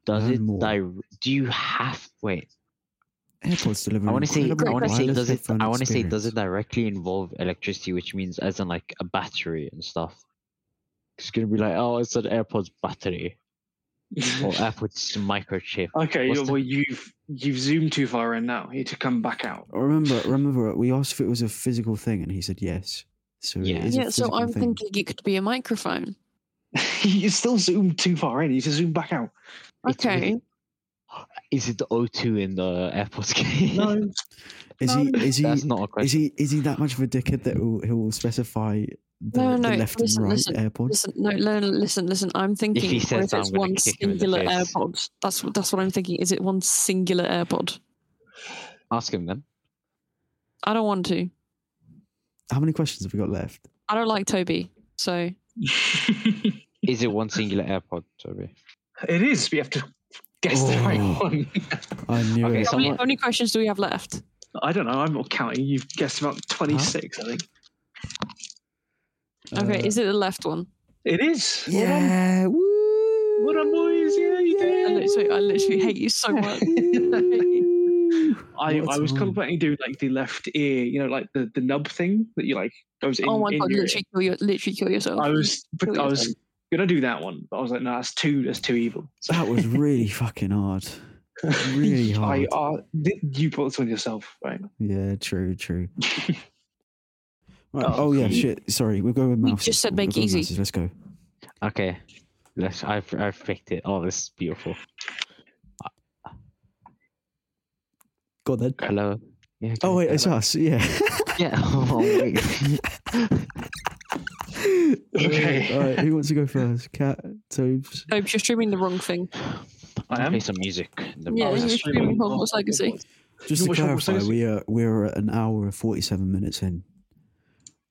Does Learn it more. dire- Do you have? Wait. AirPods deliver. I want to say. I incredible want to say. Mm. wireless Does it? headphone I want to say. Does it experience. directly involve electricity, which means as in like a battery and stuff? It's gonna be like, oh, it's an AirPods battery [laughs] or AirPods microchip. [laughs] Oh, okay, What's the- well you've you've zoomed too far in now. You need to come back out. I Oh, remember, remember, we asked if it was a physical thing, and he said yes. So Yeah. it is a Yeah, so physical I'm thing. thinking it could be a microphone. [laughs] you still zoomed too far in. You need to zoom back out. It's really- Okay. [gasps] Is it the O2 in the AirPods [laughs] case? [laughs] No, Is he? Is he? that's not a Is question. he? Is he that much of a dickhead that will, he will specify the, No, no, the left listen, and right listen, AirPods? Listen, no, no, no, listen, listen. I'm thinking he what says if that, it's I'm gonna one kick him in the singular face. AirPod. That's what that's what I'm thinking. Is it one singular AirPod? Ask him then. I don't want to. How many questions have we got left? I don't like Toby. So Is it one singular AirPod, Toby? it is. We have to guess the right Oh. one. [laughs] I knew Okay, how it. many, someone. how many questions do we have left? I don't know. I'm not counting. You've guessed about 26, I think. Okay, Uh, is it the left one? It is. Well done. yeah. Woo! What up, boys? Yeah, you I did. literally, I literally hate you so [laughs] much. I, What a I was time. contemplating doing like the left ear, you know, like the, the nub thing that you like goes in. oh my in god, your ear. literally kill, your, literally kill yourself. I was but Kill I was yourself. gonna do that one, but I was like, no, that's too that's too evil. So That was really fucking hard. [laughs] Really I hard. uh, did, you brought this on yourself, right? Yeah, true, true. Right. Oh, Oh, yeah, cool. shit. Sorry, we'll go with We mouses. just said We'll make go with easy. mouses, Let's go. Okay, let's. I've I've picked it. Oh, this is beautiful. Go on then. Hello. Yeah, Oh okay, wait, it's [laughs] hello. us. Yeah. yeah. [laughs] Oh, wait. Okay. All right. Who wants to go first? Cat, Tobes. Toby, you're streaming the wrong thing. I Play am. some music. in the Yeah, I you was were background. just streaming streaming Hogwarts Hogwarts Legacy. Just to Which one was clarify, this? we are we are at an hour and forty-seven minutes in,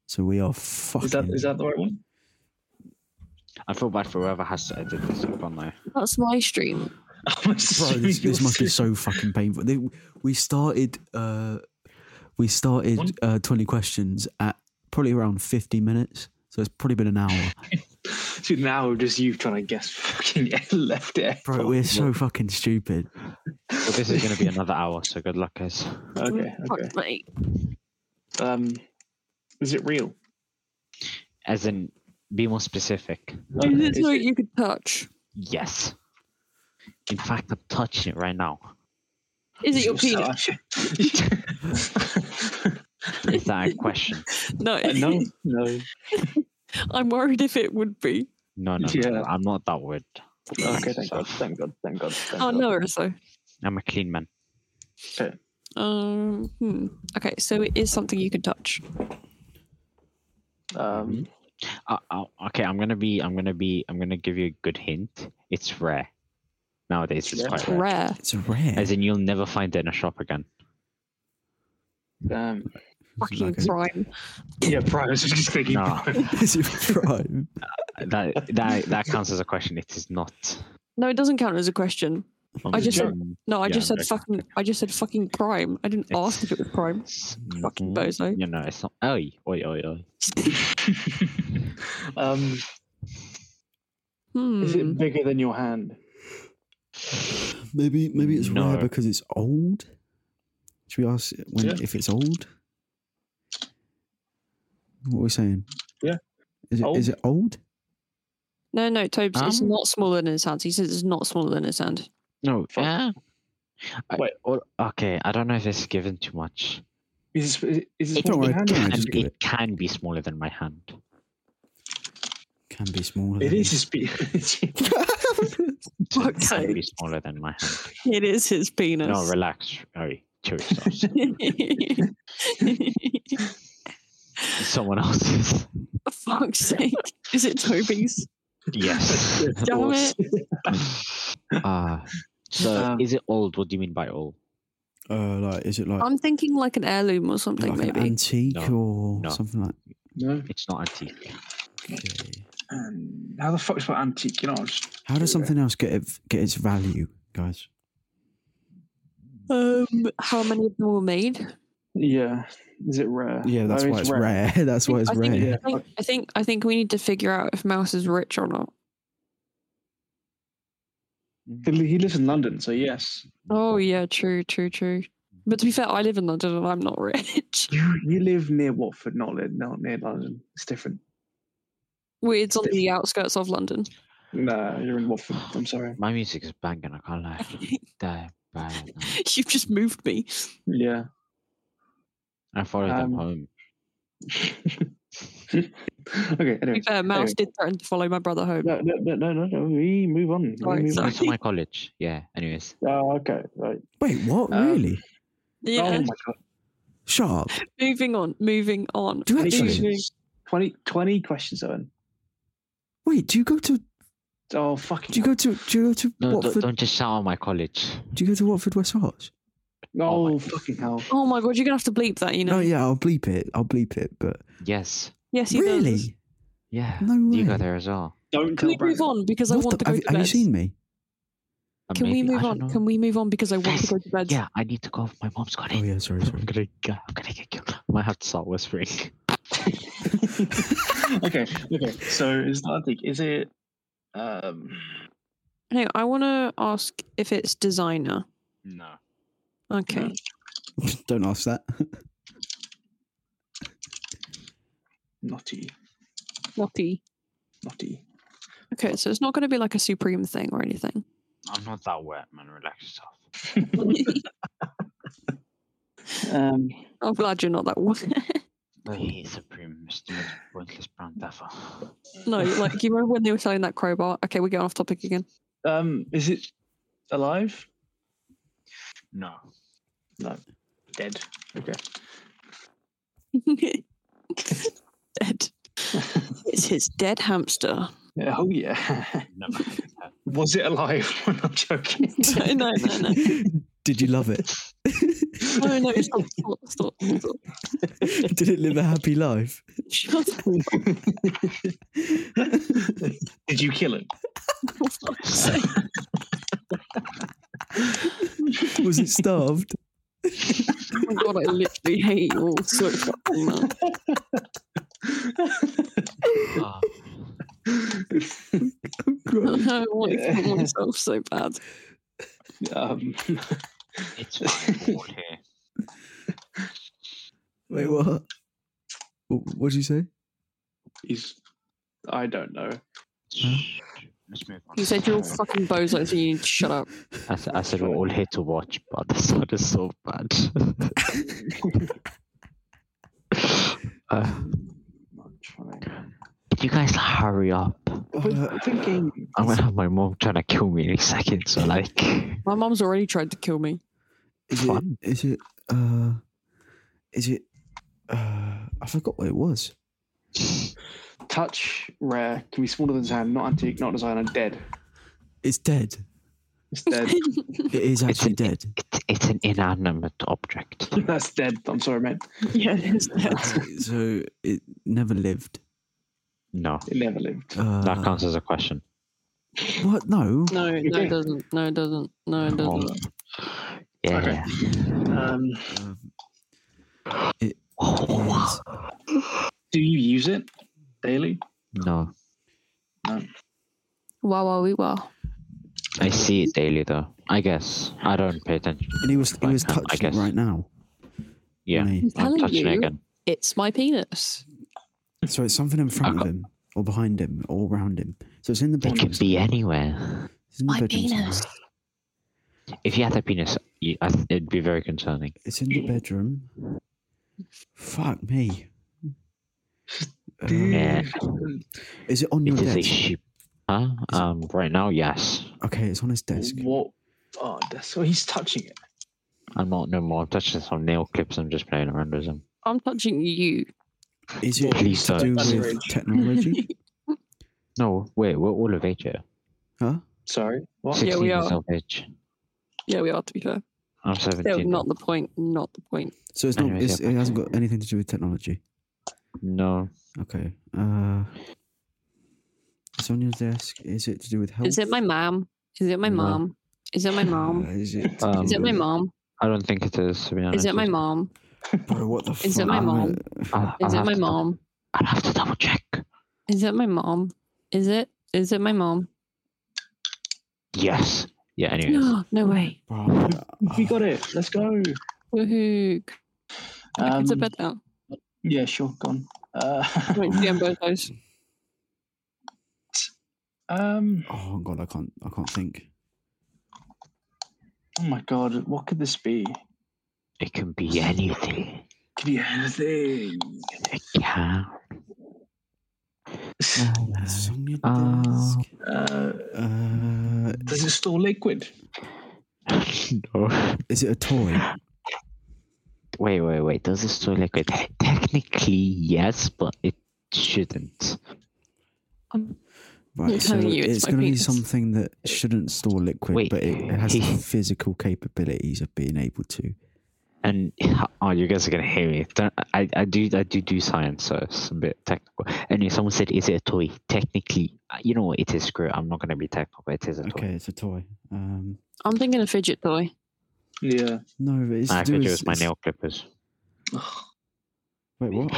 so we are fucking. Is that is that the right one? I feel bad for whoever has to edit this up on there. That's my stream. [laughs] Bro, [laughs] Bro, this, this must be so fucking painful. They, we started, uh, we One. started uh, twenty questions at probably around fifty minutes, so it's probably been an hour. So now just you trying to guess [laughs] fucking left ear. [laughs] Bro, we're so fucking stupid. But this is gonna be another hour, so good luck, guys. [laughs] Okay, Fuck okay. me. Um, is it real? As in, be more specific. Okay, Is it is so it- you could touch? Yes. In fact, I'm touching it right now. Is it your penis? penis? Is that a question? [laughs] No. [laughs] no, no. I'm worried if it would be. No, no, no, Yeah. no. I'm not that weird. Okay, thank God, thank God, thank God. Thank Oh God. no, so. I'm a clean man. Um. Hmm. Okay, so it is something you can touch. Um, Uh, uh, okay, I'm gonna be. I'm gonna be. I'm gonna give you a good hint. It's rare. Nowadays, it's Yeah. quite rare. Rare. It's rare. As in, you'll never find it in a shop again. Um, Fucking prime. Yeah, Prime. I was just thinking. Nah. Prime. [laughs] Is it Prime? That that that counts as a question. It is not. No, it doesn't count as a question. I'm I just said- joking. No, I Yeah, just said okay. fucking. I just said fucking prime. I didn't ask if it was prime. It's Fucking not- bozo. You know, it's not. Oi, oi, oi, oi. um, Hmm. Is it bigger than your hand? [laughs] Maybe maybe it's rare No. because it's old. Should we ask when Yeah. if it's old? What are we saying? Yeah. Is it Old. is it old? No, no, Tobes. it's Um, not smaller than his hand. He says it's not smaller than his hand. No. Fuck. eh? I- Wait. or- okay, I don't know if it's given too much. Is it, is it It Don't smaller worry, than hand? don't worry, can, just give it it. can be smaller than my hand. Can be smaller. It than is this. his [laughs] penis. So it Fuck's can be sake. smaller than my hand. It is his penis. No, relax. Oi, chew yourself. [laughs] Someone else's. Fuck's sake. Is it Toby's? Yes. Damn it. Ah. so Um, is it old? What do you mean by old? Uh, like is it like, I'm thinking like an heirloom or something, like an maybe. antique No. or No. something like? [laughs] No. It's not antique. Okay. Um, how the fuck's about antique? You know, I'm just How does something else get it, get its value, guys? Um, how many of them were made? Yeah. Is it rare? Yeah, that's I mean, why it's rare. [laughs] that's why it's I rare. think, I, think, I think I think we need to figure out if Mouse is rich or not. He lives in London, so yes. Oh yeah, true, true, true. But to be fair, I live in London and I'm not rich. [laughs] You you live near Watford, not li- not near London. It's different. Wait, it's on the outskirts of London. [laughs] No, you're in Watford. I'm sorry. My music is banging. I can't [laughs] lie. They're banging. You've just moved me. Yeah. [laughs] I followed them Um, home. okay. To be Anyway. fair, Mouse Anyway. did threaten to follow my brother home. No, no, no, no, no, no. We move on. We Sorry, move Go sorry. on. to my college. Yeah. Anyways. Oh, okay. Right. Wait, what? Um, really? Yeah. Oh my god. Shut up. Moving on. Moving on. Do you Twenty actually? questions. 20, 20 questions, Owen. Wait, do you go to Oh fucking. do you go to do you go to No, don't, Watford? don't just shout out my college. Do you go to Watford West Arts? Oh oh my- fucking hell. Oh my god, you're gonna have to bleep that, you know. No, yeah, I'll bleep it. I'll bleep it. But Yes. Yes, he really, does. Yeah. no way. You go there as well. Don't Can tell we move on because I What want to the- go have, to have bed? you seen me? Uh, Can we maybe, move I on? don't Can know. we move on because I want to go to bed? Yeah, I need to go. My mom's got Oh it. yeah, sorry, I'm sorry. gonna, go- I'm gonna get killed. [laughs] I might have to start whispering. [laughs] okay. Okay. So is that antique? Is it? Um. No, I want to ask if it's designer. No. Okay. [laughs] [laughs] don't ask that. Naughty. Naughty. Naughty. Okay, so it's not going to be like a supreme thing or anything. I'm not that wet, man. Relax yourself. Um. I'm glad you're not that one. [laughs] I hate Supreme, Mr. Pointless Brown Duffer. no, like you remember when they were selling that crowbar? Okay, we're getting off topic again. [laughs] Um. Is it alive? No. Dead. Okay. dead. It's his dead hamster. [laughs] Yeah, Oh yeah. [laughs] [laughs] Never. Was it alive? [laughs] I'm joking. No, no, no, no. Did you love it? [laughs] No, no, stop, stop, stop, stop. Did it live a happy life? Shut up. [laughs] Oh Did you kill it? for fuck's sake. Was it starved? Oh my god, I literally hate you all so fucking much. [laughs] Ah, I want to kill myself so bad. um, it's fine. [laughs] we're all here. Wait, what? What did you say? he's. I don't know. Shh, Let's move on. You said you're all fucking bozos and you need to shut up. I, said, I said we're all here to watch, but [laughs] that sounded so [laughs] bad. uh, I'm trying. can you guys hurry up? Uh, We're thinking. I'm gonna have my mom trying to kill me any second, so like. My mom's already tried to kill me. Is it? Fun. Is it? Uh, is it? Uh, I forgot what it was. Touch rare can be smaller than his hand, not antique, not designer, dead. It's dead. It's [laughs] dead. [laughs] It [laughs] is actually an- dead. It, it's an inanimate object. That's dead. I'm sorry, mate. [laughs] yeah, it is dead. so it never lived. No, It never lived. Uh, that Uh-huh. counts as a question. What? No. No, no, it doesn't. No, it doesn't. No, it Um, doesn't. yeah. Okay. Um, Uh, Yes. do you use it daily? No, Wow, wow, we wow. I see it daily though. I guess I don't pay attention. And he was he Like, was um, I touching it guess. right now. Yeah, wasn't he? I'm I'm telling touching it you. again. It's my penis. So it's something in front of got- him, or behind him, or around him. So it's in the It bedroom. could be anywhere. It's in the My bedroom. somewhere. penis. If you had a penis, you, I, it'd be very concerning. It's in the bedroom. Fuck me. Mm. Um, Yeah. is it on your It is a desk? sheep. Huh? Is it- Um, right now, yes. Okay, it's on his desk. What? Oh, that's well, he's touching it. I'm not no more. I'm touching some nail clips. I'm just playing around with them. I'm touching you. Is it Please to do don't. That's with rage. technology? No, wait, we're all of age here. Huh? Sorry. What? Yeah, 16 we years are. of age. Yeah, we are. To be fair, I'm still 17. not the point. Not the point. So it's not. Anyways, It's, yeah. it hasn't got anything to do with technology. No, Okay. Uh, it's on your desk. Is it to do with health? Is it my mom? Is it my No. mom? Is it my Uh, mom? is it? to Um, Is do it my with- mom? I don't think it is. To be honest, Is it my mom? Bro, what the fuck? [laughs] Is it my I'm mom? gonna- Ah, I'll, Is I'll it have my to- mom? I'll have to double check. Is it my mom? Is it? Is it my mom? [gasps] Yes. Yeah. Anyways, No, no way. Bro, We got it. Let's go. Woohoo! I can Um, to bed now. yeah, sure. Gone. I Uh, won't see on both [laughs] eyes. [laughs] um. Oh god, I can't. I can't think. Oh my god. What could this be? it can be anything. Could be anything. It can. Oh, It's on your Uh, desk. Uh, Uh, does it store liquid? [laughs] no. is it a toy? Wait, wait, wait. Does it store liquid? Technically, yes, but it shouldn't. I'm [laughs] Right, so telling you, it's it's my going to be penis. something that shouldn't store liquid, Wait. but it has [laughs] the He- physical capabilities of being able to. And oh, you guys are gonna hate me. Don't, I, I do I do do science, so it's a bit technical. Anyway, someone said, "Is it a toy?" Technically, uh, you know what? It is. Screw. it, I'm not gonna be technical. It is a toy. Okay, it's a toy. Um, I'm thinking a fidget toy. Yeah. no, but it's I to do could with use my it's- nail clippers. Wait, what?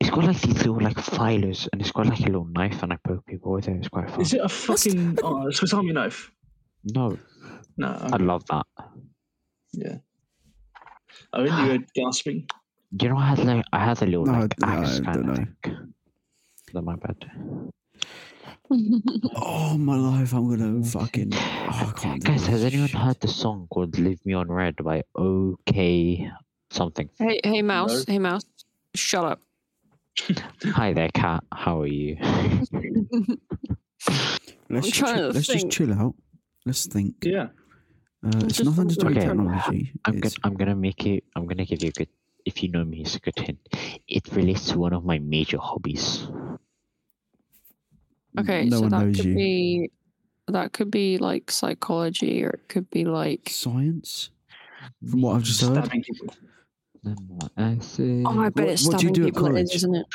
It's got like these little like filers, and it's got like a little knife, and I poke people with it. It's quite fun. Is it a fucking oh, a Swiss Army knife? No, No. I love that. Oh, you were gasping. You know, I had like I had a little No, I- like no, I axe kind don't of know. thing. Is that my bad? Oh my life! I'm [sighs] gonna fucking. Oh, I can't. think Guys, of has anyone shit. heard the song called "Leave Me on Red" by OK something? hey, hey, mouse. Hey, mouse. Shut up. Hi there, cat. How [laughs] are you? Let's, just trying chill- to let's just think. chill out. Let's think. Yeah. Uh, it's just nothing to do with Okay. technology. I'm gonna, it's, I'm gonna make you. I'm gonna give you a good. If you know me, it's a good hint. It relates to one of my major hobbies. Okay, no so one that knows could you. be that could be like psychology, or it could be like Science. From what I've just heard. Stabbing people. I see. oh, I bet it's what do you stabbing do at people. It is, college? isn't it?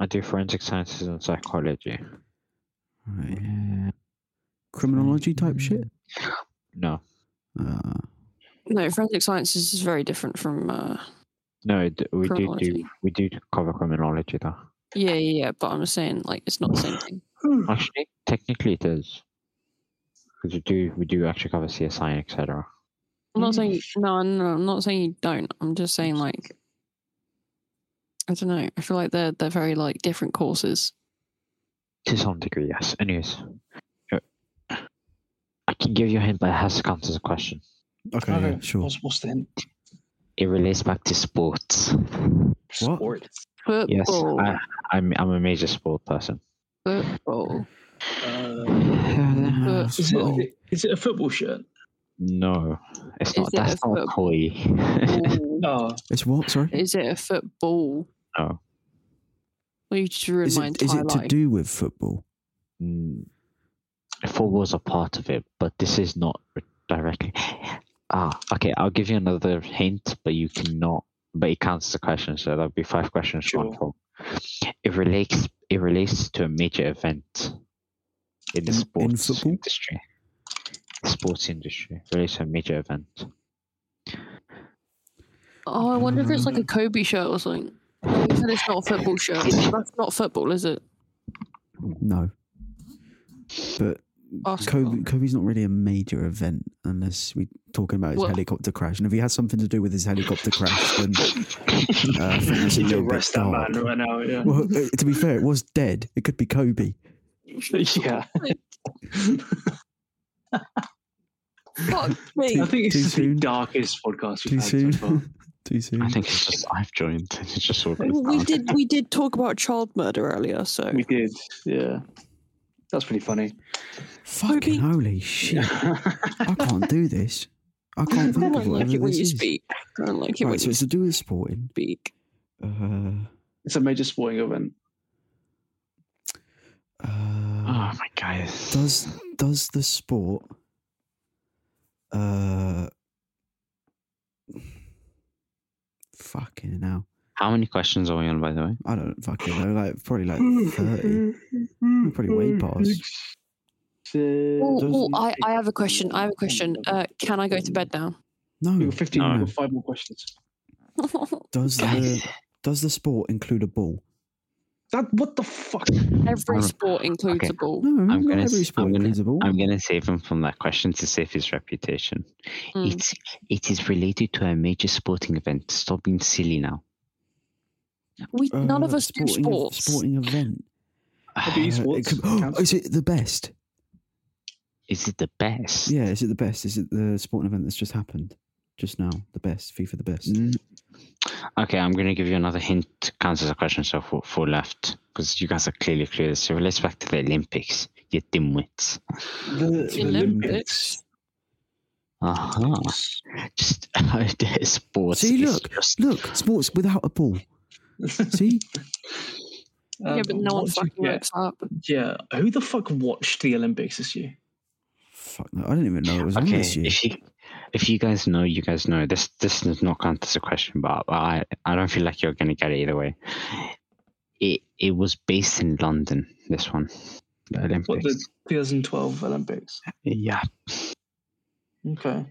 I do forensic sciences and psychology. Right. Criminology type shit. No, Uh, No, forensic sciences is very different from. Uh, no, d- we do, do Criminology. we do cover criminology though. yeah, yeah, yeah, but I'm saying like it's not the same thing. Actually, technically it is. Because we do we do actually cover CSI and etc. I'm not saying no, no, no, I'm not saying you don't. I'm just saying like I don't know. I feel like they're they're very like different courses. To some degree, yes. Anyways, uh, I can give you a hint, but it has to count as a question. okay, yeah, sure. What's, what's the hint? It relates back to sports. What? Sports. Yes, Football, I, I'm I'm a major [laughs] sport person. [laughs] football. Uh, No, Uh, is, well, it, is it a football [laughs] shirt? No, it's not. it that's a not a toy. [laughs] Ooh, No. It's what? Sorry. is it a football? No. Well, you just ruined Is my it, is entire it to life. do with football? Mm, four walls are part of it, but this is not re- directly. Ah, okay. I'll give you another hint, but you cannot. But it counts as a question, so that'll be five questions. One Sure. for. It relates. It relates to a major event in the In- in sports football? industry. Sports industry relates to a major event. Oh, I wonder if it's like a Kobe shirt or something. You said it's not a football [laughs] shirt. That's not football, is it? No. But Basketball. Kobe, Kobe's not really a major event unless we're talking about his Well- helicopter crash. And if he has something to do with his helicopter crash, then uh, I think that's a You can little bit arrest that dark. man right now. [laughs] Yeah. Well, uh, to be fair, it was dead. It could be Kobe. yeah. Fuck me. I think Too it's the soon? darkest podcast we've Too had soon? so far. [laughs] Too soon. I think it's just I've joined. [laughs] It's just sort of. Well, we did we did talk about child murder earlier, so We did. Yeah. That's pretty [laughs] funny. Fucking holy shit. I can't do this. [laughs] I can't I think of don't like it whatever when this you is. speak. I don't like it when Right, so you it's to do with sporting. speak. Uh, It's a major sporting event. uh, Oh my guys. does does the sport uh fucking hell How many questions are we on, by the way? i don't fucking know like probably like 30 We're probably way past Oh, doesn't- I, I have a question. I have a question. [laughs] Uh, can I go to bed now? [laughs] We no got 15, No. we got five more questions. does the does the sport include a ball That what the fuck? Every Um, sport includes okay. a ball. no not I'm gonna every s- sport I'm gonna- includes a ball I'm gonna save him from that question to save his reputation. Mm. It's it is related to a major sporting event. Stop being silly now. We none of Uh, us do sporting ev- sports. sporting event Maybe Uh, it esports could- [gasps] counts. is it the best Is it the best? yeah is it the best is it the sporting event that's just happened just now the best fifa the best Mm. Okay, I'm gonna give you another hint. Counts as a question, so four, four left, because you guys are clearly clear. So let's back to the Olympics. You dimwits. The The Olympics. Uh huh. Just [laughs] sports. See, is look, just- Look, sports without a ball. See, yeah, but no one what did Um, you fucking get? looks up. Yeah. Who the fuck watched the Olympics this year? fuck no, I didn't even know it was on Okay, this year. if you if you guys know, you guys know. This this does not count as a question, but I I don't feel like you're gonna get it either way. It it was based in London. This one, the Olympics. What the 2012 Olympics? Yeah, Okay.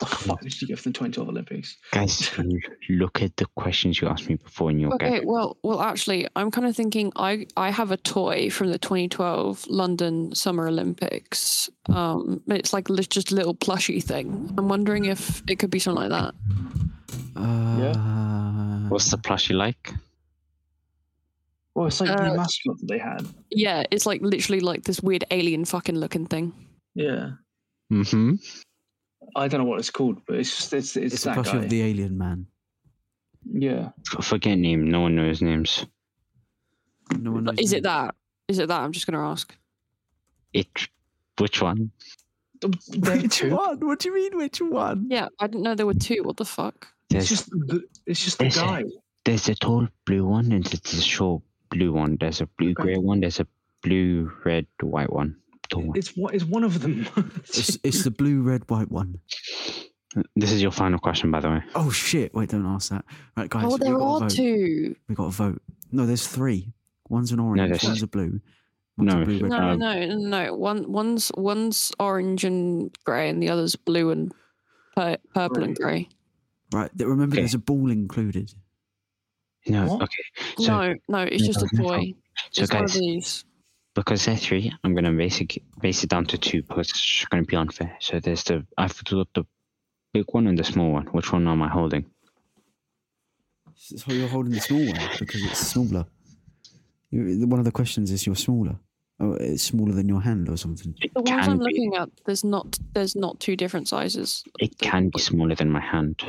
The fuck did you get from the 2012 Olympics? guys, [laughs] l- look at the questions you asked me before, and you'll Okay, get. well, well, actually, I'm kind of thinking I I have a toy from the 2012 London Summer Olympics. Um, it's like li- just a little plushy thing. I'm wondering if it could be something like that. Uh, What's the plushie like? Well, it's like Uh, the mascot that they had. Yeah, it's like literally like this weird alien fucking looking thing. Yeah. Mm-hmm. I don't know what it's called, but it's just, it's, it's, It's a that plushie guy. of the alien man. yeah. Forget name. No one knows names. No one knows Is the it that? Is it that? I'm just gonna ask. It. Which one? name. There [laughs] are [laughs] Which two. one? What do you mean? Which one? Yeah, I didn't know there were two. What the fuck? It's There's just the, it's just the There's a- guy. there's a tall blue one and there's a short blue one. There's a blue Okay. grey one. There's a blue red white one. Tall one. It's one. It's one of them. [laughs] It's, it's the blue, red, white one. This is your final question, by the way. Oh shit! Wait, don't ask that. Right, guys. oh, we there gotta are vote. two. We got to vote. No, there's three. One's an orange. there's- one's a blue. One's a No. blue, red, No, Um, no, no, no. One one's one's orange and grey, and the other's blue and pur- purple and grey. Right. th- Remember, Okay. there's a ball included. No, What? okay. So, No, no, it's Yeah, just a no toy. problem. so it's one of guys, these. because they're three, I'm gonna basic base it down to two because it's just gonna be unfair. So there's the I've got the big one and the small one. Which one am I holding? So you're holding the small one because it's smaller. You- One of the questions is you're smaller. Oh, it's smaller than your hand or something. It The ones can I'm be, looking at, there's not there's not two different sizes. it can be smaller than my hand.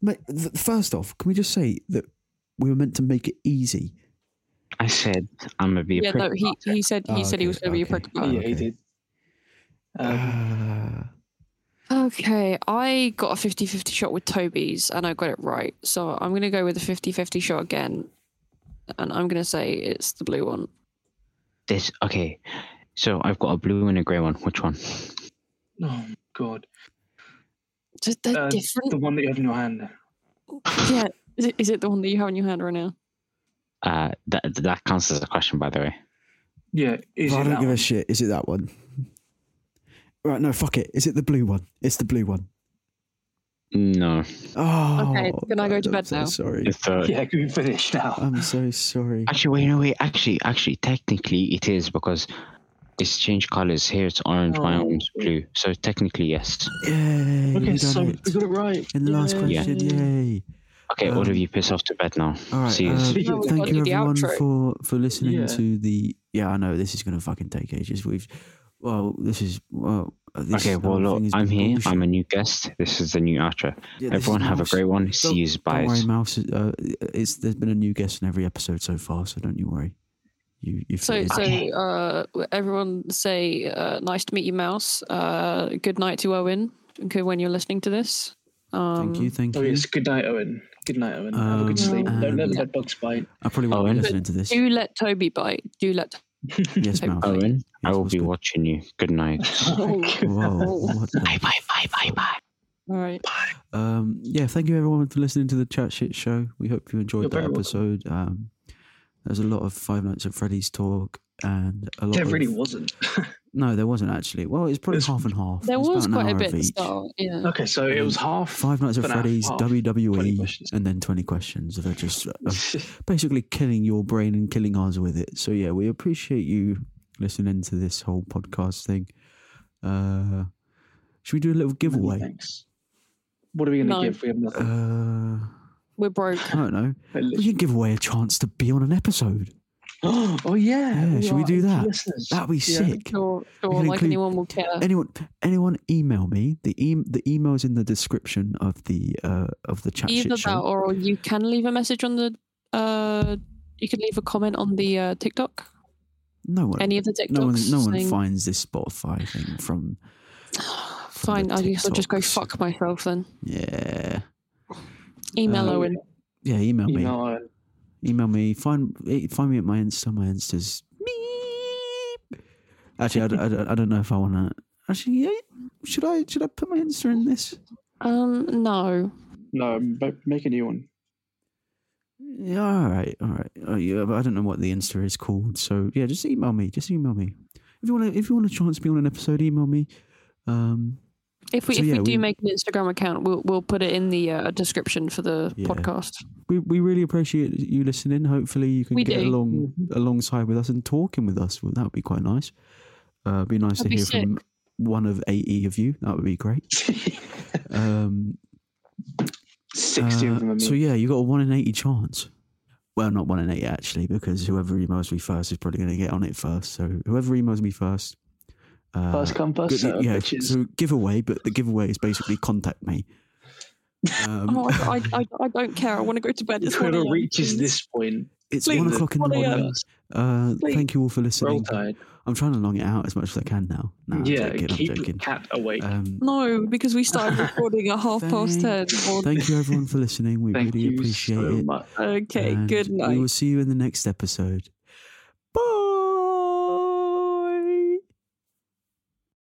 Mate, th- first off, can we just say that we were meant to make it easy? I said I'm gonna be a Yeah, prick no, he, about it. he said he Oh, said he okay, was going to be a prick okay. about it. yeah, okay. he did. Um, Ah, Uh, Okay, I got a 50 50 shot with Toby's and I got it right. So I'm going to go with a 50 50 shot again. And I'm going to say it's the blue one. This okay. So I've got a blue and a grey one. Which one? Oh god, Just they're Uh, different. the one that you have in your hand. Yeah. Is it, is it the one that you have in your hand right now? Uh, that that counts as a question, by the way. Yeah, is But I it don't that give [laughs] one? a shit. Is it that one? Right, no, fuck it. Is it the blue one? It's the blue one. No, Oh. can I go to I'm bed so now? Sorry. it's the Yeah, can we finish now? I'm so sorry. Actually, wait, no, wait. Actually, actually, technically, it is because it's changed colors. Here, it's orange. My Oh. arm's blue. So technically, yes. Yay, we Okay, got so it. we got it right. In the last Yay. question, yay! Okay, all Um, of you piss off to bed now. All right, See you. uh, Speaking No, of we've thank gotta do you the everyone outro. for for listening Yeah. to the. Yeah, I know this is gonna fucking take ages. We've, well, this is well. uh, This okay, well, whole look, thing has I'm been here. bullshit. I'm a new guest. This is the new outro. Yeah, this Everyone is have a mouse. great one. See you, Don't bye. worry, mouse. is- Uh, it's there's been a new guest in every episode so far, so don't you worry. You you. So, fit so in. uh, everyone say uh, nice to meet you, Mouse. Uh, good night to Owen. Okay, when you're listening to this. Um, thank you, thank Oh you. yes, good night, Owen. Good night, Owen. Have a Um, good sleep. Don't let and- the bed bugs [laughs] bite. I probably won't Owen? be listening to this. Do let Toby bite. Do let. [laughs] Yes, mouse. Oh, Owen, I Yes, will what's be good? watching you. Good [laughs] night. Whoa, Oh, what the bye, bye, bye, bye, bye. All right. Um, yeah, thank you everyone for listening to the Chat Shit Show. We hope you enjoyed You're that very welcome. episode. Um, there's a lot of Five Nights at Freddy's talk and a lot. There of, really wasn't. No, there wasn't actually. Well, it's probably There's- half and half. There It's was about an quite a hour bit of to each. start. Uh, Yeah. Okay, so it was half. um, Five Nights at but now Freddy's, half. 20 WWE, questions. and then 20 questions. They're just uh, [laughs] basically killing your brain and killing ours with it. So, yeah, we appreciate you listening to this whole podcast thing. Uh, should we do a little giveaway? Thanks. What are we going to No. give? We have Uh, nothing. I We're broke. don't know. We [gasps] Literally- can give away a chance to be on an episode. oh yeah. Yeah, should we do that? Listeners. That'd be Yeah. sick. Sure, sure. We can Like include- anyone will care. Anyone, anyone, email me. The e- the email's in the description of the uh, of the chat Either shit that, show. or you can leave a message on the. Uh, you can leave a comment on the uh, TikTok. No one, Any of the TikToks. no one, no one saying- finds this Spotify thing from. Fine, I guess I'll just go TikToks. fuck myself then. Yeah, Email Uh, Owen. yeah. Email me. Email Owen. Email me. Find eh, find me at my Insta. My Insta's meep. Actually, I, d- I d- I don't know if I want to. Actually, yeah. Should I should I put my Insta in this? Um, no. No, ma- make a new [laughs] one. Yeah, all right, all right. Oh, yeah, but I don't know what the Insta is called. So yeah, just email me. Just email me. If you want, to, if you want a chance to be on an episode, email me. Um, If we So, if yeah, we do we- make an Instagram account, we'll we'll put it in the uh, description for the Yeah. podcast. we we really appreciate you listening. Hopefully, you can We get do. Mm-hmm. along alongside with us and talking with us. Well, that would be quite nice. Uh, it'd be nice That'd to be hear from one of eighty of you. That would be great. um, Sixty Uh, of them. Are me. So yeah, you got a one in eighty chance. Well, not one in eighty actually, because whoever emails me first is probably going to get on it first. So whoever emails me first, uh, First come, first good- serve, yeah. which [laughs] is So giveaway, but the giveaway is basically [laughs] contact me. Um, Oh, I, I, I, I don't care. I want to go to bed. It's whoever 1 a.m., reaches please. this point, [laughs] it's please, one o'clock in the 1 a.m. morning. Uh, Please. thank you all for roll listening. tide. I'm trying to long it out as much as I can now. No, I'm yeah, joking. I'm keep the joking. cat awake. [laughs] Um, No, because we [laughs] started recording at half past ten. Thank- thank you everyone for listening. We Thank really you appreciate so it. much. Okay, And good night. We will see you in the next episode.